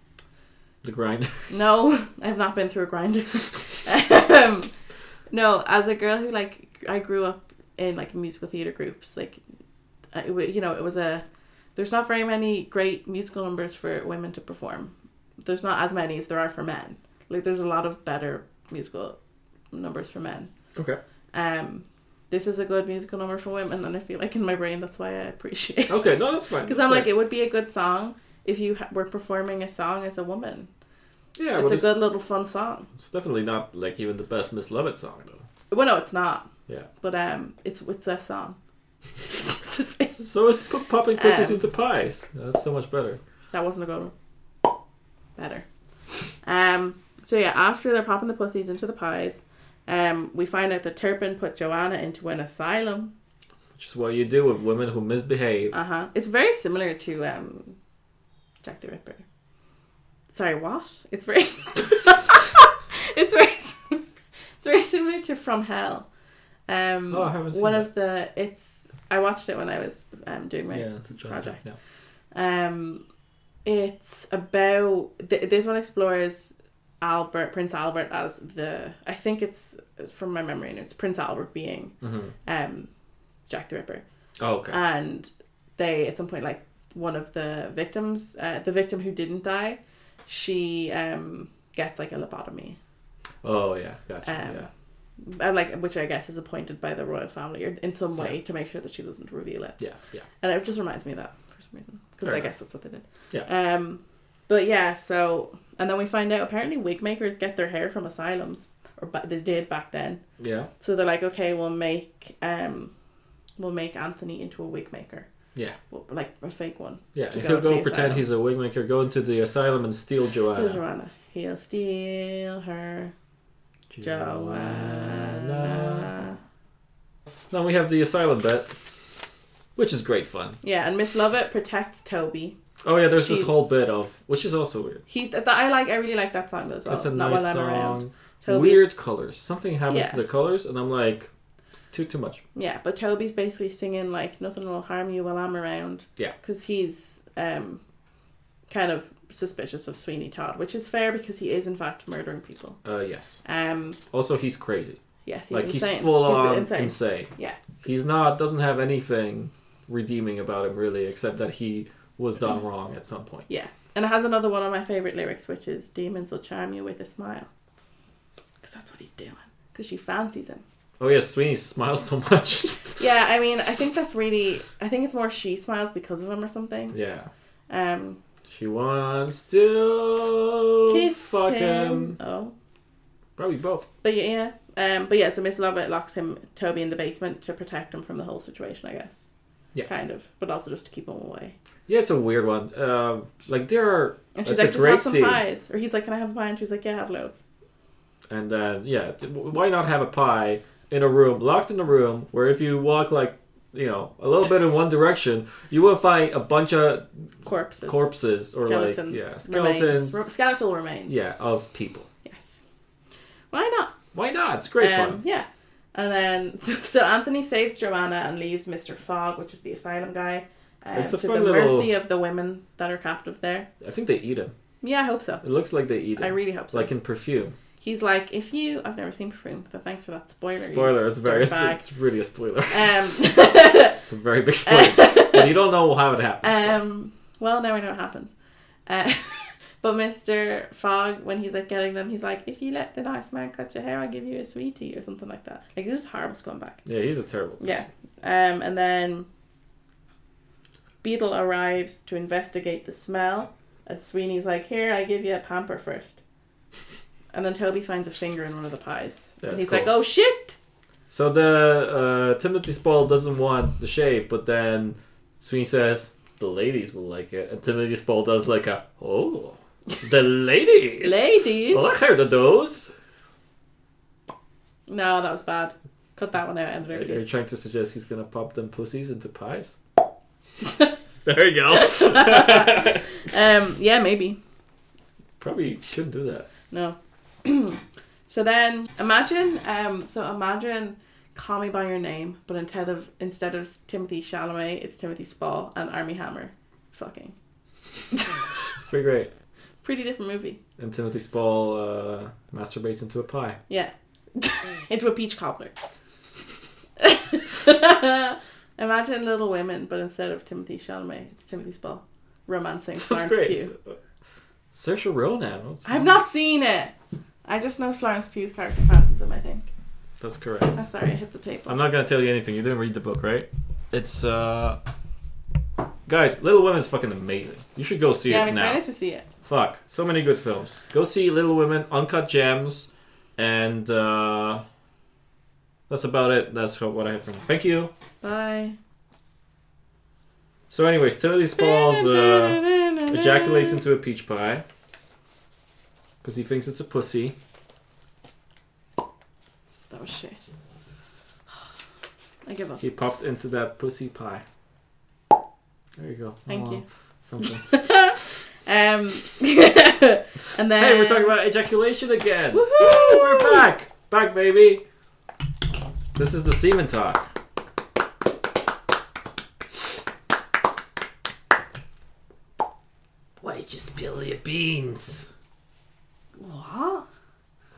The grind. (laughs) No, (laughs) I've not been through a grinder. (laughs) um, no, as a girl who like I grew up in like musical theater groups, like I- it, wa- you know, it was a there's not very many great musical numbers for women to perform. There's not as many as there are for men. Like there's a lot of better musical numbers for men. Okay. Um, this is a good musical number for women, and I feel like in my brain that's why I appreciate. Okay. (laughs) No, that's fine. because that's I'm like fine. it would be a good song if you ha- were performing a song as a woman yeah, it's but a it's, good little fun song. it's definitely not like even the best Miss Lovett song though. Well, no, it's not. Yeah. But um, it's it's their song. (laughs) To say- So it's put popping pussies Um, into pies. That's so much better. that wasn't a good one. Better. Um. So yeah, after they're popping the pussies into the pies, um, we find out that Turpin put Joanna into an asylum. Which is what you do with women who misbehave. Uh huh. It's very similar to um, Jack the Ripper. Sorry, what? It's very. (laughs) it's very. sim- It's very similar to From Hell. Um, Oh, I haven't seen one it. of the it's I watched it when I was um, doing my yeah, it's a job. project. Yeah. Um, it's about th- this one explores Albert Prince Albert as the I think it's from my memory and it's Prince Albert being hmm um Jack the Ripper Oh, okay. and they at some point like one of the victims uh, the victim who didn't die she um gets like a lobotomy oh, yeah. Gotcha. um, yeah. uh, like which I guess is appointed by the royal family or in some way to make sure that she doesn't reveal it Yeah. Yeah. and it just reminds me of that for some reason because Fair I enough. guess that's what they did. Um, but yeah, so and then we find out apparently wig makers get their hair from asylums, or ba- they did back then. Yeah. So they're like, okay, we'll make um, we'll make Anthony into a wig maker. Yeah. Well, like a fake one. Yeah. To And go he'll to go the pretend asylum. he's a wig maker, go into the asylum and steal Joanna. Steal Joanna. He'll steal her. Joanna. Then we have the asylum bit. which is great fun. Yeah, and Miss Lovett protects Toby. Oh yeah, there's this She- whole bit of which is also weird. He that I like. I really like that song though as well. It's a Not nice While I'm song. Around. Toby's, Weird colors. Something happens Yeah. to the colors, and I'm like, too too much. Yeah, but Toby's basically singing like nothing will harm you while I'm around. Yeah. because he's um, kind of suspicious of Sweeney Todd, which is fair because he is in fact murdering people. Uh, yes. Um, Also, he's crazy. yes, he's like insane. he's full on insane. insane. Yeah. He's not doesn't have anything redeeming about him really, except that he was done (clears throat) wrong at some point. Yeah, and it has another one of my favorite lyrics, which is "Demons will charm you with a smile," because that's what he's doing. Because she fancies him. Oh yeah, Sweeney smiles so much. (laughs) (laughs) Yeah, I mean, I think that's really. I think it's more she smiles because of him or something. Yeah. Um, She wants to kiss fuck him. Oh, him. Oh. Probably both. But yeah, yeah. Um, but yeah, so Miss Lovett locks him, Toby, in the basement to protect him from the whole situation, I guess. Yeah. Kind of. But also just to keep him away. Yeah, it's a weird one. Um, like there are, And she's That's a like, just great have some scene. pies. Or he's like, can I have a pie? And she's like, yeah, have loads. and then yeah, t- why not have a pie in a room, locked in a room, where if you walk like you know a little bit in one direction, you will find a bunch of Corpses. corpses or skeletons. like yeah Remains. skeletons, Re- skeletal remains. yeah of people. Yes. Why not? Why not? It's great um, fun. Yeah. And then, (laughs) so, so Anthony saves Joanna and leaves Mr. Fogg, which is the asylum guy, um, It's a to fun the little- mercy of the women that are captive there. I think they eat him. Yeah, I hope so. It looks like they eat him. I really hope so. like in perfume. He's like, if you, I've never seen Perfume, so thanks for that spoiler. you Spoiler. It's very. It's, dirtbag. it's really a spoiler. Um, (laughs) (laughs) it's a very big spoiler. but you don't know how it happens. so. um, well, now we know what happens. Uh, (laughs) but Mr. Fogg, when he's like getting them, he's like, if you let the nice man cut your hair, I'll give you a sweetie or something like that. Like, this is horrible scumbag. Yeah, he's a terrible. Person. Yeah. Um, and then Beetle arrives to investigate the smell, and Sweeney's like, here, I give you a pamper first. And then Toby finds a finger in one of the pies. Yeah, and it's he's like, cool. oh shit! So the uh, Timothy Spall doesn't want the shape, but then Sweeney says the ladies will like it, and Timothy Spall does like a oh, the ladies, (laughs) Ladies! I heard of those. No, that was bad. Cut that one out, editor. Are you please. trying to suggest he's gonna pop them pussies into (laughs) pies? there you go. Um, yeah, maybe. Probably shouldn't do that. No. (clears throat) so then, imagine. Um, so imagine. Call me by your name, but instead of instead of Timothy Chalamet, it's Timothy Spall and Army Hammer. Fucking It's pretty great. pretty different movie. And Timothy Spall uh, masturbates into a pie. Yeah, (laughs) into a peach cobbler. (laughs) imagine Little Women, but instead of Timothy Chalamet, it's Timothy Spall (laughs) romancing That's Florence great. Pugh. Saoirse Ronan. I've not seen it. I just know Florence Pugh's character fancies him. I think. That's correct. I'm sorry, I hit the tape. I'm not gonna tell you anything. You didn't read the book, right? It's uh, guys, Little Women is fucking amazing. You should go see yeah, I'm it now. excited to see it. Fuck, so many good films. Go see Little Women, Uncut Gems, and uh, that's about it. That's how- what I have from. Thank you. Bye. So, anyways, Timothy Spall's uh, ejaculates into a peach pie because he thinks it's a pussy. That was shit. I give up. He popped into that pussy pie. There you go. Thank Aw, you. (laughs) Something. Um, (laughs) and then Hey, we're talking about ejaculation again. Woohoo! Woo, We're back, back, baby. This is the semen talk. Why did you spill your beans? what?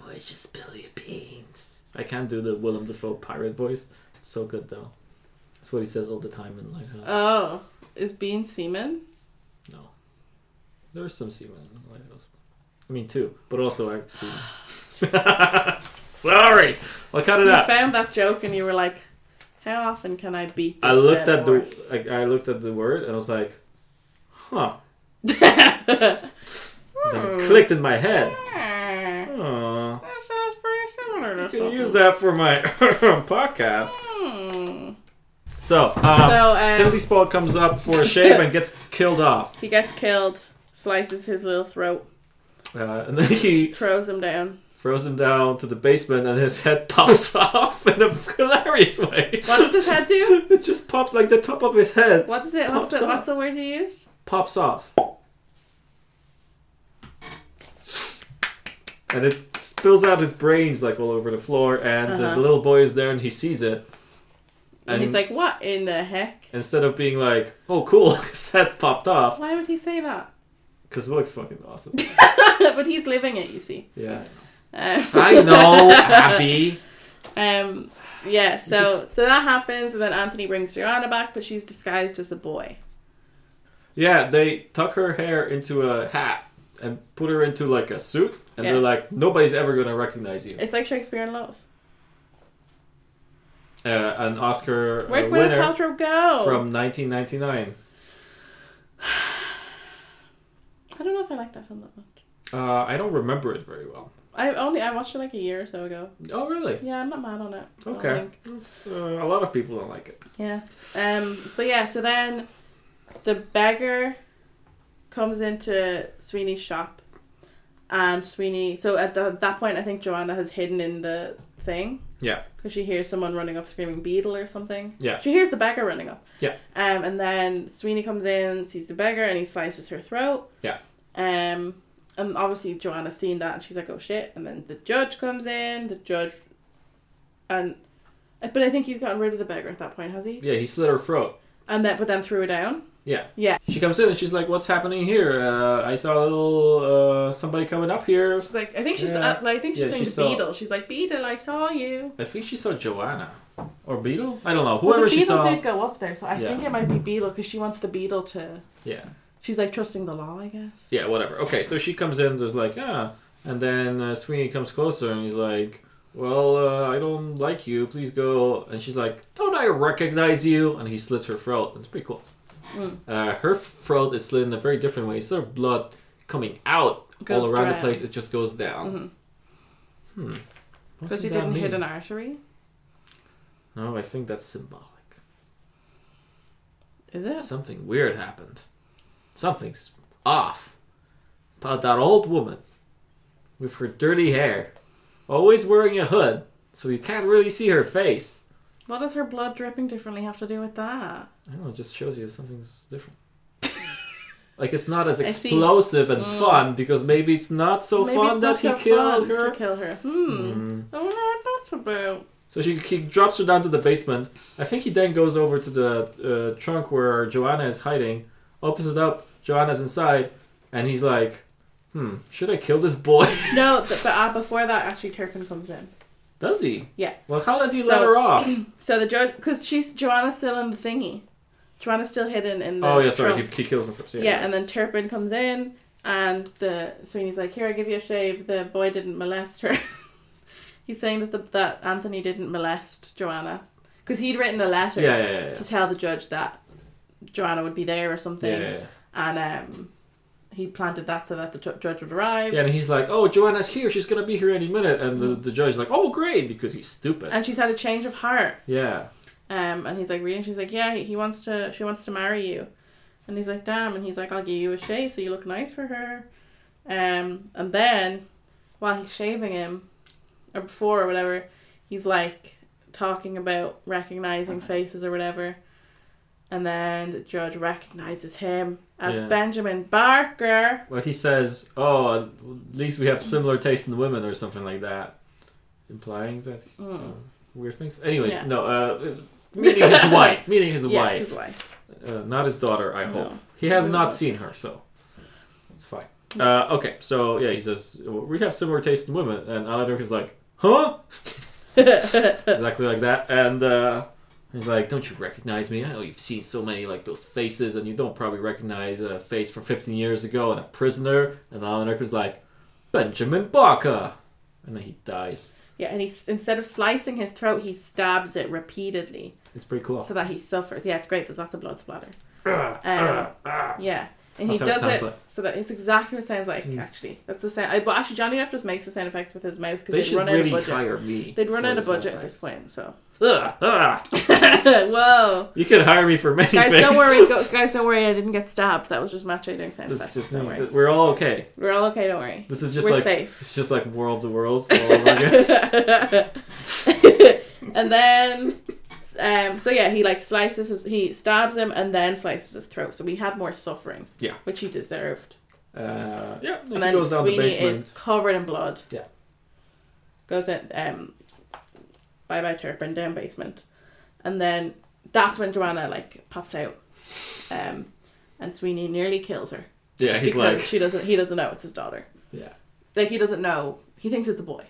Why did you spill your beans? I can't do the Willem Dafoe pirate voice. It's so good though. That's what he says all the time in uh, Lighthouse. Oh, is bean semen? no, there's some semen in Lighthouse. I mean two, but also I semen. Sorry, I'll cut it You out. found that joke and you were like, "How often can I beat?" This I looked dead at horse? the I, I looked at the word and I was like, huh. (laughs) And then it clicked in my head. Hmm, Oh, that sounds pretty similar to I can something. use that for my (laughs) podcast. Hmm. So, um, so um, Timothy Spall comes up for a shave and gets killed off, he gets killed, slices his little throat, uh, and then he throws him down. throws him down to the basement, and his head (laughs) pops off in a hilarious way. What does his head do? It just pops like the top of his head What does it? What's Pops the, up. what's the word you used? pops off, and it spills out his brains like all over the floor. And uh, Uh-huh. the little boy is there, and he sees it. And, he's like, "What in the heck? instead of being like, "Oh, cool," (laughs) his head popped off Why would he say that?" (laughs) because it looks fucking awesome. but he's living it, you see. Yeah, Um, I know, Abby. (laughs) um, yeah. So so that happens, and then Anthony brings Joanna back, but she's disguised as a boy. Yeah, they tuck her hair into a hat and put her into like a suit, and Yeah. they're like, nobody's ever gonna recognize you. It's like Shakespeare in Love. Uh, an Oscar uh, Where'd Gwyneth winner Paltrow go? from 1999. I don't know if I like that film that much. Uh, I don't remember it very well. I only I watched it like a year or so ago. Oh, really? Yeah, I'm not mad on it. I don't Okay. think. It's, uh, a lot of people don't like it. Yeah. Um. But yeah. So then, the beggar comes into Sweeney's shop, and Sweeney. So at, the, that point, I think Joanna has hidden in the thing Yeah. because she hears someone running up screaming beetle or something. Yeah. She hears the beggar running up. Yeah. Um. And then Sweeney comes in, sees the beggar, and he slices her throat. Yeah. Um. And obviously Joanna's seen that, and she's like, "Oh shit!" And then the judge comes in. The judge, and. But I think he's gotten rid of the beggar at that point, has he? Yeah, he slit her throat. And that, but then threw her down. Yeah. Yeah. She comes in and she's like, "What's happening here? Uh, I saw a little uh, somebody coming up here." She's like, I think she's, Yeah. uh, like, I think she's Yeah, saying she the saw- beetle. She's like, beetle, I saw you. I think she saw Joanna or Beetle. I don't know. Well, Whoever the she beetle saw. did go up there, so I Yeah. think it might be beetle because she wants the beetle to. Yeah. She's like trusting the law, I guess. Yeah. Whatever. Okay. So she comes in. There's like ah, and then uh, Sweeney comes closer and he's like, "Well, uh, I don't like you. Please go." And she's like, "Don't I recognize you?" And he slits her throat. It's pretty cool. Mm. Uh, her throat is slit in a very different way. Instead of blood coming out Goes all around the down. place, it just goes down. Mhm. Hmm. What Because could you that didn't hit mean? an artery, No, I think that's symbolic. is it? (laughs) Something weird happened. Something's off. About that old woman with her dirty hair, always wearing a hood, so you can't really see her face. What does her blood dripping differently have to do with that? I don't know, it just shows you something's (laughs) different. like it's not as I see. explosive and Mm. fun because maybe it's not so Maybe fun it's that not so he killed fun her. to kill her. Hmm. Mm. I wonder what that's about. So she he drops her down to the basement. I think he then goes over to the uh, trunk where Joanna is hiding, opens it up. Joanna's inside, and he's like, "Hmm, should I kill this boy?" (laughs) No, th- but uh, before that, actually, Turpin comes in. does he? Yeah. Well, how does he So- let her off? So the judge, because she's Joanna's still in the thingy. Joanna's still hidden in the. oh yeah, sorry, trunk. he, he kills him first. Yeah. Yeah, and then Turpin comes in, and the Sweeney's like, "Here, I give you a shave." The boy didn't molest her. (laughs) He's saying that the, that Anthony didn't molest Joanna because he'd written a letter yeah, yeah, yeah, yeah. to tell the judge that Joanna would be there or something, Yeah, yeah, yeah. and um, he planted that so that the ju- judge would arrive. Yeah, and he's like, "Oh, Joanna's here. She's gonna be here any minute." And the, the judge's like, "Oh, great," because he's stupid. And she's had a change of heart, yeah. um, and he's like reading. She's like, "Yeah, he he wants to. She wants to marry you," and he's like, "Damn!" And he's like, "I'll give you a shave so you look nice for her." Um, and then while he's shaving him, or before or whatever, he's like talking about recognizing Uh-huh. faces or whatever. And then the judge recognizes him as Yeah. Benjamin Barker. Well, he says, "Oh, at least we have similar taste in women," or something like that, implying that Mm. uh, weird things. Anyways, Yeah. no. Uh, meeting (laughs) his wife. Meeting his yes, wife. his wife. Uh, not his daughter. I hope No. he has not seen her, so it's fine. Uh, okay, so yeah, he says we have similar taste in women, and Alador is like, "Huh?" exactly like that, and uh, he's like, "Don't you recognize me? I know you've seen so many like those faces, and you don't probably recognize a face from 15 years ago and a prisoner." And Alador is like, "Benjamin Barker," and then he dies. (laughs) yeah, and he s- instead of slicing his throat, he stabs it repeatedly. It's pretty cool. so that he suffers. Yeah, it's great. There's lots of blood splatter. Ah, Um, ah, ah. yeah, and he That's how it does sounds it like. so that it's exactly what it sounds like. Mm. Actually, that's the sound. I- But actually, Johnny Depp just makes the sound effects with his mouth They because they'd should run out really of budget. hire me. They'd run for out of the sound budget at this effects. point, so (laughs) Ugh, ah. Whoa. You could hire me for many Guys, things. don't worry. Go, guys, don't worry. I didn't get stabbed. That was just Macho doing (laughs) sound This is effects. just don't worry. we're all okay. We're all okay. Don't worry. This is just We're like safe. it's just like War of the Worlds all over (laughs) again. and then, um, so yeah, he like slices his, he stabs him and then slices his throat. So we had more suffering. Yeah. Which he deserved. Uh, yeah, he and then goes down the Sweeney basement. is covered in blood. Yeah. Goes in, um, bye bye Turpin, down basement. And then that's when Joanna like pops out. Um, and Sweeney nearly kills her. Yeah, he's because like she doesn't, he doesn't know it's his daughter. Yeah. Like he doesn't know, he thinks it's a boy.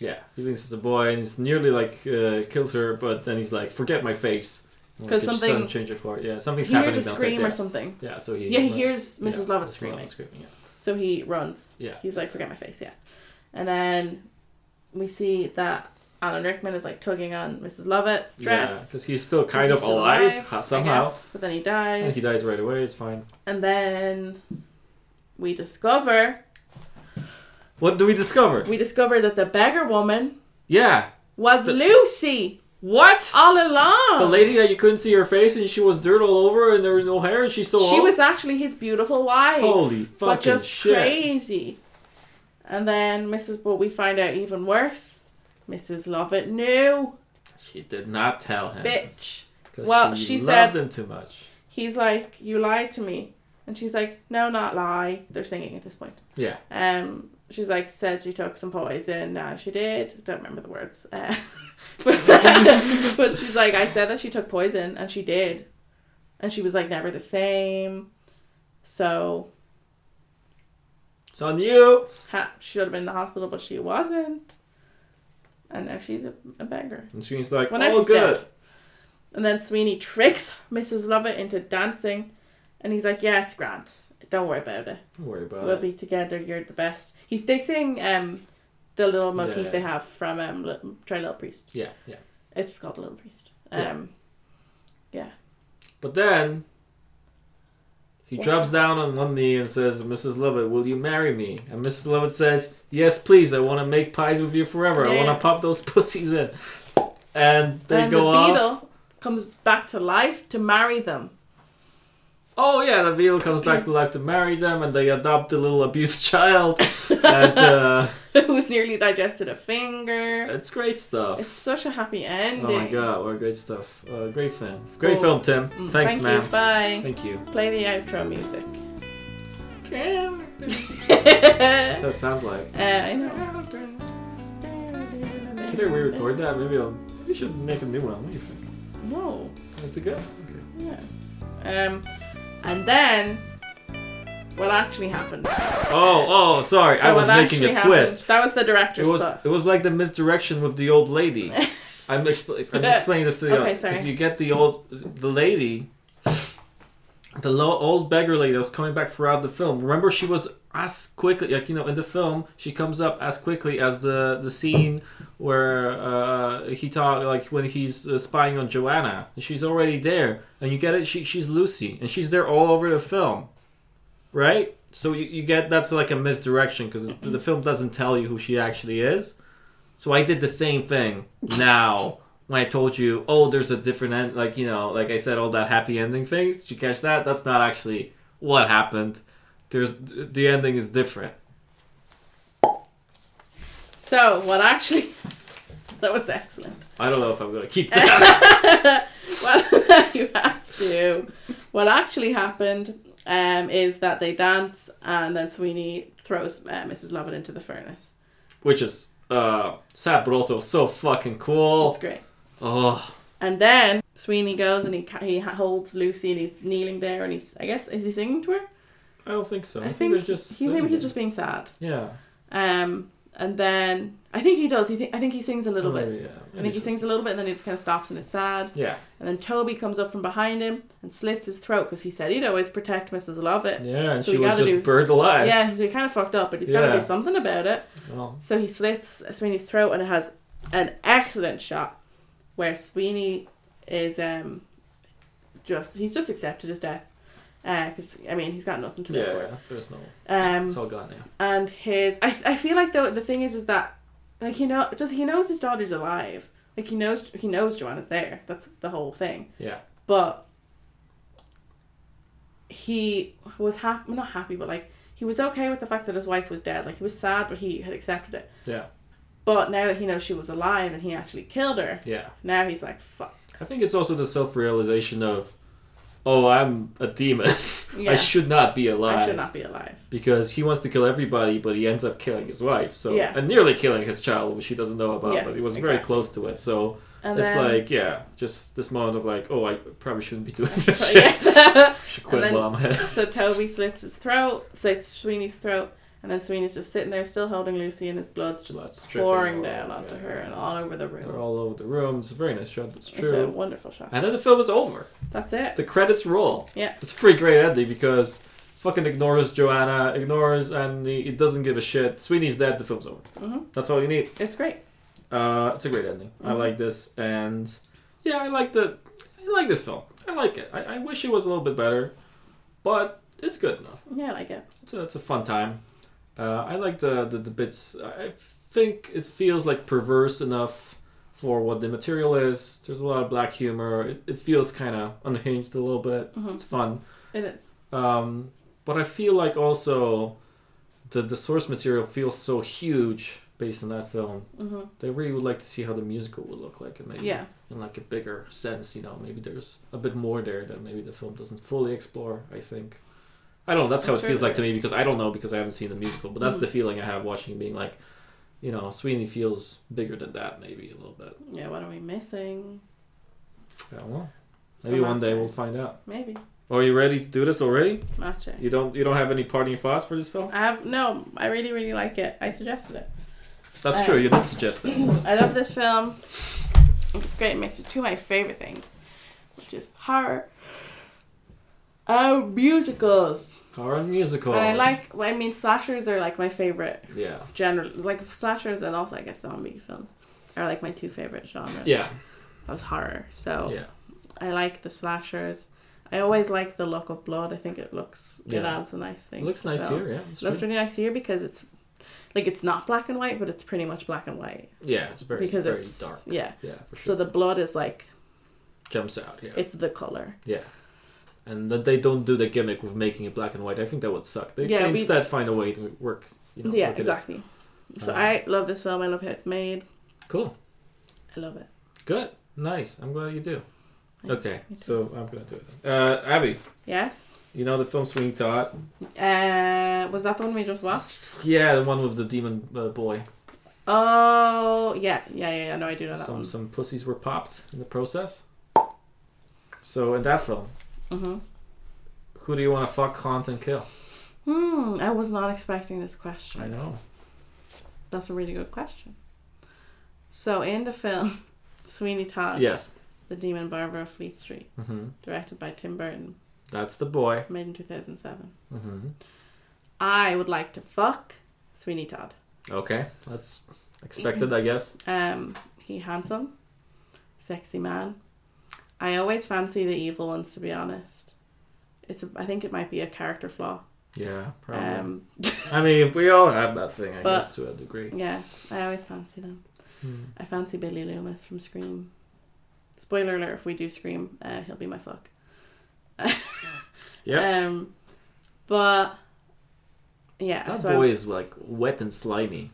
yeah. He thinks it's a boy and he's nearly like uh, kills her, but then he's like, forget my face. I'm like, 'Cause "Did your something- son change your heart. Yeah, something's he happening hears a downstairs. scream yeah. or something. yeah, so he Yeah, he like, hears yeah, Mrs. Lovett Mrs. screaming. screaming. Yeah. So he runs. Yeah. He's like, forget my face, yeah. And then we see that Alan Rickman is like tugging on Mrs. Lovett's dress. because he's still 'cause kind he's of still alive, I ha- somehow. guess, But then he And dies. he dies right away. It's fine. And then we discover What do we discover? we discover that the beggar woman Yeah. was The- Lucy What? all along. the lady that you couldn't see her face and she was dirt all over and there was no hair and she's still she old? was actually his beautiful wife. holy but fucking just shit. crazy. And then Mrs. But we find out even worse. Mrs. Lovett knew. She did not tell him. Bitch. 'cause Well, she she, said- loved him too much. he's like, "You lied to me," and she's like, "No, not lie." They're singing at this point. Yeah. Um, she's like, "Said she took some poison." Nah, she did. Don't remember the words. Uh, (laughs) but, but she's like, "I said that she took poison, and she did," and she was like, "Never the same." So It's on you. ha- she should have been in the hospital, but she wasn't, and now she's a, a beggar. And Sweeney's like, Well, now oh, she's good. dead. And then Sweeney tricks Mrs. Lovett into dancing, and he's like, "Yeah, it's Grant. Don't worry about it. Don't worry about we'll it. be together. You're the best." He's they sing um the little motif Yeah. they have from um Li- Try Little Priest. Yeah, yeah. It's just called Little Priest. Um, Yeah. But then he What? drops down on one knee and says, Mrs. Lovett, will you marry me? And Mrs. Lovett says, Yes, please. I want to make pies with you forever. I Yeah. want to pop those (laughs) pussies in. And they and go the off. beetle comes back to life to marry them. (laughs) Oh yeah, the beetle comes back to life to marry them, and they adopt the little abused (laughs) child. and uh, Who's nearly digested a finger. it's great stuff. It's such a happy ending. Oh my god, what great stuff! Uh, great film, great Cool. film, Tim. Mm, Thanks, thank man. You. Bye. Thank you. Play the outro music. (laughs) That's what it sounds like. Uh, I know. Should I re-record that? Maybe I'll. Maybe we should make a new one. What do you think? No. Is it good? Okay. Yeah. Um, and then what actually happened? Oh, oh, sorry. I So was what making a actually happened- twist. That was the It director's was. thought. It was like the misdirection with the old lady. I'm, expl- I'm explaining this to you. Okay, sorry. you get the old, the lady, the low, old beggar lady that was coming back throughout the film. Remember, she was as quickly, like you know, in the film, she comes up as quickly as the the scene where uh, he talk, like when he's uh, spying on Joanna. She's already there, and you get it. She she's Lucy, and she's there all over the film, right? So you, you get that's like a misdirection because the film doesn't tell you who she actually is. So I did the same thing now when I told you, oh, there's a different end. Like, you know, like I said, all that happy ending things. Did you catch that? That's not actually what happened. There's the ending is different. (laughs) So what actually? (laughs) That was excellent. I don't know if I'm gonna (laughs) keep that. well, (laughs) you have to. What actually happened um, is that they dance, and then Sweeney throws uh, Mrs. Lovett into the furnace. Which is uh sad, but also so fucking cool. That's great. Oh, And then Sweeney goes and he ca- he ha- holds Lucy and he's kneeling there and he's I guess is he singing to her? I don't think so. I think they're just. he, maybe singing. he's just being sad. Yeah. Um, and then I think he does. He think I think he sings a little Oh, bit. Yeah. I maybe think he so. sings a little bit and then he just kind of stops and is sad. Yeah. And then Toby comes up from behind him and slits his throat because he said he'd always protect Mrs. Lovett. Yeah, and So she you was gotta just do- burned alive. Yeah, so he kind of fucked up, but he's got Yeah. to do something about it. Well, So he slits Sweeney's throat and it has an excellent shot where Sweeney is um just he's just accepted his death because I mean he's got nothing to live yeah. There's no. for. Um, It's all gone now. and his I, I feel like though the thing is is that like you know does he knows his daughter's alive Like he knows he knows Joanna's there. That's the whole thing. Yeah. But he was happy, not happy, but like he was okay with the fact that his wife was dead. Like he was sad, but he had accepted it. Yeah. But now that he knows she was alive and he actually killed her, Yeah. now he's like, fuck. I think it's also the self realization of, oh, I'm a demon. (laughs) Yeah. I should not be alive. I should not be alive. Because he wants to kill everybody, but he ends up killing his wife. So Yeah. and nearly killing his child, which he doesn't know about, Yes, but he was very exactly. close to it. So And it's then, like, yeah, just this moment of like, oh, I probably shouldn't be doing (laughs) this (laughs) So, shit. yeah. (laughs) should quit then- while I'm ahead. (laughs) (laughs) so Toby slits his throat, slits Sweeney's throat, and then Sweeney's just sitting there, still holding Lucy, and his blood's just Blood's dripping pouring all- down onto yeah. her and all over the room. They're all over the room. It's a very nice shot. It's It's a true. wonderful shot. And then the film is over. That's it. The credits roll. Yeah. It's a pretty great ending because fucking ignores Joanna, ignores Andy, it doesn't give a shit. Sweeney's dead, the film's over. hmm That's all you need. It's great. Uh, it's a great ending. I Mhm. like this, and yeah, I like the, I like this film. I like it. I, I wish it was a little bit better, but it's good enough. Yeah, I like it. It's a, it's a fun time. Uh, I like the, the the bits. I think it feels like perverse enough for what the material is. There's a lot of black humor. It, it feels kind of unhinged a little bit. Mhm. It's fun. It is. Um, but I feel like also the the source material feels so huge based on that film hmm they really would like to see how the musical would look like and maybe Yeah. in like a bigger sense you know maybe there's a bit more there that maybe the film doesn't fully explore i think i don't know that's how I'm it sure feels there like to me is. because i don't know because i haven't seen the musical but that's Mhm. the feeling i have watching it being like you know sweeney feels bigger than that maybe a little bit Yeah. What are we missing? i don't know So maybe one day matcha. we'll find out Maybe are you ready to do this already matcha. you don't you don't have any parting thoughts for this film I have no. I really, really like it. I suggested it. that's Uh, true you did suggest it I love this film. It's great. It mixes two of my favorite things, which is horror and musicals. horror musical And I like. well, I mean, slashers are like my favorite yeah general. Like slashers and also I guess zombie films are like my two favorite genres. yeah Oh. Of horror. So. yeah I like the slashers. I always like the look of blood. I think it looks it Yeah. adds a nice thing. it looks to the nice film. here yeah it's It looks true. really nice here because it's like it's not black and white, but it's pretty much black and white yeah it's very because very it's dark yeah. Yeah, for So sure. the blood is like jumps out. Yeah, it's the color. yeah. And that they don't do the gimmick with making it black and white. I think that would suck. They Yeah, we- instead find a way to work. You know, yeah, work it exactly. So Uh, I love this film. I love how it's made. in. Cool. I love it. Good. Nice. I'm glad you do. Thanks. Okay. Me too. So I'm gonna do it. Then. Uh, Abby, yes. you know the film Sweeney Todd? Uh, was that the one we just watched? Yeah, the one with the demon uh, boy. Oh yeah, yeah, yeah. yeah. No, I do know that Some one. some pussies were popped in the process. So in that film, Mm-hmm. who do you want to fuck, haunt, and kill? Hmm. I was not expecting this question. I know. That's a really good question. So in the film (laughs) Sweeney Todd, Yes. The Demon Barber of Fleet Street, hmm directed by Tim Burton, That's the boy. made in 2007. hmm I would like to fuck Sweeney Todd. Okay. That's expected, I guess. Um, he handsome, sexy man. I always fancy the evil ones to be honest. It's a, I think it might be a character flaw. Yeah, probably. Um, I mean, we all have that thing, I But- guess, to a degree. yeah, I always fancy them. Hmm. I fancy Billy Loomis from Scream. Spoiler alert: if we do Scream, uh, he'll be my fuck. Yeah, (laughs) Um, but yeah, that so boy is like wet and slimy.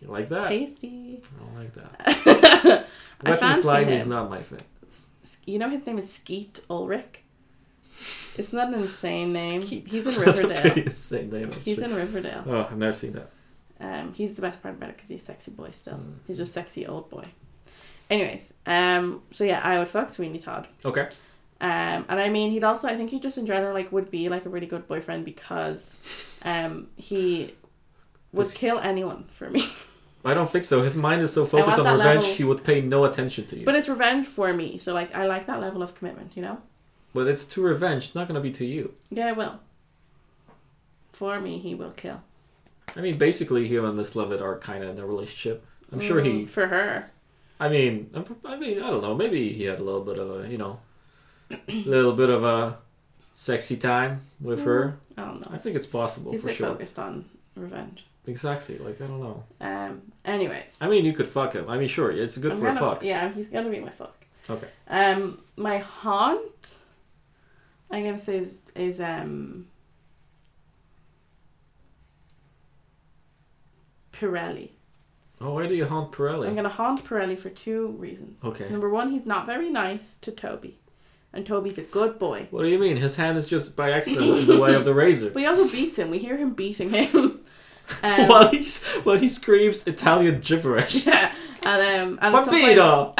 You like I'm that? tasty. (laughs) I don't like that. I Wet and fancy slimy is him. not my thing. S- s- You know his name is Skeet Ulrich. Isn't that an (laughs) insane name? He's in That's a Riverdale. pretty insane name. that's He's true. in Riverdale. Oh, I've never seen that. Um, he's the best part about it because he's a sexy boy still. Mm. He's just sexy old boy. Anyways, um, so yeah, I would fuck Sweeney Todd. Okay. Um, and I mean, he'd also, I think he just in general, like, would be like a really good boyfriend because, um, he would Because- kill anyone for me. (laughs) I don't think so. His mind is so focused on that revenge, level- he would pay no attention to you. But it's revenge for me, so like I like that level of commitment, you know? But it's to revenge. It's not going to be to you. Yeah, I will. For me, he will kill. I mean, basically, him and Miss Lovett are kind of in a relationship. I'm sure he Mm, For her. I mean, I'm, I mean, I don't know. Maybe he had a little bit of a, you know, little bit of a sexy time with her. I don't I know. think it's possible Mm. He's a for bit sure. focused on revenge. Exactly. Like I don't know. Um. Anyways, I mean, you could fuck him. I mean, sure, it's good I'm for a gonna- fuck. Yeah, he's gonna be my fuck. Okay. Um, my haunt, I'm gonna say is, is um, Pirelli. Oh, why do you haunt Pirelli? I'm gonna haunt Pirelli for two reasons. Okay. Number one, he's not very nice to Toby, and Toby's a good boy. What do you mean? His hand is just by accident in the (laughs) way of the razor. (laughs) But he also beats him. We hear him beating him. (laughs) Um, while he while he screams Italian gibberish. (laughs) Yeah, and um, and at some point- Bambino. (laughs)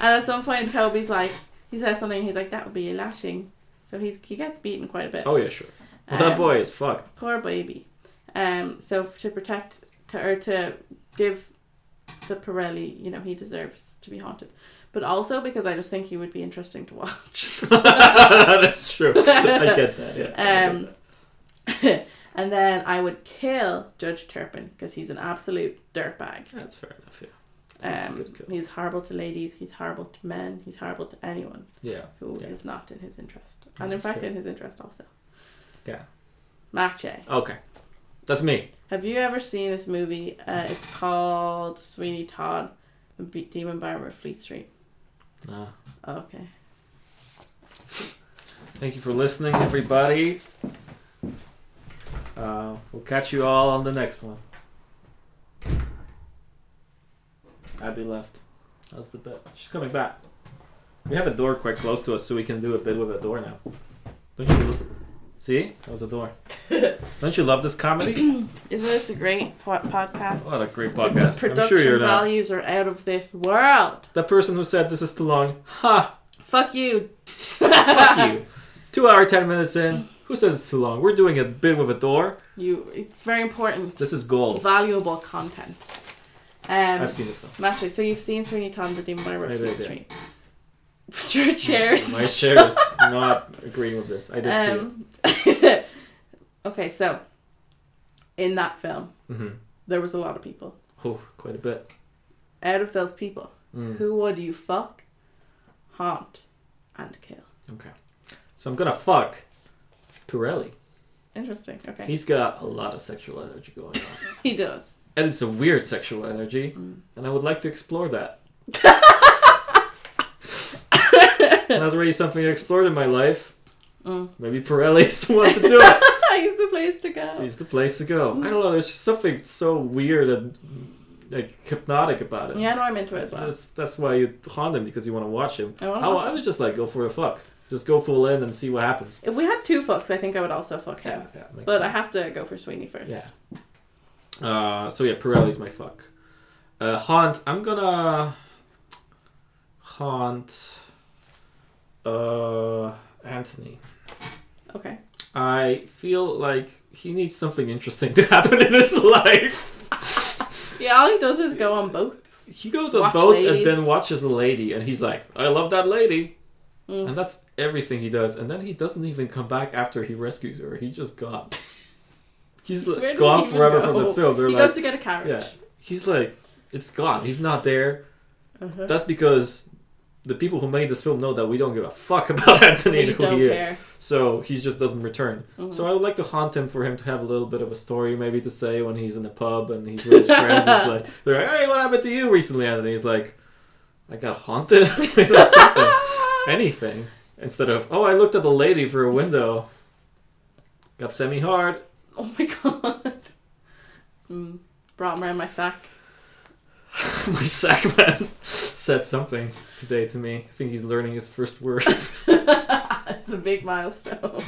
and at some point, Toby's like, he says something. He's like, that would be a lashing. So he's he gets beaten quite a bit. Oh yeah, sure. Well, that Um, boy is fucked. poor baby. Um, so f- to protect to or to give the Pirelli, you know, he deserves to be haunted, but also because I just think he would be interesting to watch. (laughs) (laughs) That's true. I get that. Yeah. I get Um, that. and then I would kill Judge Turpin because he's an absolute dirtbag. That's fair enough. Yeah. That's a Um, good kill. he's horrible to ladies. He's horrible to men. He's horrible to anyone Yeah. who is Yeah. Mm, not in his interest, and in That's fact, true. in his interest also. Yeah. Mache. Okay. That's me. Have you ever seen this movie? Uh, it's called Sweeney Todd, The Be- Demon Barber of Fleet Street. Oh, Nah. Okay. Thank you for listening, everybody. Uh, we'll catch you all on the next one. Abby left. How's the bit? She's coming back. We have a door quite close to us, so we can do a bit with a door now. Don't you? lo- See, that was a (laughs) door. Don't you love this (clears throat) comedy? Isn't this a great po- podcast? what a great podcast! Production I'm sure you're not. values are out of this world. That person who said this is too long. Ha! Fuck you. (laughs) Fuck you. Two hour ten minutes in. Who says it's too long? We're doing a bit with a door. You. It's very important. This is It's gold. valuable content. Um, I've seen (laughs) it. Though. Matthew, so you've seen Sweeney Todd, and The Demon Barber I of Fleet did, yeah. Street. (laughs) Your chairs. My chair is not agreeing with this. I did Um, (laughs) okay, so in that film, see. hmm there was a lot of people. Oh, quite a bit. Out of those people, Mm. who would you fuck, haunt, and kill? Okay. So I'm gonna fuck Pirelli. Interesting. Okay, He's got a lot of sexual energy going (laughs) on. he does. and it's a weird sexual energy, Mm. and I would like to explore (laughs) that. not really something I explored in my life. Mm. Maybe Pirelli is the one to do it. He's the place to go. He's the place to go. I don't know, there's just something so weird and like hypnotic about it. yeah, I know I'm into it as well. That's that's why you haunt him because you want to watch him. I wanna I, watch I would just like go for a fuck, just go full in and see what happens. If we had two fucks, I think I would also fuck him. makes But I sense. have to go for Sweeney first. Yeah. Uh, so yeah, Pirelli's my fuck. Uh, haunt. I'm gonna haunt. Uh, Anthony. Okay. I feel like he needs something interesting to (laughs) happen in his life. (laughs) Yeah, all he does is go on boats. He goes on Watch boats ladies. and then watches a lady, and he's like, "I love that lady." Mm. And that's everything he does. And then he doesn't even come back after he rescues her. He's just (laughs) gone. He's Where like, did gone he even forever from go? the film. They're he like, goes to get a carriage. yeah. He's like, it's gone. He's not there. Uh-huh. That's because the people who made this film know that we don't give a fuck (laughs) about Anthony We and who don't he is. care. So he just doesn't return. Mhm. So I would like to haunt him for him to have a little bit of a story, maybe to say when he's in a pub and he's with his friends. It's like, they're like, hey, what happened to you recently, Anthony? He's like, I got haunted. (laughs) That's something anything instead of oh I looked at the lady through a window. Got semi (laughs) hard. Oh my (laughs) god. Mm. Brought him around my sack. My sack man (laughs) said something today to me. I think he's learning his first words. (laughs) It's a big milestone.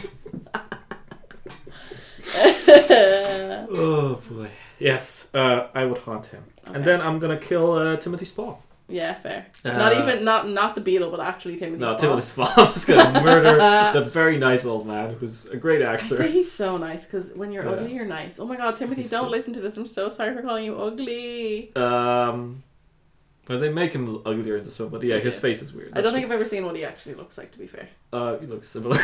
okay. oh boy. Yes, uh, I would haunt him, and then I'm gonna kill uh, Timothy Spall. yeah, fair. Uh, not even not not the beetle, but actually Timothy. No, Spall. Timothy Spall. I'm just (laughs) gonna murder the very nice old man who's a great I'd say actor. he's so nice because when you're Yeah. ugly, you're nice. Oh my god, Timothy, He's don't so- listen to this. I'm so sorry for calling you ugly. Um, but they make him uglier in this one. But yeah, his Yeah. face is weird. I don't think I've ever seen what he actually looks like. To (laughs) be fair. uh, he looks similar.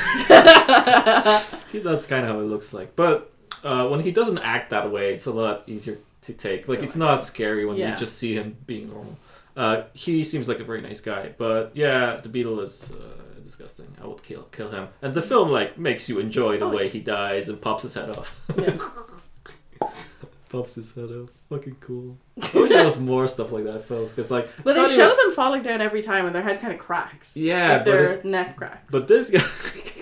He- That's kind of how it looks like. But uh, when he doesn't act that way, it's a lot easier to take. Like, it's not scary when Yeah. you just see him being normal. Uh, he seems like a very nice guy, but yeah, the beetle is uh, disgusting. I would kill kill him. And the film like makes you enjoy the Oh, way yeah. (laughs) he dies and pops his head off. Yeah. pops his head up. Fucking cool. I wish there was more stuff like that, folks. Because like, Well, they funny show with- them falling down every time, and their head kind of cracks. Yeah, like but their it's- neck cracks. but this guy, (laughs)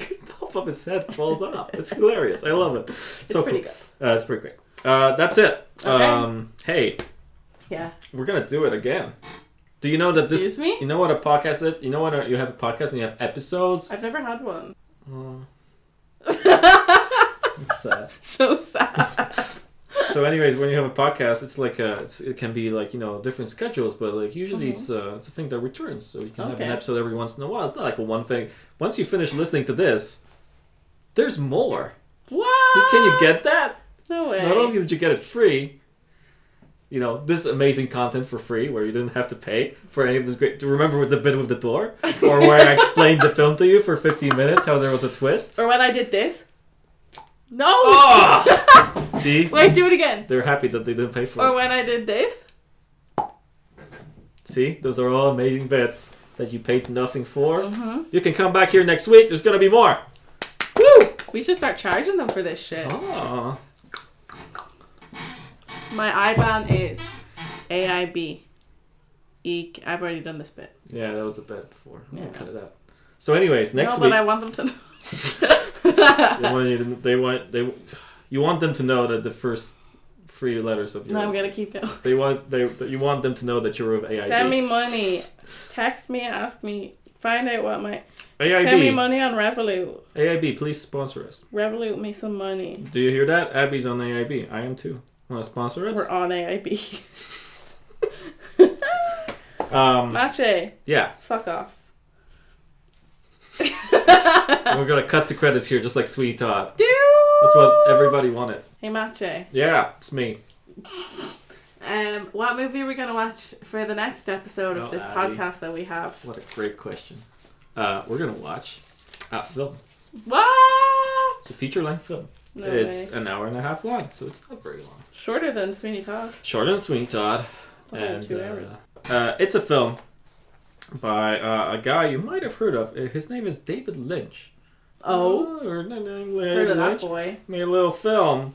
his top of his head falls off. It's hilarious. I love it. it's so pretty cool. Uh, it's pretty great. Uh, that's it. Okay. Um, hey, good. Yeah. we're gonna do it again. Do you know that this? Excuse me. You know what a podcast is? You know when uh, you have a podcast and you have episodes? I've never (laughs) had one. (laughs) Oh, it's sad. so sad. so anyways when you have a podcast it's like uh it's, it can be like you know different schedules but like usually it's uh it's a thing that returns so you can have an Mm-hmm. Okay. episode every once in a while it's not like a one thing once you finish listening to this there's more what? Did- can you get that No way. not only did you get it free you know this amazing content for free where you didn't have to pay for any of this great do you remember with the bit with the (laughs) door or where i explained the film to you for 15 minutes how there was a twist Or when I did this. No. Oh! see (laughs) Wait, do it again. they're happy that they didn't pay for it Or when I did this. See, those are all amazing bits that you paid nothing for. Mhm. You can come back here next week. There's gonna be more. Woo! We should start charging them for this shit. Oh, My IBAN is AIB. Eek. I've already done this bit. yeah, that was a bit before. I'm gonna Yeah. cut it out. So, anyways, next no, week but I want them to know. (laughs) they want you. To, they want they. You want them to know that the first three letters of your. (laughs) no, I'm gonna keep going. They want they. You want them to know that you're of AIB. Send me money. Text me. Ask me. Find out what my. AIB. Send me money on Revolut. AIB. Please sponsor us. Revolut me some money. Do you hear that? Abby's on AIB. I am too. Want to sponsor us? We're on AIB. Um. (laughs) Mache, Yeah. fuck off. We're gonna cut the credits here, just like Sweet Todd. Dude. That's what everybody wanted. Hey Mache. Yeah, it's me. Um, what movie are we gonna watch for the next episode Oh, of this Abby. podcast that we have? What a great question. Uh, we're gonna watch a film. What? It's a feature length film. No it's way. an hour and a half long, so it's not very long. Shorter than Sweeney Todd. Short and sweet, Todd. It's only and, two uh, hours. uh, it's a film by uh, a guy you might have heard of. Uh, His name is David Lynch. Oh, or no, no, heard David of that Lynch boy. made a little film.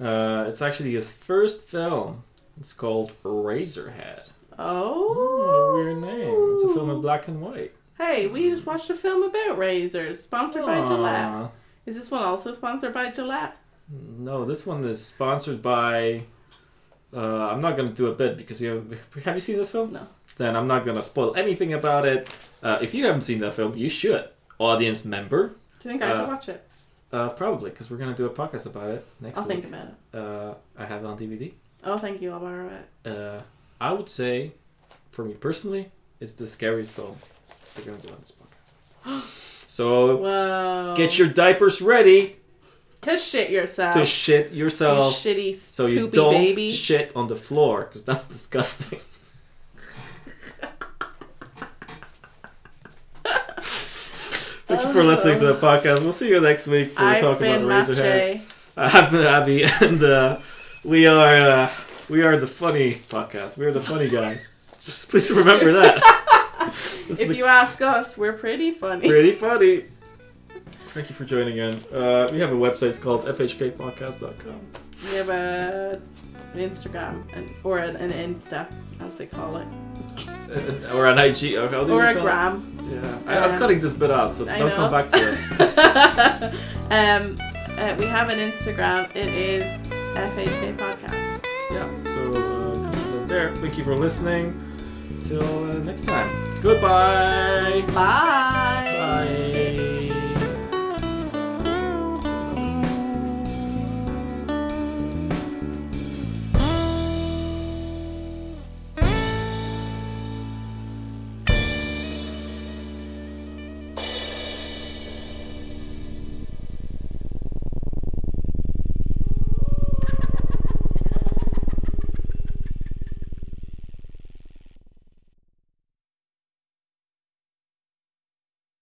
Uh, it's actually his first film. It's called Razorhead. Oh, Oh, what a weird name. It's a film in black and white. Hey, we just watched a film about razors, sponsored by Gillette. Aw. Is this one also sponsored by Gillette? No, this one is sponsored by. Uh, I'm not gonna do a bit because you have, have you seen this film? No. Then I'm not gonna spoil anything about it. Uh, if you haven't seen that film, you should. Audience member, Do you think I Uh, should watch it? uh, probably because we're gonna do a podcast about it next I'll week. think about it. Uh, I have it on DVD. Oh, thank you. I'll borrow it. Uh, I would say, for me personally, it's the scariest film we're gonna do on this podcast. (gasps) So Whoa. get your diapers ready to shit yourself. to shit you yourself. shitty So you poopy don't baby. shit on the floor because that's disgusting. (laughs) Thank you for listening to the podcast. We'll see you next week for Oh, I've talking been about Razorhead. Mache. Uh, I've been Abby, (laughs) and uh, we are uh, we are the funny podcast. We are the funny guys. Just please remember that. (laughs) this If is you ask us, we're pretty (laughs) funny. pretty funny. Thank you for joining in. Uh, we have a website. It's called fhkpodcast.com. We have a, an Instagram and or an, an Insta, as they call it, Uh, (laughs) or an IG. Or, how do or you a call it? gram. Yeah, I, I'm Um, cutting this bit out, so I don't come know. back to it. (laughs) um, uh, we have an Instagram. It is FHK Podcast. Yeah, so uh, that's there. Thank you for listening. Till uh, next time. Goodbye. Bye. Bye.